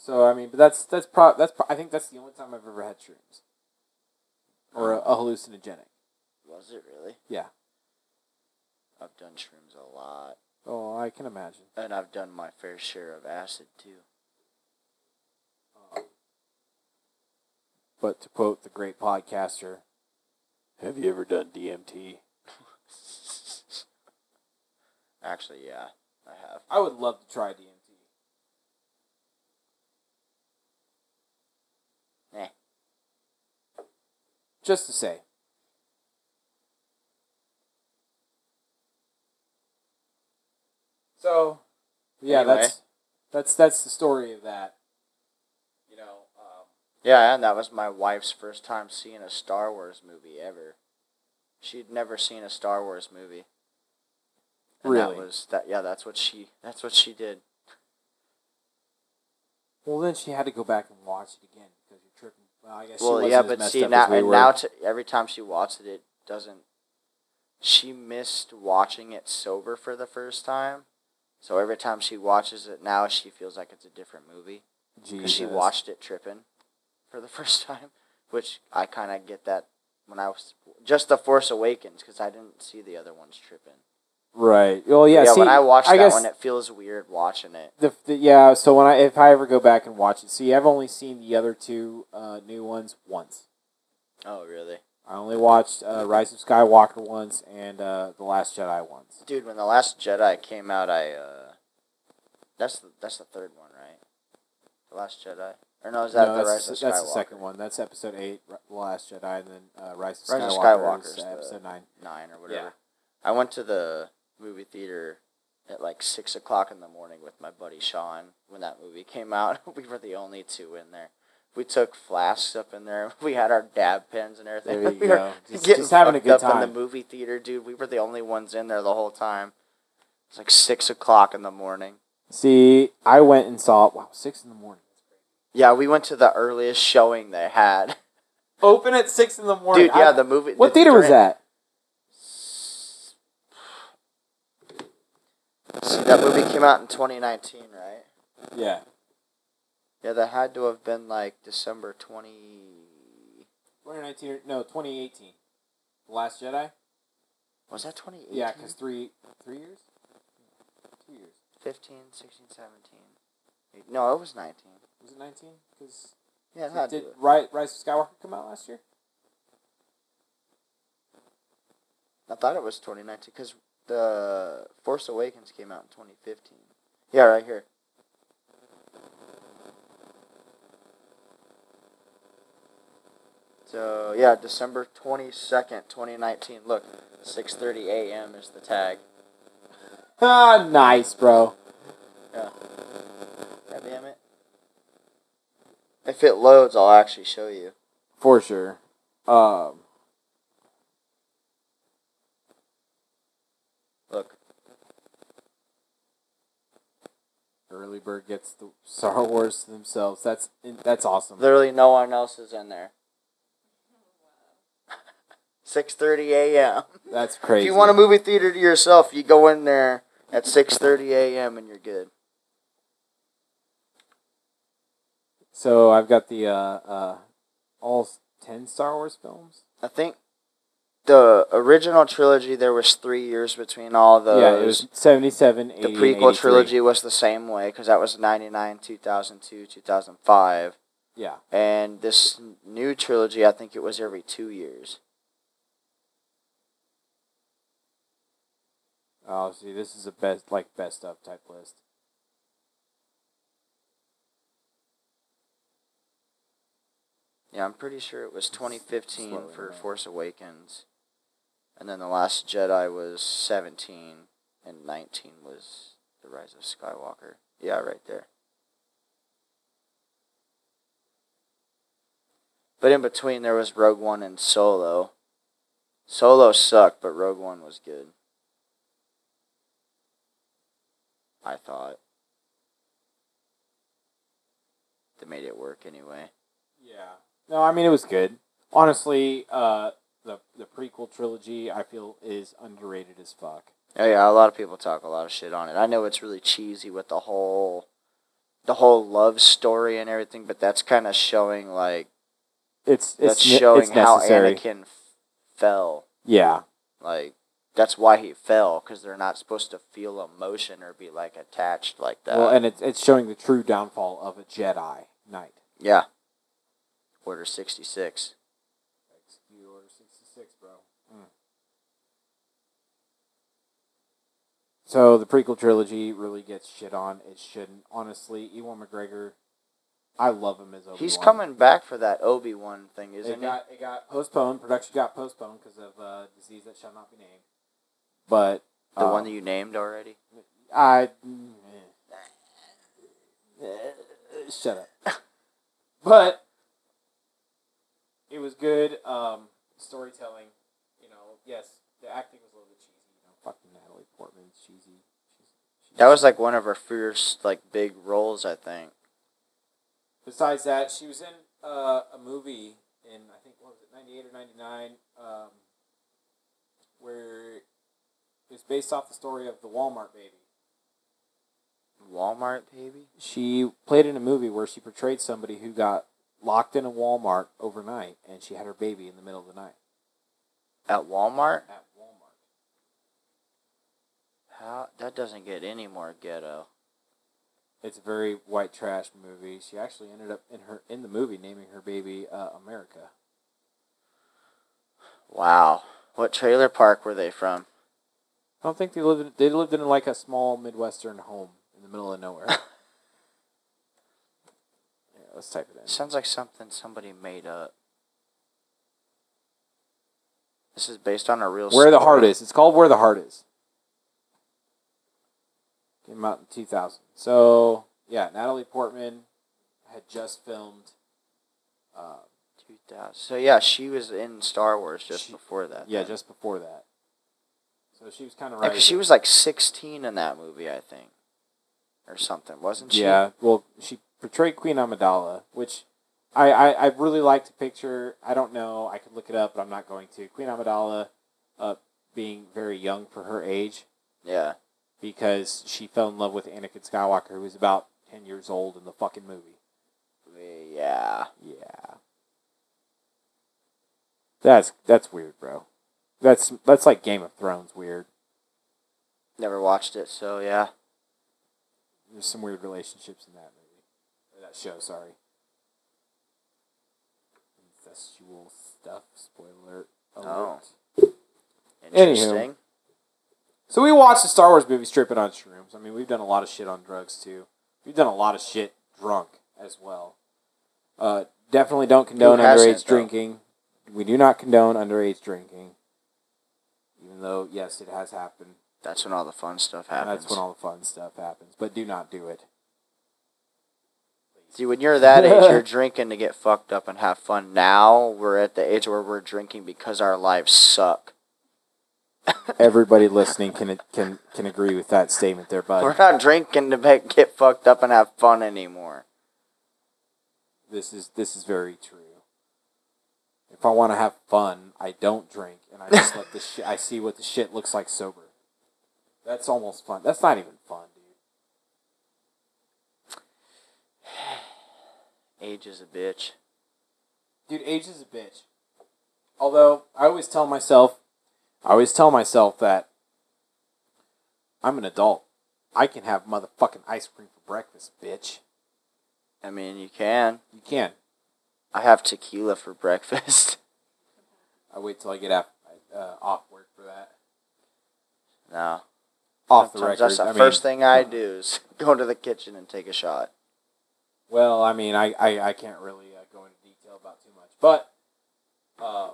Speaker 1: So I mean, but that's that's pro that's pro- I think that's the only time I've ever had shrooms or a, a hallucinogenic.
Speaker 2: Was it really?
Speaker 1: Yeah.
Speaker 2: I've done shrooms a lot.
Speaker 1: Oh, I can imagine.
Speaker 2: And I've done my fair share of acid, too. (laughs)
Speaker 1: But to quote the great podcaster, "Have you ever done DMT?"
Speaker 2: Actually, yeah, I have.
Speaker 1: I would love to try DMT.
Speaker 2: Eh.
Speaker 1: Just to say. So, yeah,
Speaker 2: Anyway.
Speaker 1: that's that's that's the story of that. You know, um,
Speaker 2: Yeah, and that was my wife's first time seeing a Star Wars movie ever. She'd never seen a Star Wars movie. And
Speaker 1: Really?
Speaker 2: That was that. Yeah, that's what she. That's what she did.
Speaker 1: well, then she had to go back and watch it again because you're tripping. Well, I guess she
Speaker 2: well,
Speaker 1: wasn't
Speaker 2: yeah,
Speaker 1: as
Speaker 2: but
Speaker 1: messed
Speaker 2: see
Speaker 1: up
Speaker 2: now,
Speaker 1: as we
Speaker 2: and
Speaker 1: were.
Speaker 2: now to, every time she watches it, it doesn't. She missed watching it sober for the first time, so every time she watches it now, she feels like it's a different movie. because she
Speaker 1: Jesus.
Speaker 2: watched it tripping for the (laughs) first time, which I kind of get that when I was just the Force Awakens because I didn't see the other ones tripping.
Speaker 1: Right. Well, yeah.
Speaker 2: yeah,
Speaker 1: see,
Speaker 2: when I watch
Speaker 1: I
Speaker 2: that
Speaker 1: guess
Speaker 2: one, it feels weird watching it.
Speaker 1: the, the yeah. So when I if I ever go back and watch it, see, I've only seen the other two uh, new ones once.
Speaker 2: Oh, really,
Speaker 1: I only watched uh, Rise of Skywalker once and uh, the Last Jedi once.
Speaker 2: dude? When the Last Jedi came out, I uh, that's the, that's the third one, right? The Last Jedi, or no, is that
Speaker 1: No,
Speaker 2: the
Speaker 1: that's,
Speaker 2: Rise of Skywalker?
Speaker 1: that's the second one. That's Episode Eight, Ri- The Last Jedi, and then uh, Rise of
Speaker 2: Rise of
Speaker 1: Skywalker,
Speaker 2: Skywalker's
Speaker 1: is, uh,
Speaker 2: the-
Speaker 1: Episode Nine.
Speaker 2: nine or whatever.
Speaker 1: Yeah.
Speaker 2: I went to the movie theater at like six o'clock in the morning with my buddy Sean when that movie (laughs) came out. we were the only two in there. We took flasks up in there. (laughs) We had our dab pens and everything.
Speaker 1: There you
Speaker 2: (laughs) we
Speaker 1: go.
Speaker 2: were
Speaker 1: Just-
Speaker 2: getting
Speaker 1: just having a
Speaker 2: fucked
Speaker 1: good
Speaker 2: up in
Speaker 1: time.
Speaker 2: the movie theater, dude. We were the only ones in there the whole time. It's like six o'clock in the morning.
Speaker 1: See, I went and saw it. Wow, six in the morning.
Speaker 2: Yeah, we went to the earliest showing they had. (laughs)
Speaker 1: Open at six in the morning.
Speaker 2: Dude, yeah, the movie.
Speaker 1: what
Speaker 2: the
Speaker 1: theater was
Speaker 2: during-
Speaker 1: that?
Speaker 2: See, that movie came out in 2019, right?
Speaker 1: Yeah,
Speaker 2: Yeah, that had to have been like December 20.
Speaker 1: twenty nineteen. No, twenty eighteen. The Last Jedi.
Speaker 2: Was that 2018?
Speaker 1: Yeah, because three three years, two years.
Speaker 2: 15, 16, 17. Eight- No, it was 19.
Speaker 1: Was it nineteen? Because
Speaker 2: Yeah, it had to.
Speaker 1: did Rise, Rise of Skywalker come out last (laughs) year?
Speaker 2: I thought it was 2019 because the Force Awakens came out in 2015. Yeah, right here. So yeah, December 22nd, 2019. Look, 6:30 a.m. is the tag.
Speaker 1: Ah, nice, bro.
Speaker 2: Yeah. God damn it. If it loads, I'll actually show you.
Speaker 1: For sure. Um,
Speaker 2: Look.
Speaker 1: early bird gets the Star Wars to themselves. That's that's awesome.
Speaker 2: Literally no one else is in there. (laughs) 6.30 a.m.
Speaker 1: That's
Speaker 2: If
Speaker 1: crazy.
Speaker 2: you want a movie theater to yourself, you go in there at 6.30 a.m. and you're good.
Speaker 1: So I've got the uh, uh, all s- ten Star Wars films.
Speaker 2: I think the original trilogy, there was three years between all those.
Speaker 1: yeah, it was 77, 80,
Speaker 2: the
Speaker 1: and
Speaker 2: prequel
Speaker 1: 83.
Speaker 2: trilogy was the same way because that was 99, 2002, 2005.
Speaker 1: Yeah,
Speaker 2: and this new trilogy i think it was every two years
Speaker 1: Oh, see, this is a best like best of type list.
Speaker 2: Yeah, I'm pretty sure it was 2015
Speaker 1: slowly
Speaker 2: for
Speaker 1: ramp.
Speaker 2: Force Awakens, and then the Last Jedi was 17, and 19 was the Rise of Skywalker. Yeah, right there. But in between, there was Rogue One and Solo. Solo sucked, but Rogue One was good. I thought. They made it work anyway.
Speaker 1: Yeah. No, I mean it was good. Honestly, uh, the the prequel trilogy I feel is underrated as fuck.
Speaker 2: Oh yeah, a lot of people talk a lot of shit on it. I know it's really cheesy with the whole, the whole love story and everything, but that's kind of showing like
Speaker 1: It's it's
Speaker 2: that's
Speaker 1: ne-
Speaker 2: showing
Speaker 1: it's
Speaker 2: how
Speaker 1: necessary.
Speaker 2: Anakin f- fell.
Speaker 1: Yeah.
Speaker 2: Like that's why he fell because they're not supposed to feel emotion or be like attached like that.
Speaker 1: well, and it's it's showing the true downfall of a Jedi Knight.
Speaker 2: yeah. Order sixty six.
Speaker 1: Execute Order sixty six, bro. Hmm. So the prequel trilogy really gets shit on. It shouldn't. Honestly, Ewan McGregor, I love him as Obi.
Speaker 2: He's coming back for that Obi Wan thing,
Speaker 1: It
Speaker 2: isn't he?
Speaker 1: got, it got postponed. Production got postponed because of uh, disease that shall not be named. But
Speaker 2: The
Speaker 1: uh,
Speaker 2: one that you named already.
Speaker 1: I mm, eh. Eh, shut up. (laughs) but it was good um, storytelling. You know, yes, the acting was a little bit cheesy. You know, fucking Natalie Portman's cheesy. She's, she's,
Speaker 2: That was like one of her first like big roles, I think.
Speaker 1: Besides that, she was in uh, a movie in I think what was it ninety eight or ninety nine, um, where it's based off the story of the Walmart baby.
Speaker 2: Walmart baby.
Speaker 1: She played in a movie where she portrayed somebody who got locked in a Walmart overnight, and she had her baby in the middle of the night
Speaker 2: At Walmart?
Speaker 1: at Walmart.
Speaker 2: How that doesn't get any more ghetto.
Speaker 1: It's a very white trash movie. She actually ended up in her in the movie naming her baby uh, America.
Speaker 2: Wow. What trailer park were they from?
Speaker 1: I don't think they lived. In, they lived in like a small midwestern home in the middle of nowhere. (laughs) yeah, let's type it in.
Speaker 2: Sounds like something somebody made up. This is based on a real
Speaker 1: Where the Heart
Speaker 2: story.
Speaker 1: Is. It's called Where the Heart Is. Came out in 2000. So, yeah, Natalie Portman had just filmed. Uh,
Speaker 2: 2000. So yeah, she was in Star Wars just
Speaker 1: She-
Speaker 2: before that.
Speaker 1: yeah,
Speaker 2: then.
Speaker 1: just before that. So she was kind of
Speaker 2: Yeah,
Speaker 1: right.
Speaker 2: 'cause she was like 16 in that movie, I think. Or something, wasn't she?
Speaker 1: Yeah, well, she portrayed Queen Amidala, which I, I, I really like to picture. I don't know. I could look it up, but I'm not going to. Queen Amidala uh, being very young for her age.
Speaker 2: Yeah.
Speaker 1: because she fell in love with Anakin Skywalker, who was about 10 years old in the fucking movie.
Speaker 2: Yeah.
Speaker 1: Yeah. That's that's weird, bro. That's that's like Game of Thrones weird.
Speaker 2: Never watched it, so yeah.
Speaker 1: There's some weird relationships in that movie. Or that show, sorry. Incestual stuff, spoiler alert.
Speaker 2: Oh.
Speaker 1: Anywho.
Speaker 2: Interesting.
Speaker 1: So we watched the Star Wars movies tripping on shrooms. I mean, we've done a lot of shit on drugs too. We've done a lot of shit drunk as well. Uh, definitely don't condone
Speaker 2: hasn't,
Speaker 1: underage
Speaker 2: though?
Speaker 1: drinking. We do not condone underage drinking. Even though, yes, it has happened.
Speaker 2: That's when all the fun stuff
Speaker 1: and
Speaker 2: happens.
Speaker 1: That's when all the fun stuff happens. But do not do it.
Speaker 2: See, when you're that
Speaker 1: (laughs)
Speaker 2: age, you're drinking to get fucked up and have fun. Now we're at the age where we're drinking because our lives suck.
Speaker 1: Everybody listening can can can agree with that statement there, bud.
Speaker 2: We're not drinking to make, get fucked up and have fun anymore.
Speaker 1: This is this is very true. If I want to have fun, I don't drink, and I just
Speaker 2: (laughs)
Speaker 1: let the shit. I see what the shit looks like sober. That's almost fun. That's not even fun, dude.
Speaker 2: Age is a bitch.
Speaker 1: Dude, age is a bitch. Although I always tell myself, I always tell myself that I'm an adult. I can have motherfucking ice cream for breakfast, bitch.
Speaker 2: I mean, you can.
Speaker 1: You can.
Speaker 2: I have tequila for (laughs) breakfast.
Speaker 1: I wait till I get af- uh, off work for that.
Speaker 2: no.
Speaker 1: Off the
Speaker 2: Sometimes
Speaker 1: record.
Speaker 2: that's the
Speaker 1: I mean-
Speaker 2: first thing I do is (laughs) go into the kitchen and take a shot.
Speaker 1: Well, I mean, I, I, I can't really uh, go into detail about too much, But um,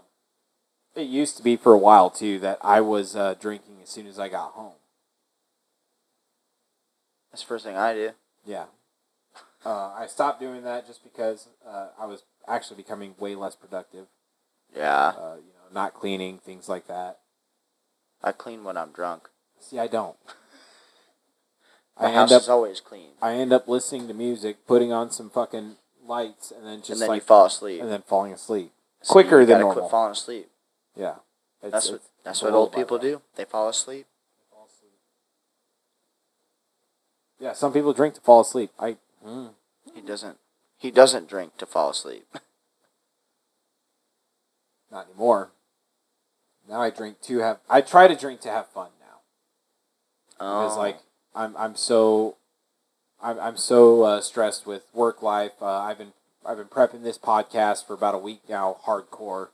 Speaker 1: it used to be for a while too that I was uh, drinking as soon as I got home.
Speaker 2: That's the first thing I do.
Speaker 1: Yeah. Uh, I stopped doing that just because uh, I was actually becoming way less productive.
Speaker 2: Yeah,
Speaker 1: Uh, you know, not cleaning things like that.
Speaker 2: I clean when I'm drunk.
Speaker 1: See, I don't.
Speaker 2: My
Speaker 1: I
Speaker 2: house
Speaker 1: end up
Speaker 2: is always clean,
Speaker 1: I end up listening to music, putting on some fucking lights, and then just
Speaker 2: and then
Speaker 1: like
Speaker 2: you fall asleep.
Speaker 1: and then falling asleep.
Speaker 2: So
Speaker 1: quicker
Speaker 2: you
Speaker 1: than
Speaker 2: gotta
Speaker 1: normal.
Speaker 2: Quit falling asleep.
Speaker 1: Yeah, it's,
Speaker 2: That's what
Speaker 1: it's-
Speaker 2: that's
Speaker 1: it's
Speaker 2: what
Speaker 1: a
Speaker 2: old
Speaker 1: lullaby
Speaker 2: people
Speaker 1: rock.
Speaker 2: do. They fall asleep.
Speaker 1: Yeah, some people drink to fall asleep. I mm,
Speaker 2: He doesn't. He doesn't drink to fall asleep. (laughs)
Speaker 1: not anymore. Now I drink to have. I try to drink to have fun now because
Speaker 2: Oh.
Speaker 1: like I'm I'm so I'm I'm so uh, stressed with work life. Uh, I've been I've been prepping this podcast for about a week now, hardcore.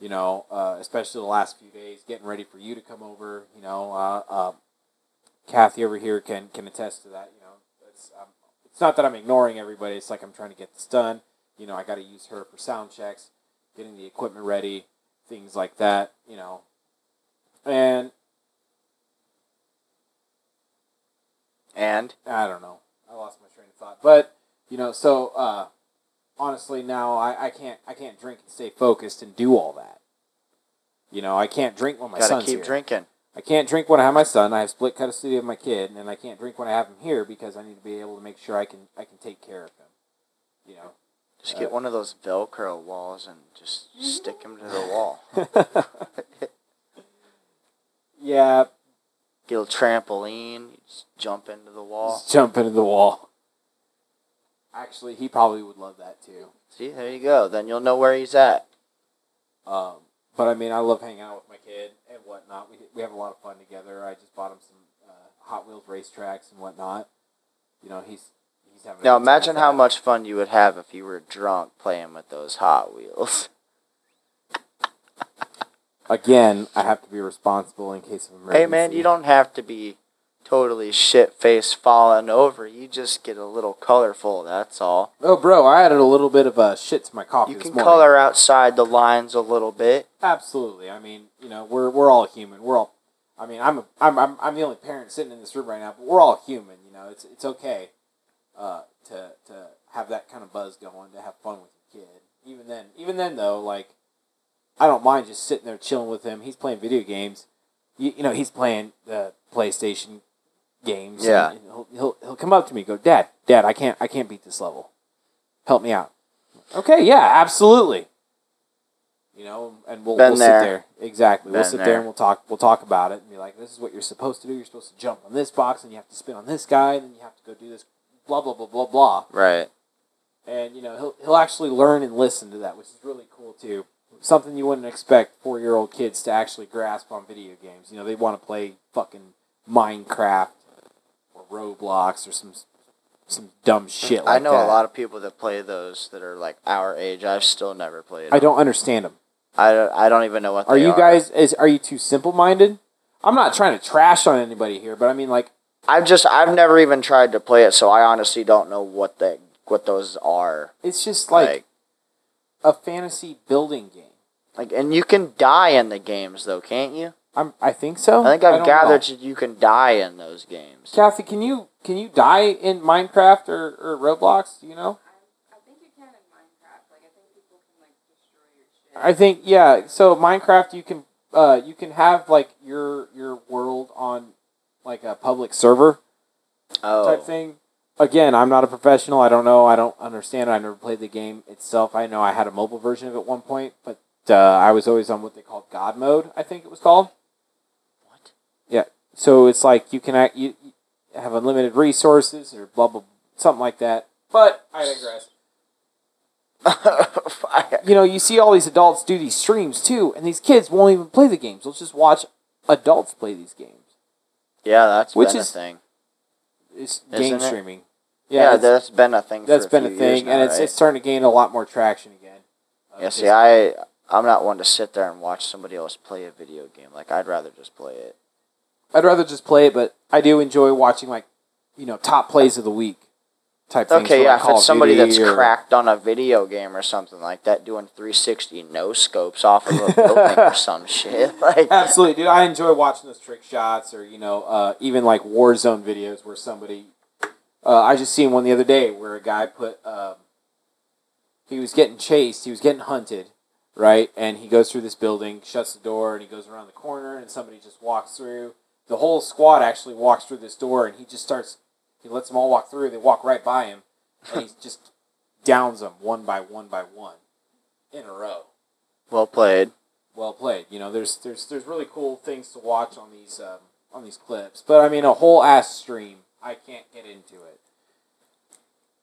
Speaker 1: You know, uh, especially the last few days, getting ready for you to come over. You know, uh, uh, Kathy over here can can attest to that. You know, it's um, it's not that I'm ignoring everybody. It's like I'm trying to get this done. You know, I got to use her for sound checks, getting the equipment ready, things like that. You know, and
Speaker 2: and
Speaker 1: I don't know. I lost my train of thought. But you know, so uh, honestly, now I, I can't I can't drink and stay focused and do all that. You know, I can't drink when my
Speaker 2: gotta
Speaker 1: son's
Speaker 2: keep
Speaker 1: here.
Speaker 2: drinking.
Speaker 1: I can't drink when I have my son. I have split custody of my kid, and I can't drink when I have him here because I need to be able to make sure I can I can take care of him. You know.
Speaker 2: Just
Speaker 1: Uh,
Speaker 2: get one of those Velcro walls and just stick him to the wall.
Speaker 1: (laughs) yeah,
Speaker 2: Get a little trampoline. Just jump into the wall.
Speaker 1: just jump into the wall. Actually, he probably would love that too.
Speaker 2: See, there you go. Then you'll know where he's at.
Speaker 1: Um, but I mean, I love hanging out with my kid and whatnot. We, we have a lot of fun together. I just bought him some uh, Hot Wheels racetracks and whatnot. You know, he's he's having. a
Speaker 2: Now
Speaker 1: good time
Speaker 2: imagine
Speaker 1: with
Speaker 2: how
Speaker 1: that.
Speaker 2: much fun you would have if you were drunk playing with those Hot Wheels. (laughs)
Speaker 1: Again, I have to be responsible in case of emergency.
Speaker 2: Hey man, you don't have to be totally shit faced falling over. You just get a little colorful, that's all.
Speaker 1: Oh, bro, I added a little bit of uh, shit to my coffee.
Speaker 2: You
Speaker 1: this
Speaker 2: can
Speaker 1: morning.
Speaker 2: color outside the lines a little bit.
Speaker 1: Absolutely. I mean, you know, we're we're all human. We're all. I mean, I'm a, I'm I'm I'm the only parent sitting in this room right now, but we're all human. You know, it's it's okay, uh, to to have that kind of buzz going, to have fun with your kid. Even then, even then though, like, I don't mind just sitting there chilling with him. He's playing video games. You, you know, he's playing the PlayStation games.
Speaker 2: Yeah.
Speaker 1: and he'll, he'll he'll come up to me, and go, Dad, Dad, I can't I can't beat this level. Help me out. Okay, yeah, absolutely. You know, and we'll,
Speaker 2: Been
Speaker 1: we'll
Speaker 2: there.
Speaker 1: sit there. Exactly. we'll
Speaker 2: Been
Speaker 1: sit there.
Speaker 2: there.
Speaker 1: and we'll talk. We'll talk about it and be like, "This is what you're supposed to do. You're supposed to jump on this box, and you have to spin on this guy, and then you have to go do this." Blah blah blah blah blah.
Speaker 2: Right.
Speaker 1: And you know, he'll he'll actually learn and listen to that, which is really cool too. Something you wouldn't expect four year old kids to actually grasp on video games. You know, they want to play fucking Minecraft or Roblox or some some dumb shit. Like
Speaker 2: I know
Speaker 1: that.
Speaker 2: a lot of people that play those that are like our age. I've still never played.
Speaker 1: I
Speaker 2: them.
Speaker 1: don't understand them.
Speaker 2: I don't, I don't even know what
Speaker 1: Are
Speaker 2: they
Speaker 1: you guys is are you too simple minded? I'm not trying to trash on anybody here, but I mean like
Speaker 2: I've just I've never even tried to play it, so I honestly don't know what they what those are.
Speaker 1: it's just like,
Speaker 2: Like
Speaker 1: a fantasy building game.
Speaker 2: like and you can die in the games though, can't you?
Speaker 1: I'm I think so.
Speaker 2: I think
Speaker 1: don't
Speaker 2: I've
Speaker 1: know.
Speaker 2: gathered that you can die in those games.
Speaker 1: Kathy, can you can you die in Minecraft or, or Roblox, do you know?
Speaker 3: I think you can in Minecraft. Like I think people can like destroy your shit.
Speaker 1: I think yeah. So Minecraft, you can uh, you can have like your your world on like a public server
Speaker 2: Oh.
Speaker 1: type thing. Again, I'm not a professional. I don't know. I don't understand. it. I've never played the game itself. I know I had a mobile version of it at one point, but uh, I was always on what they called God mode. I think it was called.
Speaker 2: What?
Speaker 1: Yeah. So it's like you can act, you you have unlimited resources or blah blah something like that. But I digress.
Speaker 2: (laughs)
Speaker 1: you know, you see all these adults do these streams too, and these kids won't even play the games. They'll just watch adults play these games.
Speaker 2: yeah, that's
Speaker 1: Which
Speaker 2: been
Speaker 1: is-
Speaker 2: a thing.
Speaker 1: It's
Speaker 2: Isn't
Speaker 1: game
Speaker 2: it?
Speaker 1: streaming.
Speaker 2: Yeah,
Speaker 1: it's-
Speaker 2: that's been a thing.
Speaker 1: that's
Speaker 2: for a
Speaker 1: been a
Speaker 2: few years
Speaker 1: thing,
Speaker 2: now,
Speaker 1: and it's
Speaker 2: right?
Speaker 1: it's starting to gain a lot more traction again. Uh,
Speaker 2: yeah. See,
Speaker 1: because-
Speaker 2: I I'm not one to sit there and watch somebody else play a video game. Like I'd rather just play it.
Speaker 1: I'd rather just play it, but I do enjoy watching like you know top plays of the week. type things.
Speaker 2: Okay,
Speaker 1: for,
Speaker 2: yeah,
Speaker 1: like,
Speaker 2: if
Speaker 1: Call of
Speaker 2: it's somebody
Speaker 1: Duty
Speaker 2: that's
Speaker 1: or-
Speaker 2: cracked on a video game or something like that, doing 360 no scopes off of
Speaker 1: (laughs)
Speaker 2: a building or some shit, (laughs) like
Speaker 1: Absolutely, dude. I enjoy watching those trick shots or, you know, uh, even like Warzone videos where somebody. Uh, I just seen one the other day where a guy put. Um, he was getting chased, he was getting hunted, right? And he goes through this building, shuts the door, and he goes around the corner, and somebody just walks through. The whole squad actually walks through this door, and he just starts. He lets them all walk through, they walk right by him, and he just (laughs) downs them one by one by one in a row
Speaker 2: well played.
Speaker 1: well played. You know, there's there's there's really cool things to watch on these um, on these clips. But I mean, a whole ass stream, I can't get into it.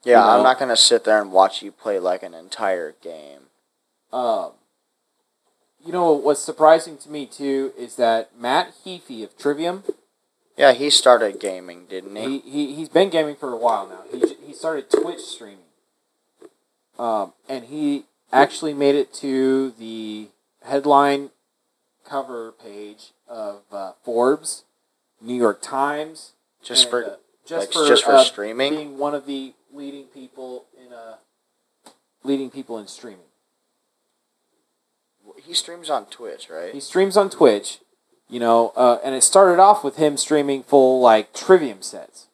Speaker 2: Yeah,
Speaker 1: You know?
Speaker 2: I'm not gonna sit there and watch you play like an entire game.
Speaker 1: Um, you know what's surprising to me too is that Matt Heafy of Trivium,
Speaker 2: Yeah, he started gaming, didn't he?
Speaker 1: he, he he's been gaming for a while now. He j- he started Twitch streaming. Um, and he actually made it to the headline cover page of uh, Forbes, New York Times,
Speaker 2: just
Speaker 1: and,
Speaker 2: for
Speaker 1: uh, just
Speaker 2: like,
Speaker 1: for
Speaker 2: just for
Speaker 1: uh,
Speaker 2: streaming?
Speaker 1: being one of the leading people in uh, leading people in streaming.
Speaker 2: he streams on Twitch, right?
Speaker 1: He streams on Twitch, you know, uh, and it started off with him streaming full like Trivium sets,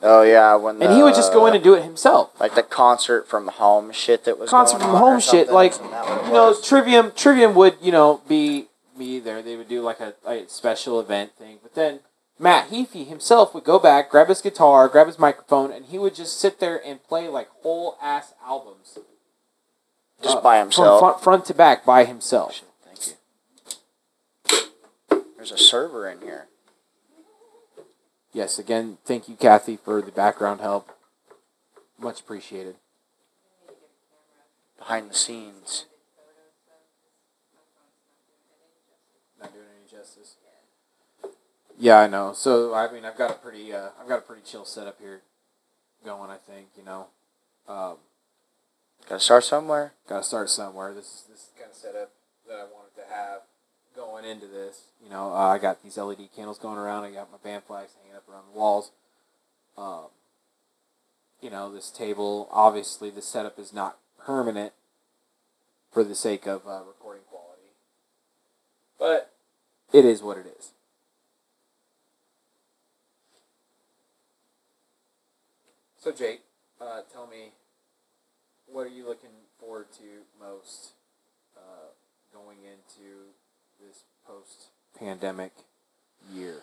Speaker 2: oh yeah, when the,
Speaker 1: and he would just go in and do it himself.
Speaker 2: like the concert from home shit that was
Speaker 1: Concert
Speaker 2: going
Speaker 1: from
Speaker 2: on or
Speaker 1: home shit,
Speaker 2: something,
Speaker 1: like
Speaker 2: isn't that what it
Speaker 1: you know,
Speaker 2: was?
Speaker 1: Trivium Trivium would you know be be there. They would do like a, a special event thing, but then. Matt Heafy himself would go back, grab his guitar, grab his microphone, and he would just sit there and play like whole ass albums
Speaker 2: just
Speaker 1: uh,
Speaker 2: by
Speaker 1: from
Speaker 2: himself. Oh,
Speaker 1: front, front to back by himself.
Speaker 2: Shit, Thank you. There's a server in here.
Speaker 1: Yes, again, thank you, Kathy, for the background help. Much appreciated.
Speaker 2: behind the scenes.
Speaker 1: Not doing any justice. Yeah, I know. So I mean, I've got a pretty, uh, I've got a pretty chill setup here going. I think you know, um,
Speaker 2: Gotta start somewhere.
Speaker 1: got to start somewhere. This is this is the kind of setup that I wanted to have going into this. You know, uh, I got these LED candles going around. I got my band flags hanging up around the walls. Um, you know, this table. Obviously, the setup is not permanent for the sake of uh, recording quality, but it is what it is. So Jake, uh, tell me what are you looking forward to most uh, going into this post pandemic year?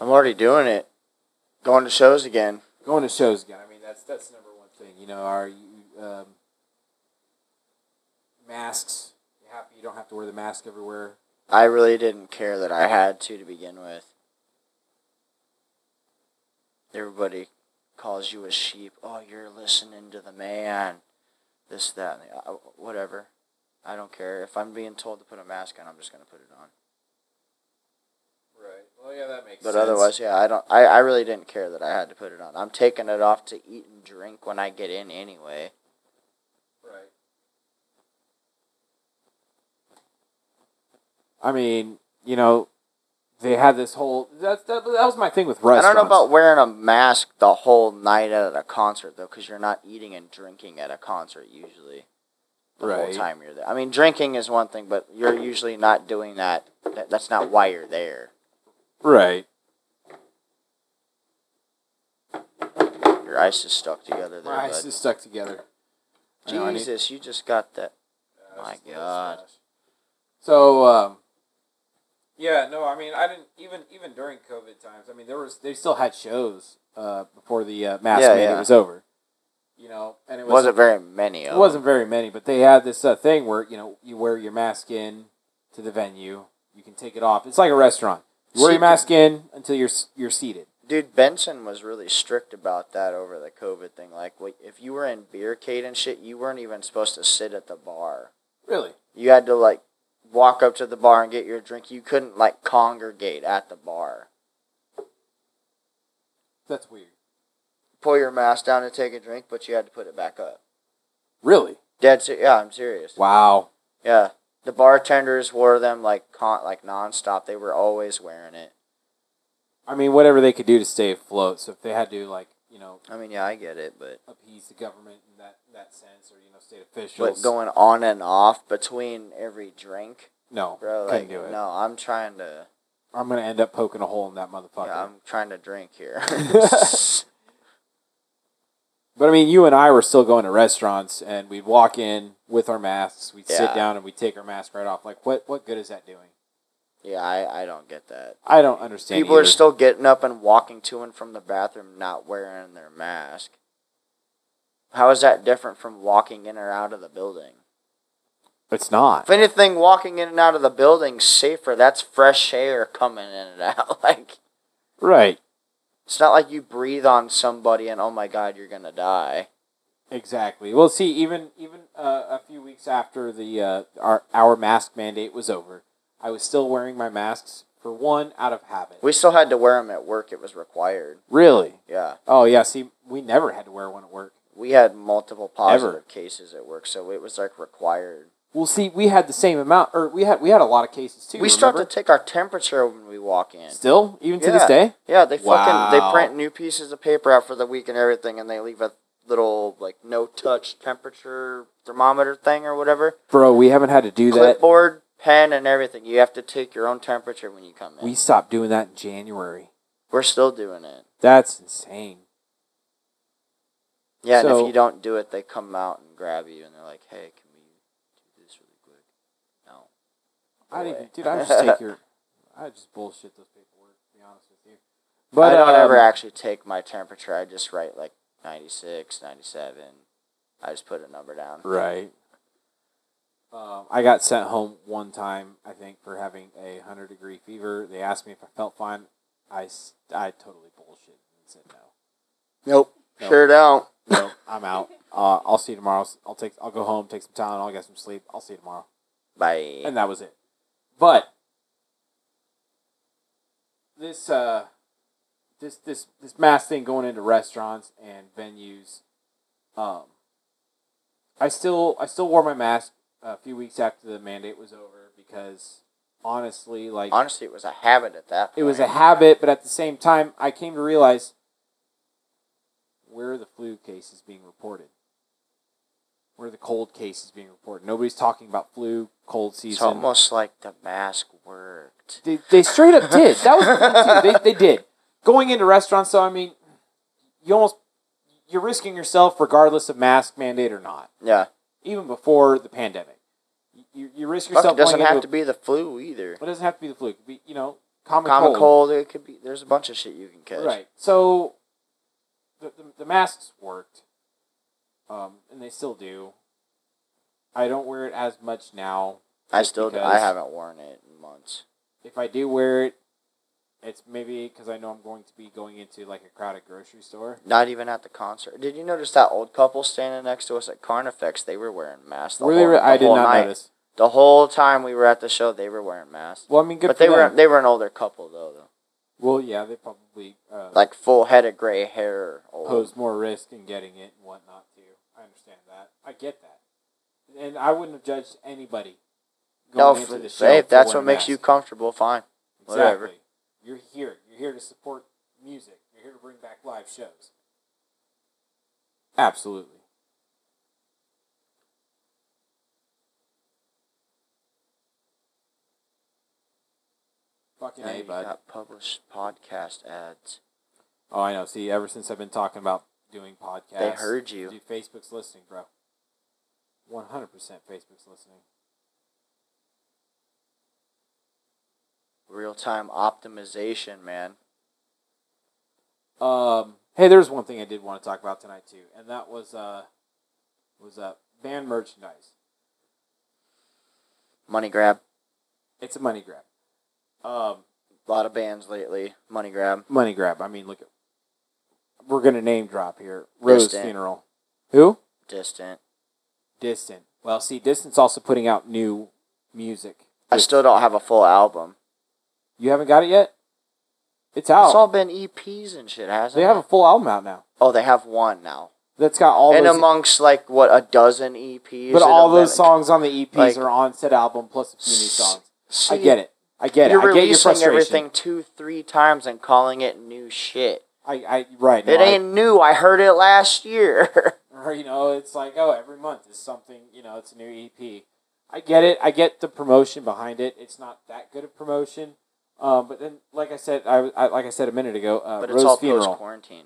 Speaker 2: I'm already doing it. Going to shows again.
Speaker 1: Going to shows again. I mean, that's that's the number one thing. You know, are you um, masks? You happy you don't have to wear the mask everywhere?
Speaker 2: I really didn't care that I had to to begin with. Everybody calls you a sheep. Oh, you're listening to the man. This, that, and the, uh, whatever. I don't care. If I'm being told to put a mask on, I'm just gonna put it on.
Speaker 1: Right. Well, yeah, that makes
Speaker 2: But otherwise, yeah, I don't. I, I really didn't care that I had to put it on. I'm taking it off to eat and drink when I get in anyway.
Speaker 1: Right. I mean, you know, they had this whole. That, that, that was my thing with
Speaker 2: I
Speaker 1: restaurants.
Speaker 2: don't know about wearing a mask the whole night at a concert though, because you're not eating and drinking at a concert usually. The whole
Speaker 1: Right.
Speaker 2: time you're there. I mean, drinking is one thing, but you're usually not doing that. that that's not why you're there.
Speaker 1: Right.
Speaker 2: Your ice is stuck together there.
Speaker 1: My eyes
Speaker 2: bud.
Speaker 1: just stuck together. I know, I need-
Speaker 2: Jesus, you just got that.
Speaker 1: Uh,
Speaker 2: My
Speaker 1: it's a little
Speaker 2: God.
Speaker 1: smash. So um, yeah, no, I mean, I didn't even even during COVID times. I mean, there was they still had shows uh, before the uh, mask
Speaker 2: Yeah,
Speaker 1: mandate
Speaker 2: yeah.
Speaker 1: was over. You know, and it
Speaker 2: It
Speaker 1: was
Speaker 2: wasn't very many of
Speaker 1: it wasn't very many, but they had this uh, thing where you know you wear your mask in to the venue, you can take it off. It's like a restaurant. You wear
Speaker 2: See,
Speaker 1: your mask in until you're s- you're seated.
Speaker 2: them. Dude, Benson was really strict about that over the COVID thing. Like, wait, if you were in Beercade and shit, you weren't even supposed to sit at the bar.
Speaker 1: Really?
Speaker 2: You had to like walk up to the bar and get your drink. You couldn't like congregate at the bar.
Speaker 1: That's weird.
Speaker 2: Pull your mask down and take a drink, but you had to put it back up.
Speaker 1: Really?
Speaker 2: Dead ser- yeah, I'm serious.
Speaker 1: Wow.
Speaker 2: Yeah. The bartenders wore them like con- like nonstop. They were always wearing it.
Speaker 1: I mean, whatever they could do to stay afloat. So if they had to, like, you know,
Speaker 2: I mean, yeah, I get it, but
Speaker 1: appease the government in that, that sense, or you know, state
Speaker 2: but
Speaker 1: officials,
Speaker 2: going on and off between every drink,
Speaker 1: no,
Speaker 2: bro.
Speaker 1: couldn't
Speaker 2: Like,
Speaker 1: do it.
Speaker 2: no, I'm trying to.
Speaker 1: I'm gonna end up poking a hole in that motherfucker.
Speaker 2: Yeah, I'm trying to
Speaker 1: (laughs)
Speaker 2: drink here. (laughs)
Speaker 1: But I mean, you and I were still going to restaurants, and we'd walk in with our masks. We'd sit
Speaker 2: Yeah.
Speaker 1: down and we'd take our mask right off. Like, what? What good is that doing?
Speaker 2: yeah, I, I don't get that.
Speaker 1: I don't understand.
Speaker 2: People are
Speaker 1: either.
Speaker 2: still getting up and walking to and from the bathroom not wearing their mask. How is that different from walking in or out of the building?
Speaker 1: It's not.
Speaker 2: If anything, walking in and out of the building's safer. That's fresh air coming in and out. (laughs) Like
Speaker 1: Right.
Speaker 2: it's not like you breathe on somebody and oh my god, you're gonna die.
Speaker 1: Exactly. Well, see, even even uh, a few weeks after the uh, our our mask mandate was over, I was still wearing my masks for one out of habit.
Speaker 2: We still had to wear them at work. It was required.
Speaker 1: Really?
Speaker 2: Yeah,
Speaker 1: Oh yeah. See, we never had to wear one at work.
Speaker 2: we had multiple positive
Speaker 1: Ever.
Speaker 2: cases at work, so it was like required.
Speaker 1: Well, see, we had the same amount, or we had we had a lot of cases too.
Speaker 2: we start to
Speaker 1: remember?
Speaker 2: take our temperature when we walk in.
Speaker 1: still even to this day.
Speaker 2: Yeah, they fucking
Speaker 1: Wow.
Speaker 2: they print new pieces of paper out for the week and everything, and they leave a little like no touch temperature thermometer thing or whatever.
Speaker 1: Bro, we haven't had to do that.
Speaker 2: Clipboard, pen, and everything. You have to take your own temperature when you come in.
Speaker 1: We stopped doing that in January.
Speaker 2: We're still doing it.
Speaker 1: That's insane.
Speaker 2: Yeah, and
Speaker 1: So-
Speaker 2: if you don't do it, they come out and grab you, and they're like, "Hey, can we do this really quick?" No.
Speaker 1: I
Speaker 2: No
Speaker 1: didn't,
Speaker 2: way.
Speaker 1: even- dude. I would just
Speaker 2: (laughs)
Speaker 1: take your. I just bullshit those paperwork. To be honest with you, but
Speaker 2: I don't
Speaker 1: um,
Speaker 2: ever actually take my temperature. I just write like 96, 97. I just put a number down.
Speaker 1: Right. Um, I got sent home one time. I think for having a hundred degree fever. They asked me if I felt fine. I s- I totally bullshit and said no.
Speaker 2: Nope.
Speaker 1: Nope.
Speaker 2: Sure don't.
Speaker 1: No, I'm out. Uh, I'll see you tomorrow. I'll take. I'll go home. Take some Tylenol. Get some sleep. I'll see you tomorrow.
Speaker 2: Bye.
Speaker 1: and that was it. But this uh, this this this mass thing going into restaurants and venues, um, I still I still wore my mask a few weeks after the mandate was over because honestly, like
Speaker 2: Honestly, it was a habit at that point.
Speaker 1: it was a habit, but at the same time, I came to realize where are the flu cases being reported? Where are the cold cases being reported? Nobody's talking about flu, cold
Speaker 2: It's
Speaker 1: season.
Speaker 2: almost like the mask worked.
Speaker 1: They, they straight up did. That was the thing, too. they they did. Going into restaurants, so I mean, you almost you're risking yourself regardless of mask mandate or not.
Speaker 2: Yeah.
Speaker 1: Even before the pandemic, you you risk
Speaker 2: Fuck,
Speaker 1: yourself.
Speaker 2: it doesn't
Speaker 1: going
Speaker 2: have
Speaker 1: into
Speaker 2: to be the flu
Speaker 1: A,
Speaker 2: either.
Speaker 1: it doesn't have to be the flu. It could be you know common,
Speaker 2: Common
Speaker 1: cold.
Speaker 2: cold, it could be. There's a bunch of shit you can catch.
Speaker 1: Right. So the, the, the masks worked, um, and they still do. I don't wear it as much now.
Speaker 2: I
Speaker 1: just
Speaker 2: still,
Speaker 1: because
Speaker 2: I haven't worn it in months.
Speaker 1: If I do wear it, it's maybe because I know I'm going to be going into like a crowded grocery store.
Speaker 2: Not even at the concert. Did you notice that old couple standing next to us at Carnifex? They were wearing masks. The
Speaker 1: Were they
Speaker 2: whole,
Speaker 1: re-
Speaker 2: the
Speaker 1: I did
Speaker 2: whole
Speaker 1: not
Speaker 2: night.
Speaker 1: notice.
Speaker 2: The whole time we were at the show, they were wearing masks.
Speaker 1: Well, I mean, good
Speaker 2: but
Speaker 1: for
Speaker 2: they were
Speaker 1: them.
Speaker 2: they were an older couple though, though.
Speaker 1: Well, yeah, they probably uh,
Speaker 2: like full head of gray hair. Old.
Speaker 1: pose more risk in getting it and whatnot too. I understand that. I get that, and I wouldn't have judged anybody.
Speaker 2: No,
Speaker 1: Going into
Speaker 2: f-
Speaker 1: the show
Speaker 2: hey, if
Speaker 1: for
Speaker 2: that's
Speaker 1: wearing
Speaker 2: what makes
Speaker 1: masks.
Speaker 2: you comfortable, fine. Whatever.
Speaker 1: Exactly. You're here. You're here to support music. You're here to bring back live shows. Absolutely. Fucking
Speaker 2: Yeah,
Speaker 1: A,
Speaker 2: you
Speaker 1: bud.
Speaker 2: got published podcast ads.
Speaker 1: Oh, I know. See, ever since I've been talking about doing podcasts,
Speaker 2: They heard you.
Speaker 1: Dude, Facebook's listening, bro. One hundred percent, Facebook's listening.
Speaker 2: Real time optimization, man.
Speaker 1: Um, hey, there's one thing I did want to talk about tonight too, and that was uh, was uh, band merchandise.
Speaker 2: Money grab.
Speaker 1: It's a money grab. Um,
Speaker 2: A lot of bands lately. Money grab.
Speaker 1: money grab. I mean, look at. We're gonna name drop here. Rose
Speaker 2: Distant.
Speaker 1: Funeral. Who?
Speaker 2: Distant.
Speaker 1: Distant. Well, see, Distant's also putting out new music.
Speaker 2: I
Speaker 1: With-
Speaker 2: still don't have a full album.
Speaker 1: You haven't got it yet. It's out.
Speaker 2: It's all been EPs and shit, hasn't
Speaker 1: Oh. they
Speaker 2: it?
Speaker 1: have a full album out now.
Speaker 2: oh, they have one now.
Speaker 1: That's got all
Speaker 2: and
Speaker 1: those.
Speaker 2: amongst like what a dozen EPs.
Speaker 1: but
Speaker 2: and
Speaker 1: all
Speaker 2: a-
Speaker 1: those songs on the EPs
Speaker 2: like-
Speaker 1: are on said album plus a few new
Speaker 2: S-
Speaker 1: songs.
Speaker 2: See,
Speaker 1: I get it. I get it.
Speaker 2: You're
Speaker 1: I get your
Speaker 2: releasing
Speaker 1: frustration.
Speaker 2: everything two, three times and calling it new shit.
Speaker 1: I, I right. no,
Speaker 2: it
Speaker 1: I-
Speaker 2: ain't new. I heard it last year. (laughs)
Speaker 1: or you know it's like oh every month is something you know it's a new ep i get it i get the promotion behind it it's not that good of promotion um, but then like i said I, I like i said a minute ago uh,
Speaker 2: but
Speaker 1: rose
Speaker 2: it's all post
Speaker 1: funeral
Speaker 2: quarantine.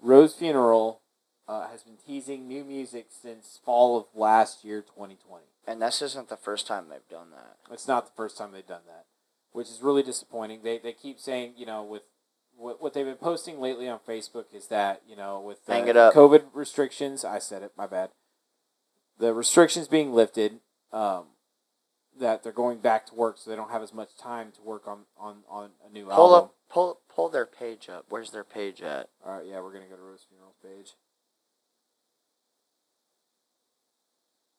Speaker 1: rose funeral uh, has been teasing new music since fall of last year 2020
Speaker 2: And this isn't the first time they've done that.
Speaker 1: it's not the first time they've done that which is really disappointing they, they keep saying you know with what, what they've been posting lately on facebook is that you know with the
Speaker 2: Hang it up.
Speaker 1: covid restrictions i said it my bad the restrictions being lifted um, that they're going back to work so they don't have as much time to work on on, on a new
Speaker 2: Pull
Speaker 1: album
Speaker 2: up, pull, pull their page up. Where's their page at?
Speaker 1: all right yeah we're gonna go to rose funeral's page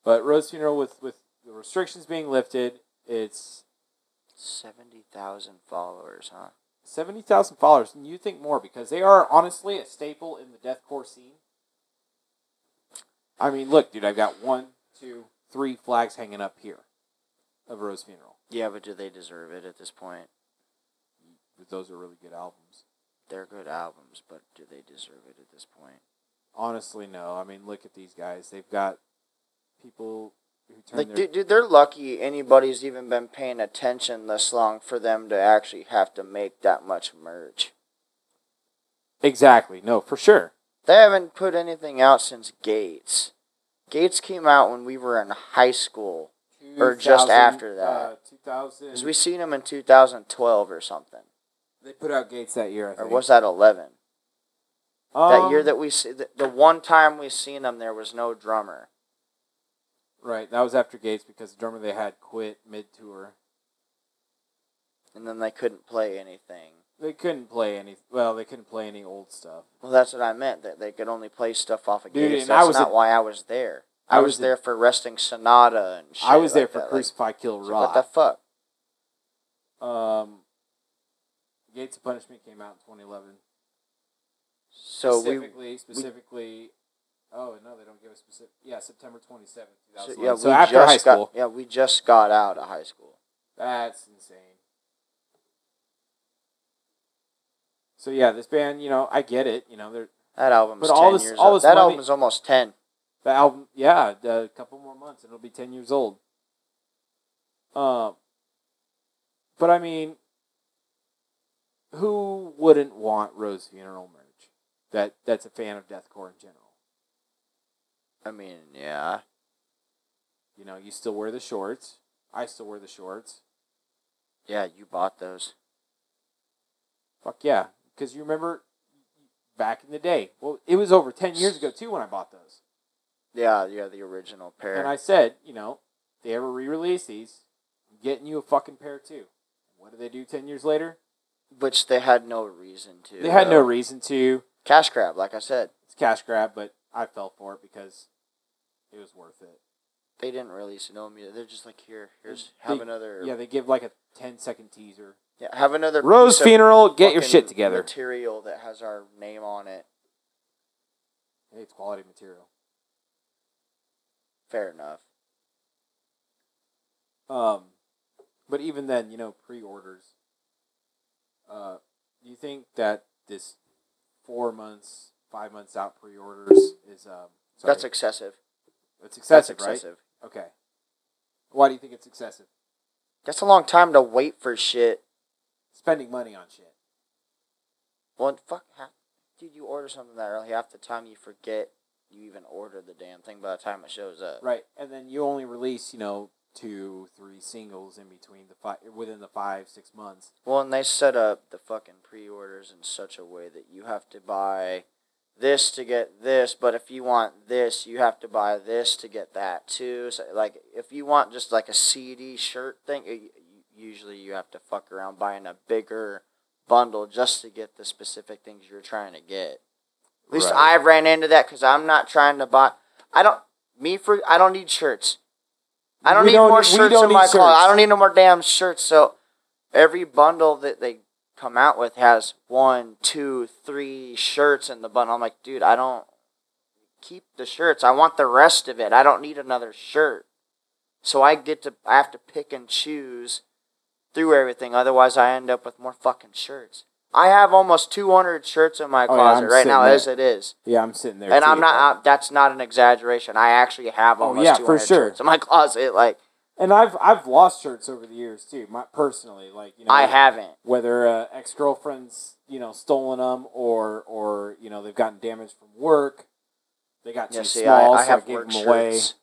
Speaker 1: but rose funeral with with the restrictions being lifted it's
Speaker 2: Seventy thousand followers, huh?
Speaker 1: Seventy thousand followers, and you think more because they are honestly a staple in the deathcore scene. I mean, look, dude, I've got one, two, three flags hanging up here of Rose Funeral.
Speaker 2: Yeah, but do they deserve it at this point?
Speaker 1: Those are really good albums.
Speaker 2: They're good albums, but do they deserve it at this point?
Speaker 1: Honestly, no. I mean, look at these guys. They've got people who turn
Speaker 2: Like,
Speaker 1: their
Speaker 2: dude, dude, they're lucky anybody's even been paying attention this long for them to actually have to make that much merch.
Speaker 1: exactly no for sure.
Speaker 2: They haven't put anything out since Gates. Gates came out when we were in high school. Or just
Speaker 1: 2000,
Speaker 2: after
Speaker 1: uh,
Speaker 2: that.
Speaker 1: two thousand.
Speaker 2: 'Cause we seen him in 2012 or something.
Speaker 1: They put out Gates that year. I
Speaker 2: Or
Speaker 1: think.
Speaker 2: was that 11? that year
Speaker 1: Um,
Speaker 2: that we see, the, the one time we seen him, there was no drummer.
Speaker 1: right? That was after Gates because the drummer they had quit mid tour.
Speaker 2: And then they couldn't play anything.
Speaker 1: They couldn't play any. Well, they couldn't play any old stuff.
Speaker 2: Well, that's what I meant. That they could only play stuff off of
Speaker 1: Dude,
Speaker 2: Gates.
Speaker 1: and I
Speaker 2: That's
Speaker 1: was
Speaker 2: not
Speaker 1: a-
Speaker 2: why I was there. I,
Speaker 1: I
Speaker 2: was,
Speaker 1: was a-
Speaker 2: there for resting Sonata and shit.
Speaker 1: I was there
Speaker 2: like
Speaker 1: for
Speaker 2: that.
Speaker 1: Crucify Kill
Speaker 2: Like, what the
Speaker 1: Rock.
Speaker 2: fuck?
Speaker 1: um, Gates of Punishment came out in 2011.
Speaker 2: So we,
Speaker 1: specifically, specifically. oh no, they don't give a specific. Yeah, September 27th,
Speaker 2: so,
Speaker 1: 2011.
Speaker 2: yeah,
Speaker 1: So,
Speaker 2: we
Speaker 1: after
Speaker 2: just
Speaker 1: high school,
Speaker 2: Got, yeah, we just got out of high school.
Speaker 1: that's insane. So yeah, this band, you know, I get it. You know, they're
Speaker 2: That album's
Speaker 1: But
Speaker 2: ten
Speaker 1: all this-
Speaker 2: years
Speaker 1: all
Speaker 2: old.
Speaker 1: this
Speaker 2: That
Speaker 1: money-
Speaker 2: album's almost ten.
Speaker 1: The album, yeah, a couple more months, and it'll be ten years old. Um, but I mean, who wouldn't want Rose Funeral merch? That that's a fan of deathcore in general.
Speaker 2: I mean, yeah.
Speaker 1: You know, you still wear the shorts. I still wear the shorts.
Speaker 2: Yeah, you bought those.
Speaker 1: Fuck yeah, because you remember back in the day. Well, it was over ten years ago too when I bought those,
Speaker 2: Yeah, yeah, the original pair.
Speaker 1: and I said, you know, if they ever re-release these, I'm getting you a fucking pair too. What do they do ten years later?
Speaker 2: Which they had no reason to.
Speaker 1: They had no
Speaker 2: though.
Speaker 1: reason to.
Speaker 2: Cash grab, like I said.
Speaker 1: It's a cash grab, but I fell for it because it was worth it.
Speaker 2: They didn't release no music. They're just like, here, here's,
Speaker 1: They-
Speaker 2: have another.
Speaker 1: Yeah, they give like a 10 second teaser.
Speaker 2: Yeah, have another
Speaker 1: Rose
Speaker 2: piece of
Speaker 1: Funeral, get your
Speaker 2: fucking
Speaker 1: shit together.
Speaker 2: Material that has our name on it.
Speaker 1: Hey, it's quality material.
Speaker 2: Fair enough.
Speaker 1: Um, but even then, you know, pre-orders. Uh, do you think that this four months, five months out pre-orders is um? Sorry,
Speaker 2: That's excessive.
Speaker 1: it's
Speaker 2: That's
Speaker 1: excessive,
Speaker 2: excessive.
Speaker 1: right? Okay. Why do you think it's excessive?
Speaker 2: That's a long time to wait for shit.
Speaker 1: Spending money on shit.
Speaker 2: Well, fuck, how, dude, you order something that early, half the time you forget you even ordered the damn thing by the time it shows up.
Speaker 1: Right, and then you only release, you know, two, three singles in between the five, within the five, six months.
Speaker 2: Well, and they set up the fucking pre-orders in such a way that you have to buy this to get this, but if you want this, you have to buy this to get that too. So, like, if you want just like a CD shirt thing, u- u- usually you have to fuck around buying a bigger bundle just to get the specific things you're trying to get. At least
Speaker 1: Right.
Speaker 2: I ran into that because I'm not trying to buy. I don't. Me for I don't need shirts. I don't
Speaker 1: We
Speaker 2: need
Speaker 1: don't-
Speaker 2: more
Speaker 1: we
Speaker 2: shirts
Speaker 1: don't
Speaker 2: in my
Speaker 1: need
Speaker 2: closet. I
Speaker 1: shirts.
Speaker 2: don't need no more damn shirts. So every bundle that they come out with has one, two, three shirts in the bundle. I'm like, dude, I don't keep the shirts. I want the rest of it. I don't need another shirt. So I get to I have to pick and choose through everything. Otherwise, I end up with more fucking shirts. I have almost 200 shirts in my
Speaker 1: Oh, yeah,
Speaker 2: closet
Speaker 1: I'm
Speaker 2: right now,
Speaker 1: sitting
Speaker 2: as it is.
Speaker 1: Yeah, I'm sitting there.
Speaker 2: and
Speaker 1: too,
Speaker 2: I'm not.
Speaker 1: but-
Speaker 2: I, that's not an exaggeration. I actually have
Speaker 1: Oh,
Speaker 2: almost
Speaker 1: yeah, for
Speaker 2: 200
Speaker 1: sure.
Speaker 2: shirts in my (laughs) closet. Like
Speaker 1: and I've I've lost shirts over the years too. My personally, like you know,
Speaker 2: I haven't.
Speaker 1: whether uh, ex girlfriends you know stolen them or or you know they've gotten damaged from work. They got too
Speaker 2: Yeah, see,
Speaker 1: small,
Speaker 2: I, I
Speaker 1: so I
Speaker 2: have
Speaker 1: gave
Speaker 2: work
Speaker 1: them away.
Speaker 2: shirts.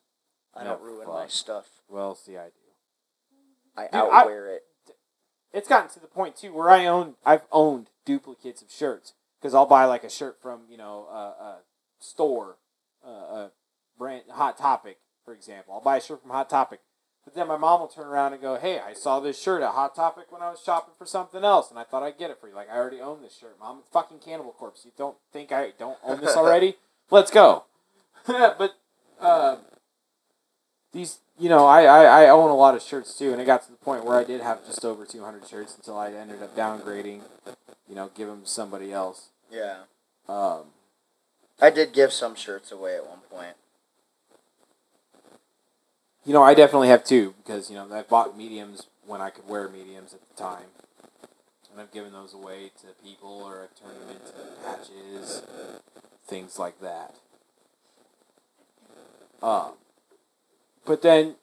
Speaker 2: I don't
Speaker 1: Yeah,
Speaker 2: ruin
Speaker 1: fuck.
Speaker 2: my stuff.
Speaker 1: Well, see, I do.
Speaker 2: I
Speaker 1: Dude, I-
Speaker 2: outwear it.
Speaker 1: It's gotten to the point too where I own I've owned duplicates of shirts because I'll buy like a shirt from you know a, a store, uh, a brand Hot Topic for example. I'll buy a shirt from Hot Topic, but then my mom will turn around and go, "Hey, I saw this shirt at Hot Topic when I was shopping for something else, and I thought I'd get it for you. Like I already own this shirt, mom. It's fucking Cannibal Corpse. You don't think I don't own this already? Let's go." (laughs) but uh, these, you know, I, I, I own a lot of shirts too, and it got to the point where I did have just over 200 shirts until I ended up downgrading, you know, give them to somebody else.
Speaker 2: Yeah,
Speaker 1: Um,
Speaker 2: I did give some shirts away at one point.
Speaker 1: you know, I definitely have two because, you know, I bought mediums when I could wear mediums at the time. And I've given those away to people or I've turned them into patches, things like that. Um, but then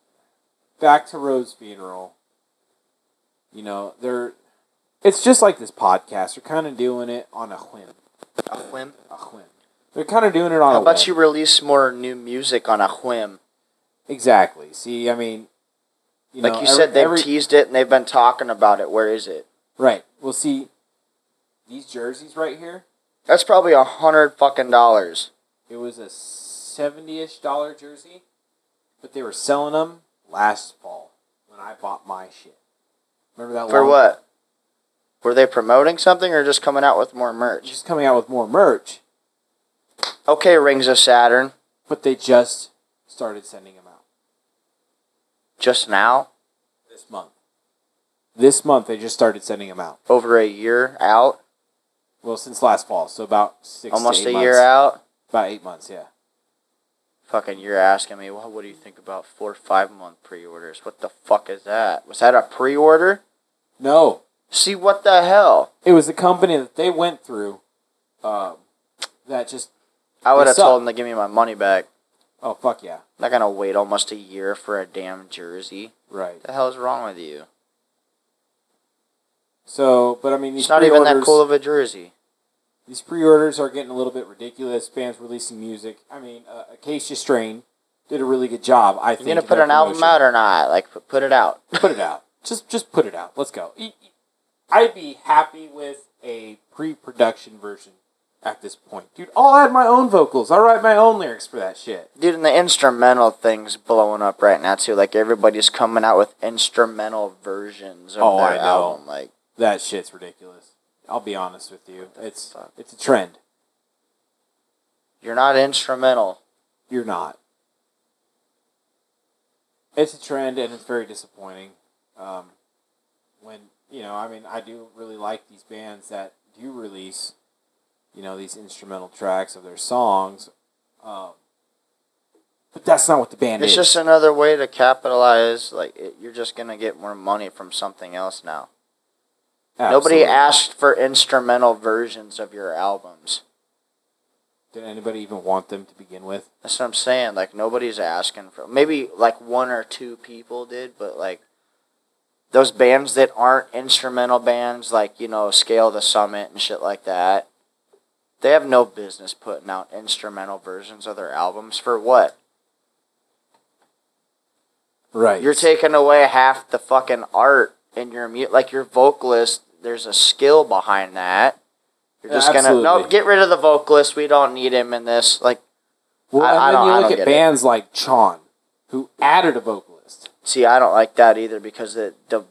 Speaker 1: back to Rose funeral. You know, they're it's just like this podcast. They're kind of doing it on a whim,
Speaker 2: A whim.
Speaker 1: a whim. They're kind of doing it on
Speaker 2: How
Speaker 1: a
Speaker 2: about
Speaker 1: whim.
Speaker 2: you release more new music on a whim?
Speaker 1: exactly. See, I mean, you
Speaker 2: like
Speaker 1: know,
Speaker 2: you
Speaker 1: every-
Speaker 2: said, they've
Speaker 1: every,
Speaker 2: teased it and they've been talking about it. Where is it?
Speaker 1: Right. Well, see, these jerseys right here,
Speaker 2: That's probably a hundred fucking dollars.
Speaker 1: it was a 70 ish dollar jersey, but they were selling them last fall when I bought my shit. Remember that
Speaker 2: For
Speaker 1: long-
Speaker 2: what? Were they promoting something or just coming out with more merch?
Speaker 1: Just coming out with more merch,
Speaker 2: Okay, Rings of Saturn.
Speaker 1: but they just started sending them out
Speaker 2: Just now,
Speaker 1: this month. This month, they just started sending them out.
Speaker 2: over a year out,
Speaker 1: Well, since last fall, so about six to
Speaker 2: almost
Speaker 1: eight
Speaker 2: a
Speaker 1: months.
Speaker 2: year out.
Speaker 1: About eight months, yeah.
Speaker 2: Fucking, you're asking me, well, what do you think about four, five month pre orders? What the fuck is that? Was that a pre order?
Speaker 1: No,
Speaker 2: See, what the hell?
Speaker 1: it was a company that they went through um, that just,
Speaker 2: I would
Speaker 1: They
Speaker 2: have
Speaker 1: suck.
Speaker 2: told them to give me my money back.
Speaker 1: oh, fuck yeah.
Speaker 2: I'm not gonna wait almost a year for a damn jersey.
Speaker 1: Right.
Speaker 2: What the hell is wrong with you?
Speaker 1: So, but I mean, these
Speaker 2: It's not even that
Speaker 1: pre-orders-
Speaker 2: cool of a jersey.
Speaker 1: These pre-orders are getting a little bit ridiculous. Bands releasing music. I mean, uh, Acacia Strain did a really good job. I
Speaker 2: You're
Speaker 1: think.
Speaker 2: gonna
Speaker 1: in
Speaker 2: put
Speaker 1: their
Speaker 2: an album
Speaker 1: promotion.
Speaker 2: out or not? Like, p- put
Speaker 1: (laughs)
Speaker 2: it out.
Speaker 1: Put it out. Just, just put it out. Let's go. E- e- I'd be happy with a pre-production version at this point, dude. I'll add my own vocals. I'll write my own lyrics for that shit.
Speaker 2: Dude, and the instrumental thing's blowing up right now too. Like everybody's coming out with instrumental versions of
Speaker 1: Oh,
Speaker 2: their
Speaker 1: I know.
Speaker 2: album. Like
Speaker 1: That shit's ridiculous. I'll be honest with you. It's
Speaker 2: fuck?
Speaker 1: it's a trend.
Speaker 2: you're not instrumental.
Speaker 1: You're not. It's a trend, and it's very disappointing. Um, when you know, I mean, I do really like these bands that do release, you know, these instrumental tracks of their songs, um, but that's not what the band
Speaker 2: it's
Speaker 1: is.
Speaker 2: just another way to capitalize. Like it, you're just gonna get more money from something else now.
Speaker 1: Absolutely
Speaker 2: Nobody
Speaker 1: not.
Speaker 2: asked for instrumental versions of your albums.
Speaker 1: Did anybody even want them to begin with?
Speaker 2: That's what I'm saying. Like nobody's asking for. Maybe like one or two people did, but like those bands that aren't instrumental bands, like you know, Scale the Summit and shit like that. They have no business putting out instrumental versions of their albums for what?
Speaker 1: Right.
Speaker 2: You're taking away half the fucking art in your mute. Like your vocalist, there's a skill behind that. You're
Speaker 1: Yeah,
Speaker 2: just gonna no
Speaker 1: absolutely.
Speaker 2: get rid of the vocalist. We don't need him in this. Like
Speaker 1: well,
Speaker 2: I-
Speaker 1: and
Speaker 2: I
Speaker 1: then
Speaker 2: don't- I
Speaker 1: you look
Speaker 2: don't get
Speaker 1: at
Speaker 2: it.
Speaker 1: bands like Chon, who added a vocalist.
Speaker 2: See, I don't like that either because the, the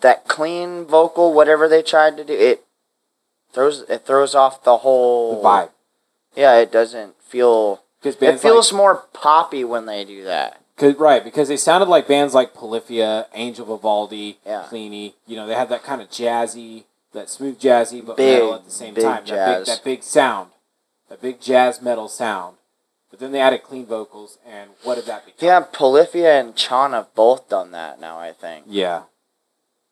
Speaker 2: that clean vocal, whatever they tried to do, it throws it throws off the
Speaker 1: The
Speaker 2: whole
Speaker 1: vibe.
Speaker 2: Yeah, it doesn't feel.
Speaker 1: 'Cause
Speaker 2: Oh. It
Speaker 1: bands like-
Speaker 2: feels more poppy when they do that.
Speaker 1: Cause, right, because they sounded like bands like Polyphia, Angel Vivaldi,
Speaker 2: Yeah.
Speaker 1: Pliny. You know, they had that kind of jazzy, that smooth jazzy, but
Speaker 2: Big,
Speaker 1: metal at the same
Speaker 2: big
Speaker 1: time. That big,
Speaker 2: jazz.
Speaker 1: that big sound, that big jazz metal sound. But then they added clean vocals, and what did that become?
Speaker 2: Yeah, Polyphia and Chon have both done that now. I think
Speaker 1: Yeah.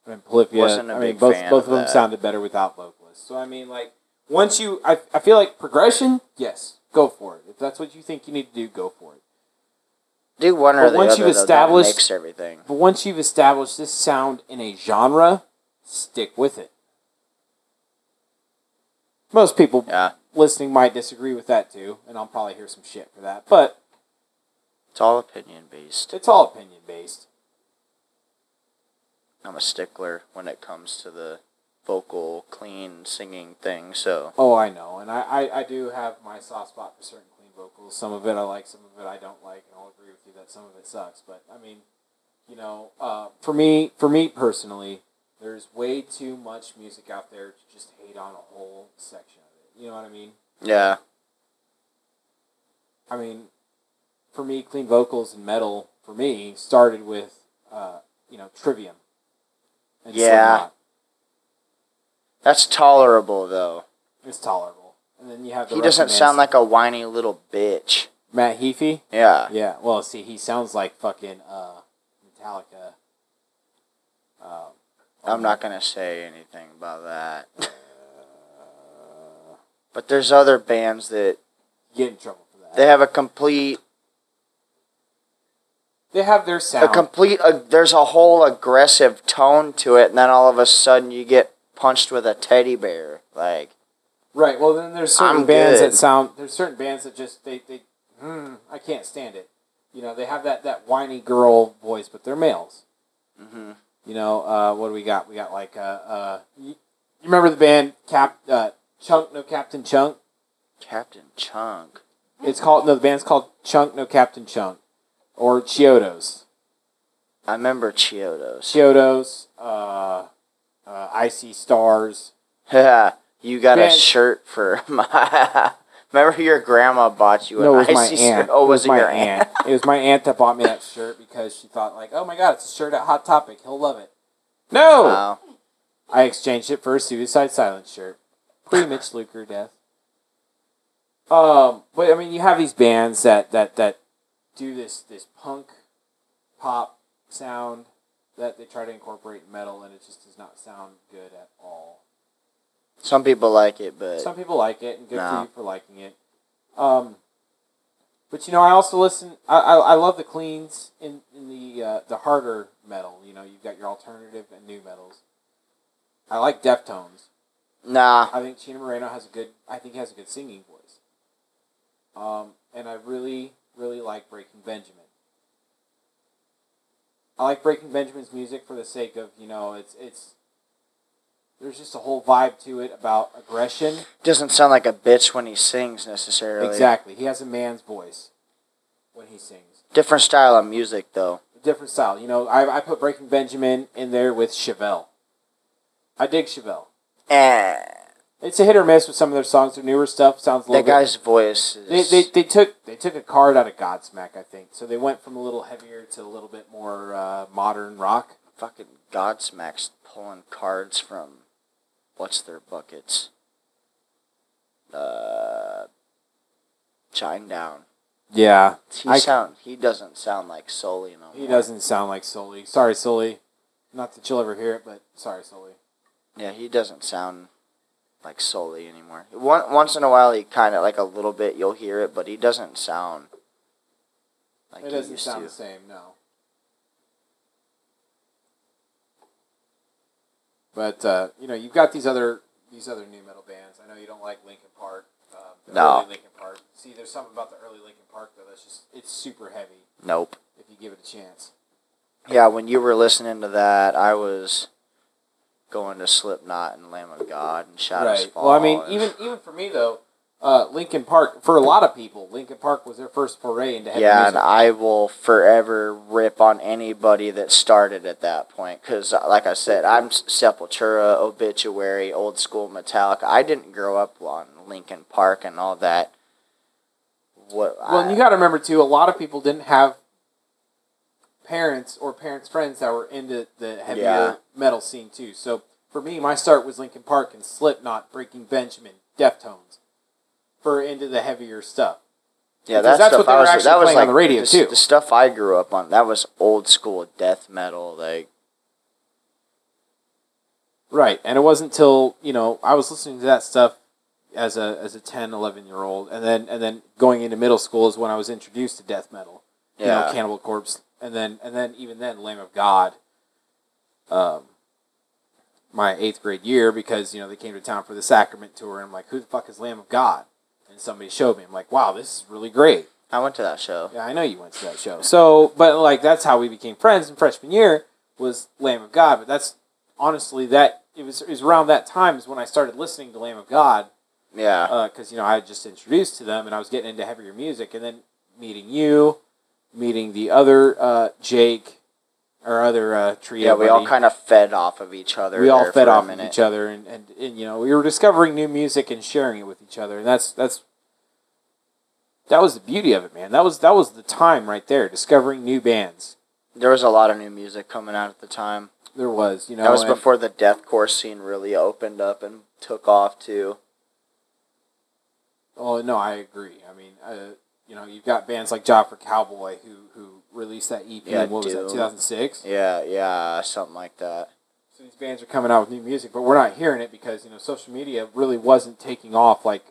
Speaker 1: and Polyphia.
Speaker 2: Wasn't a
Speaker 1: I mean,
Speaker 2: big
Speaker 1: both
Speaker 2: fan
Speaker 1: both
Speaker 2: of
Speaker 1: of them
Speaker 2: that.
Speaker 1: sounded better without vocalists. So I mean, like once you, I, I feel like progression. Yes, go for it. If that's what you think you need to do, go for it.
Speaker 2: Do one or
Speaker 1: But
Speaker 2: the
Speaker 1: once
Speaker 2: other.
Speaker 1: you've
Speaker 2: though,
Speaker 1: established-
Speaker 2: that mix everything.
Speaker 1: But once you've established this sound in a genre, stick with it. Most people
Speaker 2: Yeah,
Speaker 1: listening might disagree with that too, and I'll probably hear some shit for that. But
Speaker 2: it's all opinion based.
Speaker 1: it's all opinion based.
Speaker 2: I'm a stickler when it comes to the vocal clean singing thing. So
Speaker 1: Oh, I know, and I, I, I do have my soft spot for certain clean vocals. Some of it I like, some of it I don't like, and I'll agree with you that some of it sucks. But I mean, you know, uh, for me, for me personally, there's way too much music out there to just hate on a whole section of it. You know what I mean?
Speaker 2: yeah,
Speaker 1: I mean, for me, clean vocals and metal for me started with, uh, you know, Trivium. And
Speaker 2: Yeah.
Speaker 1: Slipknot.
Speaker 2: that's tolerable though.
Speaker 1: it's tolerable. And then you have the
Speaker 2: He doesn't
Speaker 1: Reprimands-
Speaker 2: sound like a whiny little bitch.
Speaker 1: Matt Heafy.
Speaker 2: Yeah,
Speaker 1: Yeah, well, see, he sounds like fucking uh, Metallica. Um,
Speaker 2: I'm not gonna say anything about that.
Speaker 1: Uh,
Speaker 2: But there's other bands that
Speaker 1: get in trouble for that.
Speaker 2: they have a complete
Speaker 1: They have their
Speaker 2: a
Speaker 1: sound.
Speaker 2: complete uh, there's a whole aggressive tone to it and then all of a sudden you get punched with a teddy bear like
Speaker 1: right. Well, then there's certain
Speaker 2: I'm
Speaker 1: bands
Speaker 2: good.
Speaker 1: that sound. There's certain bands that just they they. Mm, I can't stand it. You know, they have that that whiny girl voice, but they're males.
Speaker 2: mm-hmm.
Speaker 1: You know, uh, what do we got? We got like uh, uh, you, you remember the band Cap uh, Chunk No Captain Chunk?
Speaker 2: Captain Chunk.
Speaker 1: It's called no. The band's called Chunk No Captain Chunk, or Chiodos.
Speaker 2: I remember Chiodos.
Speaker 1: Chiodos, uh, uh, Icy Stars.
Speaker 2: Yeah, (laughs) you got a
Speaker 1: Man.
Speaker 2: shirt for (laughs) my. Remember your grandma bought you an
Speaker 1: No, it
Speaker 2: (laughs)
Speaker 1: was my
Speaker 2: icy
Speaker 1: aunt.
Speaker 2: shirt. Oh, was it,
Speaker 1: my (laughs)
Speaker 2: your aunt?
Speaker 1: it was my aunt that bought me
Speaker 2: (laughs)
Speaker 1: that shirt because she thought like, oh my god, it's a shirt at Hot Topic. He'll love it. No,
Speaker 2: Wow.
Speaker 1: I exchanged it for a Suicide Silence shirt. Pre
Speaker 2: (laughs)
Speaker 1: Mitch Luker death. Um, but I mean, you have these bands that that that do this this punk pop sound that they try to incorporate in metal, and it just does not sound good at all.
Speaker 2: Some people like it, but
Speaker 1: Some people like it, and good
Speaker 2: No.
Speaker 1: for you for liking it. Um, but you know, I also listen. I, I, I love the cleans in, in the uh, the harder metal. You know, you've got your alternative and new metals. I like Deftones.
Speaker 2: nah.
Speaker 1: I think Chino Moreno has a good. I think he has a good singing voice. Um, and I really, really like Breaking Benjamin. I like Breaking Benjamin's music for the sake of you know it's it's. There's just a whole vibe to it about aggression.
Speaker 2: Doesn't sound like a bitch when he sings necessarily.
Speaker 1: Exactly. He has a man's voice when he sings.
Speaker 2: Different style of music though.
Speaker 1: Different style. You know, I, I put Breaking Benjamin in there with Chevelle. I dig Chevelle.
Speaker 2: Eh.
Speaker 1: It's a hit or miss with some of their songs. Their newer stuff sounds a
Speaker 2: That
Speaker 1: little
Speaker 2: guy's voice
Speaker 1: bit.
Speaker 2: is.
Speaker 1: They, they, they took they took a card out of Godsmack, I think. So they went from a little heavier to a little bit more uh, modern rock.
Speaker 2: fucking Godsmack's pulling cards from what's their buckets? Uh, Chime Down.
Speaker 1: Yeah,
Speaker 2: He
Speaker 1: I-
Speaker 2: sound he doesn't sound like Sully no
Speaker 1: he
Speaker 2: more.
Speaker 1: doesn't sound like Sully. Sorry, Sully. Not that you'll ever hear it, but sorry, Sully.
Speaker 2: Yeah, he doesn't sound like Sully anymore. One, once in a while, he kind of like a little bit you'll hear it, but he doesn't sound like
Speaker 1: it
Speaker 2: he
Speaker 1: doesn't
Speaker 2: used
Speaker 1: sound
Speaker 2: to.
Speaker 1: the same, no. But uh, you know, you've got these other these other new metal bands. I know you don't like Linkin Park. Um, the
Speaker 2: No.
Speaker 1: Early Linkin Park. See, there's something about the early Linkin Park though that's just it's super heavy
Speaker 2: Nope.
Speaker 1: if you give it a chance.
Speaker 2: Yeah, when you were listening to that, I was going to Slipknot and Lamb of God and Shadows
Speaker 1: right.
Speaker 2: Fall.
Speaker 1: Well, I mean,
Speaker 2: and-
Speaker 1: even even for me though, uh, Linkin Park for a lot of people, Linkin Park was their first foray into heavy
Speaker 2: yeah,
Speaker 1: music.
Speaker 2: and I will forever rip on anybody that started at that point because, like I said, I'm s- Sepultura, Obituary, old school Metallica. I didn't grow up on Linkin Park and all that. What?
Speaker 1: Well, and you got to remember too. A lot of people didn't have parents or parents' friends that were into the heavier
Speaker 2: Yeah.
Speaker 1: metal scene too. So for me, my start was Linkin Park and Slipknot, Breaking Benjamin, Deftones, for into the heavier stuff.
Speaker 2: yeah,
Speaker 1: because
Speaker 2: that
Speaker 1: that's what
Speaker 2: stuff
Speaker 1: they
Speaker 2: I
Speaker 1: were
Speaker 2: was,
Speaker 1: actually
Speaker 2: that was
Speaker 1: playing on
Speaker 2: like
Speaker 1: the radio,
Speaker 2: s-
Speaker 1: too.
Speaker 2: The stuff I grew up on that was old school death metal, like
Speaker 1: Right. And it wasn't till, you know, I was listening to that stuff as a as a 10, 11 year old and then and then going into middle school is when I was introduced to death metal. You know,
Speaker 2: Yeah.
Speaker 1: Cannibal Corpse and then and then even then Lamb of God. Um my 8th grade year because, you know, they came to town for the sacrament tour and I'm like, "Who the fuck is Lamb of God?" And somebody showed me. I'm like, "Wow, this is really great."
Speaker 2: I went to that show.
Speaker 1: Yeah, I know you went to that show. So, but like that's how we became friends in freshman year was Lamb of God. But that's honestly that it was, it was around that time is when I started listening to Lamb of God
Speaker 2: Yeah.
Speaker 1: because uh, you know I had just introduced to them and I was getting into heavier music and then meeting you, meeting the other uh, Jake, our other uh, trio.
Speaker 2: yeah, we all
Speaker 1: buddy.
Speaker 2: kind of fed off of each other.
Speaker 1: we all
Speaker 2: there
Speaker 1: fed
Speaker 2: for a
Speaker 1: off of
Speaker 2: minute.
Speaker 1: each other and, and, and you know we were discovering new music and sharing it with each other and that's that's that was the beauty of it man that was that was the time right there discovering new bands
Speaker 2: There was a lot of new music coming out at the time.
Speaker 1: there was you know
Speaker 2: that was
Speaker 1: and-
Speaker 2: before the deathcore scene really opened up and took off too.
Speaker 1: oh no i agree i mean uh, you know you've got bands like job for cowboy who who released that ep
Speaker 2: Yeah,
Speaker 1: in, what was that
Speaker 2: Doom.
Speaker 1: 2006
Speaker 2: Yeah, yeah, something like that.
Speaker 1: so these bands are coming out with new music but we're not hearing it because you know social media really wasn't taking off like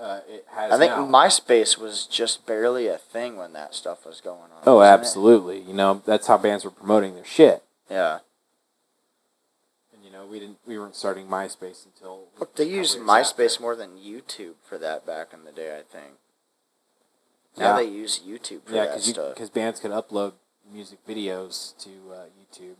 Speaker 1: uh, it has
Speaker 2: I think
Speaker 1: now.
Speaker 2: MySpace was just barely a thing when that stuff was going on.
Speaker 1: oh
Speaker 2: wasn't it?
Speaker 1: absolutely you know that's how bands were promoting their shit
Speaker 2: Yeah.
Speaker 1: And you know, we didn't we weren't starting MySpace until
Speaker 2: Look, they
Speaker 1: a couple
Speaker 2: used
Speaker 1: years
Speaker 2: MySpace
Speaker 1: after.
Speaker 2: more than YouTube for that back in the day, I think. Now
Speaker 1: Yeah.
Speaker 2: they use YouTube for
Speaker 1: Yeah,
Speaker 2: that
Speaker 1: because
Speaker 2: stuff.
Speaker 1: because bands could upload music videos to uh, YouTube,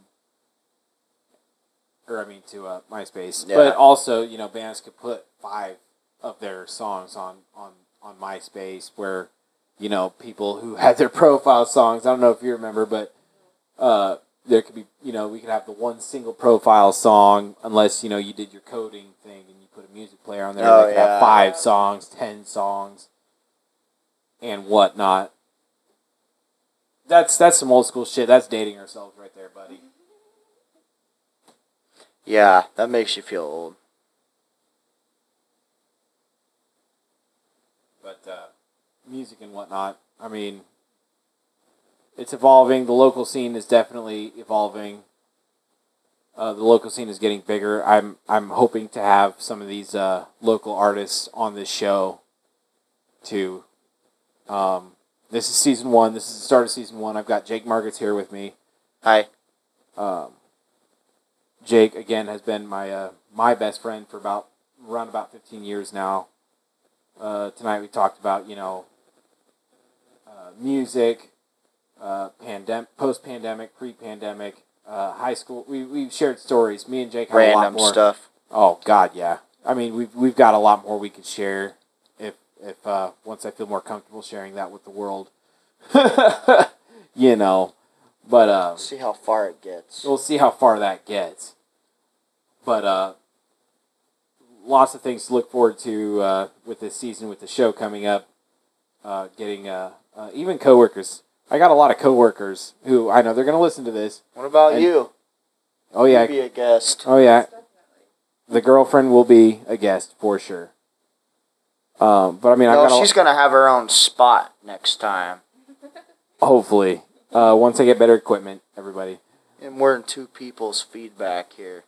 Speaker 1: or I mean to uh, MySpace.
Speaker 2: Yeah.
Speaker 1: But also, you know, bands could put five of their songs on on on MySpace, where you know people who had their (laughs) profile songs. I don't know if you remember, but uh, there could be you know we could have the one single profile song unless you know you did your coding thing and you put a music player on there.
Speaker 2: Oh,
Speaker 1: they could
Speaker 2: yeah.
Speaker 1: have five songs, ten songs, and whatnot. That's that's some old school shit. That's dating ourselves right there, buddy.
Speaker 2: Yeah, that makes you feel old.
Speaker 1: But uh, music and whatnot. I mean, it's evolving. The local scene is definitely evolving. Uh, the local scene is getting bigger. I'm I'm hoping to have some of these uh, local artists on this show. To, um, this is season one. This is the start of season one. I've got Jake Markets here with me.
Speaker 2: Hi.
Speaker 1: Um, Jake again has been my uh, my best friend for about around about fifteen years now. Uh, tonight we talked about you know uh, music, uh, pandem- post pandemic, pre pandemic, uh, high school. We we shared stories. Me and Jake had a lot
Speaker 2: Random
Speaker 1: more.
Speaker 2: stuff.
Speaker 1: Oh God, yeah. I mean, we've we've got a lot more we could share if if uh, once I feel more comfortable sharing that with the world. (laughs) you know, but um,
Speaker 2: See how far it gets.
Speaker 1: We'll see how far that gets. But uh, lots of things to look forward to uh, with this season, with the show coming up, uh, getting uh, uh, even coworkers. I got a lot of coworkers who I know they're going to listen to this.
Speaker 2: What about
Speaker 1: And-
Speaker 2: you?
Speaker 1: Oh yeah,
Speaker 2: You be a guest.
Speaker 1: oh yeah.
Speaker 3: Definitely.
Speaker 1: The girlfriend will be a guest for sure. Um, but I mean, I've
Speaker 2: no,
Speaker 1: got
Speaker 2: she's gonna have her own spot next time,
Speaker 1: a, hopefully uh, once I get better equipment, everybody.
Speaker 2: and we're in two people's feedback here.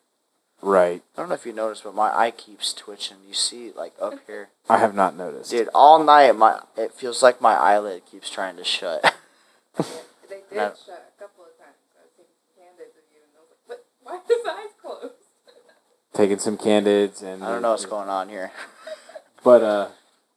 Speaker 1: Right.
Speaker 2: I don't know if you noticed, but my eye keeps twitching. You see, like up here,
Speaker 1: I have not noticed.
Speaker 2: dude. All night, my it feels like my eyelid keeps trying to shut. (laughs)
Speaker 3: They did
Speaker 2: That-
Speaker 3: shut a couple of times. I was taking candids of you, and I was like, but why are his eyes closed?
Speaker 1: Taking some candids and
Speaker 2: I don't know what's going on here.
Speaker 1: But uh,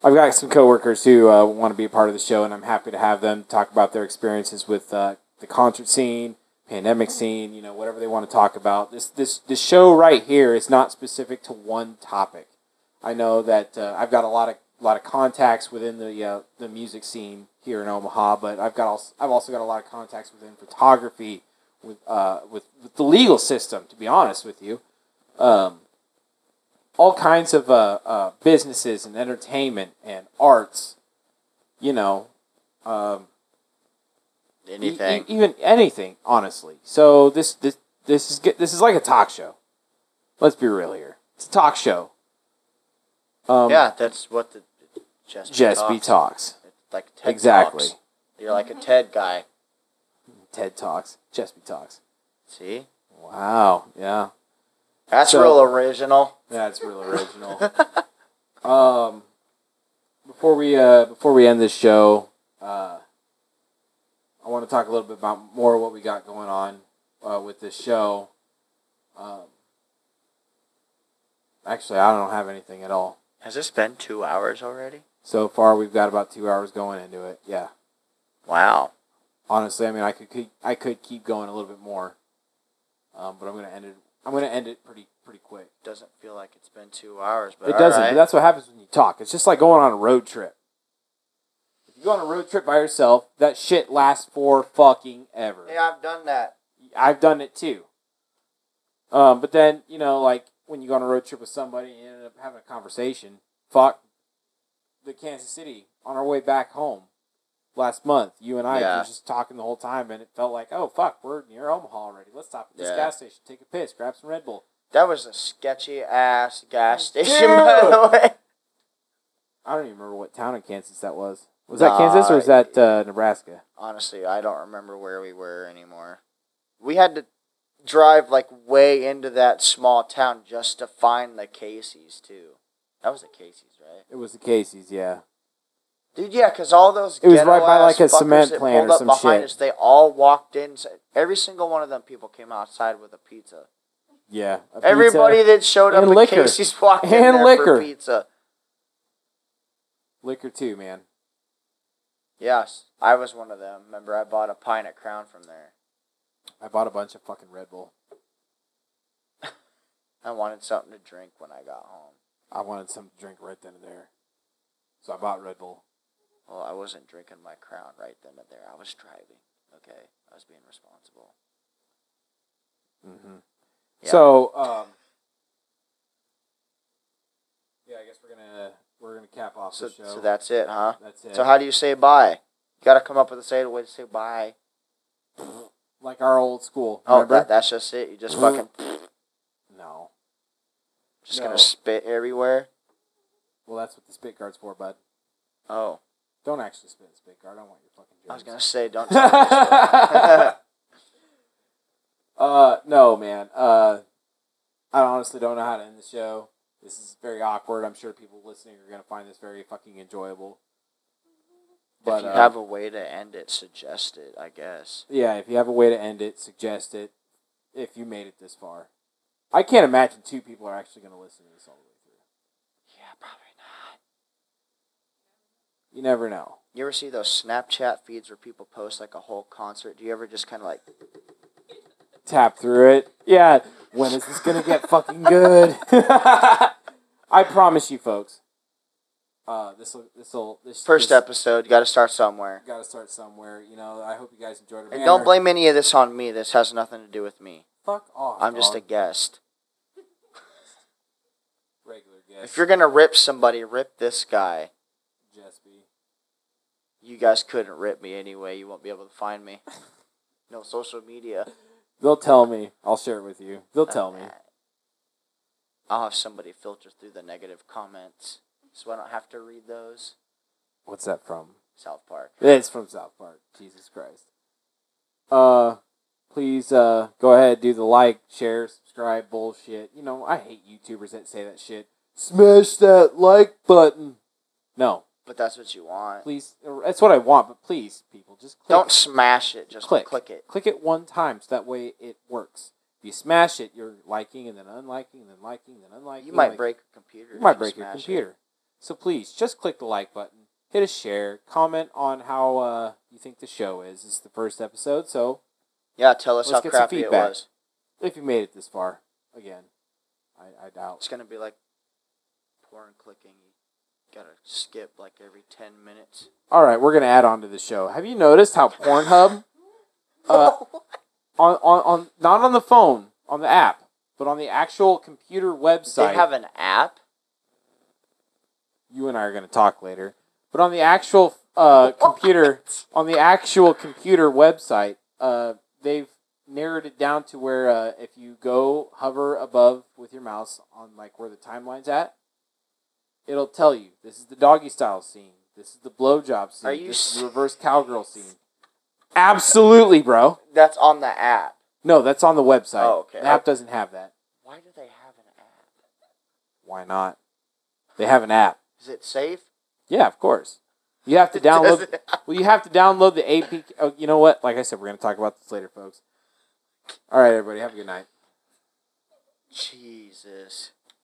Speaker 1: I've got some coworkers who uh, want to be a part of the show, and I'm happy to have them talk about their experiences with uh, the concert scene, pandemic scene, you know, whatever they want to talk about. This this this show right here is not specific to one topic. I know that uh, I've got a lot of lot of contacts within the uh, the music scene here in Omaha, but I've got also, I've also got a lot of contacts within photography, with uh, with, with the legal system. To be honest with you, um, all kinds of uh, uh, businesses and entertainment and arts, you know, um, e- e-
Speaker 2: Anything?
Speaker 1: even anything, honestly. So this this this is get, this is like a talk show. Let's be real here. It's a talk show. Um,
Speaker 2: yeah, that's what the just
Speaker 1: Jess B
Speaker 2: talks.
Speaker 1: talks.
Speaker 2: like TED
Speaker 1: Exactly.
Speaker 2: Talks. You're like a TED guy.
Speaker 1: TED talks. Jess B talks.
Speaker 2: See,
Speaker 1: Wow. Yeah.
Speaker 2: That's
Speaker 1: So-
Speaker 2: real original.
Speaker 1: That's real original. um, before we uh, before we end this show, uh, I want to talk a little bit about more what we got going on uh, with this show. Um, actually, I don't have anything at all
Speaker 2: Has this been two hours already?
Speaker 1: so far. We've got about two hours going into it. Yeah,
Speaker 2: Wow.
Speaker 1: honestly, I mean, I could keep, I could keep going a little bit more, um, but I'm gonna end it. I'm gonna end it pretty pretty quick.
Speaker 2: Doesn't feel like it's been two hours, but
Speaker 1: it doesn't.
Speaker 2: alright.
Speaker 1: But that's what happens when you talk. It's just like going on a road trip. If you go on a road trip by yourself, that shit lasts for fucking ever.
Speaker 2: Hey, I've done that.
Speaker 1: I've done it too. Um, but then you know, like when you go on a road trip with somebody and you end up having a conversation. Fuck the Kansas City on our way back home last month. You and I
Speaker 2: Yeah.
Speaker 1: were just talking the whole time, and it felt like, oh fuck, we're near Omaha already. Let's stop at this
Speaker 2: Yeah.
Speaker 1: gas station, take a piss, grab some Red Bull.
Speaker 2: That was a sketchy ass gas station,
Speaker 1: Dude!
Speaker 2: by the way.
Speaker 1: I don't even remember what town in Kansas that was. Was that
Speaker 2: Nah,
Speaker 1: Kansas or was that uh, Nebraska?
Speaker 2: Honestly, I don't remember where we were anymore. We had to drive like way into that small town just to find the Casey's too. That was the Casey's, right?
Speaker 1: It was the Casey's, yeah.
Speaker 2: Dude, yeah, because all those
Speaker 1: It was
Speaker 2: ghetto
Speaker 1: right by, like,
Speaker 2: ass
Speaker 1: a
Speaker 2: fuckers
Speaker 1: cement
Speaker 2: that
Speaker 1: plant
Speaker 2: pulled
Speaker 1: or
Speaker 2: up
Speaker 1: some
Speaker 2: behind
Speaker 1: shit.
Speaker 2: Us, they all walked in. Every single one of them people came outside with a pizza.
Speaker 1: Yeah. a pizza.
Speaker 2: Everybody that showed up
Speaker 1: and
Speaker 2: at
Speaker 1: liquor.
Speaker 2: Casey's walked in
Speaker 1: And
Speaker 2: there
Speaker 1: liquor.
Speaker 2: for pizza.
Speaker 1: Liquor too, man.
Speaker 2: Yes, I was one of them. Remember, I bought a pint of Crown from there.
Speaker 1: I bought a bunch of fucking Red Bull.
Speaker 2: I wanted something to drink when I got home.
Speaker 1: I wanted something to drink right then and there. So I bought Red Bull.
Speaker 2: Well, Oh, I wasn't drinking my Crown right then and there. I was driving. Okay, I was being responsible.
Speaker 1: Mm-hmm.
Speaker 2: Yeah.
Speaker 1: So, um, yeah, I guess we're gonna we're gonna cap off
Speaker 2: So,
Speaker 1: the show.
Speaker 2: so that's it, huh?
Speaker 1: that's it.
Speaker 2: So how do you say bye? You gotta come up with a say way to say bye.
Speaker 1: like our old school.
Speaker 2: Oh,
Speaker 1: remember?
Speaker 2: that, that's just it. You just fucking
Speaker 1: no.
Speaker 2: just
Speaker 1: No.
Speaker 2: gonna spit everywhere.
Speaker 1: Well, that's what the spit guard's for, bud.
Speaker 2: Oh,
Speaker 1: Don't actually spit in spit guard. I don't want your fucking.
Speaker 2: I was
Speaker 1: germs.
Speaker 2: gonna
Speaker 1: (laughs)
Speaker 2: say don't. tell me this.
Speaker 1: uh, no, man. Uh, I honestly don't know how to end the show. This is very awkward. I'm sure people listening are gonna find this very fucking enjoyable. But
Speaker 2: if you
Speaker 1: uh,
Speaker 2: have a way to end it, suggest it. I guess.
Speaker 1: yeah, if you have a way to end it, suggest it. If you made it this far, I can't imagine two people are actually gonna listen to this all the way through.
Speaker 2: Yeah, probably not.
Speaker 1: You never know.
Speaker 2: You ever see those Snapchat feeds where people post like a whole concert? Do you ever just kind of like
Speaker 1: Tap through it. Yeah. When is this gonna get fucking good? (laughs) I promise you, folks. Uh, this will this will this
Speaker 2: first
Speaker 1: this,
Speaker 2: episode? You got to start somewhere.
Speaker 1: got to start somewhere. You know, I hope you guys enjoyed it.
Speaker 2: And
Speaker 1: Man,
Speaker 2: don't blame any of this on me. This has nothing to do with me.
Speaker 1: Fuck off.
Speaker 2: I'm just a
Speaker 1: dog.
Speaker 2: guest.
Speaker 1: regular guest.
Speaker 2: If you're gonna rip somebody, rip this guy.
Speaker 1: Jespy.
Speaker 2: You guys couldn't rip me anyway. You won't be able to find
Speaker 1: (laughs)
Speaker 2: me. No social media.
Speaker 1: They'll tell me. I'll share it with you. They'll
Speaker 2: Uh,
Speaker 1: tell me.
Speaker 2: I'll have somebody filter through the negative comments, so I don't have to read those.
Speaker 1: What's that from?
Speaker 2: South Park.
Speaker 1: It's from South Park. Jesus Christ. Uh, please uh go ahead, do the like, share, subscribe, bullshit. You know, I hate YouTubers that say that shit. Smash that like button. No,
Speaker 2: But that's what you want.
Speaker 1: please. That's what I want, but please, people, just click
Speaker 2: Don't smash it. Just
Speaker 1: Click.
Speaker 2: click, it.
Speaker 1: click it one time so that way it works. If you smash it, you're liking and then unliking and then liking and then unliking.
Speaker 2: You might
Speaker 1: like-
Speaker 2: break your computer.
Speaker 1: you
Speaker 2: if
Speaker 1: might break your
Speaker 2: smash it.
Speaker 1: computer. So please just click the like button, hit a share, comment on how uh, you think the show is. This is the first episode, so
Speaker 2: Yeah, tell us
Speaker 1: Let's
Speaker 2: how
Speaker 1: get some
Speaker 2: crappy it
Speaker 1: feedback.
Speaker 2: was.
Speaker 1: if you made it this far, again, I, I doubt.
Speaker 2: It's gonna be like porn clicking. You gotta skip like every ten minutes.
Speaker 1: All right, we're gonna add on to the show. Have you noticed how
Speaker 2: (laughs)
Speaker 1: Pornhub uh, on, on on not on the phone on the app, but on the actual computer website?
Speaker 2: They have an app.
Speaker 1: you and I are going to talk later. But on the actual uh, computer, on the actual computer website, uh, they've narrowed it down to where uh, if you go hover above with your mouse on like where the timeline's at, it'll tell you this is the doggy style scene, this is the blowjob scene,
Speaker 2: Are you
Speaker 1: this is
Speaker 2: s-
Speaker 1: the reverse cowgirl scene. Absolutely, bro.
Speaker 2: That's on the app.
Speaker 1: No, that's on the website.
Speaker 2: Oh, okay.
Speaker 1: The app doesn't have that.
Speaker 2: Why do they have
Speaker 1: Why not? They have an app.
Speaker 2: Is it safe?
Speaker 1: Yeah, of course. You have to
Speaker 2: It does
Speaker 1: download.
Speaker 2: it.
Speaker 1: Well, you have to download the APK. Oh, you know what? Like I said, we're going to talk about this later, folks. All right, everybody. Have a good night.
Speaker 2: Jesus.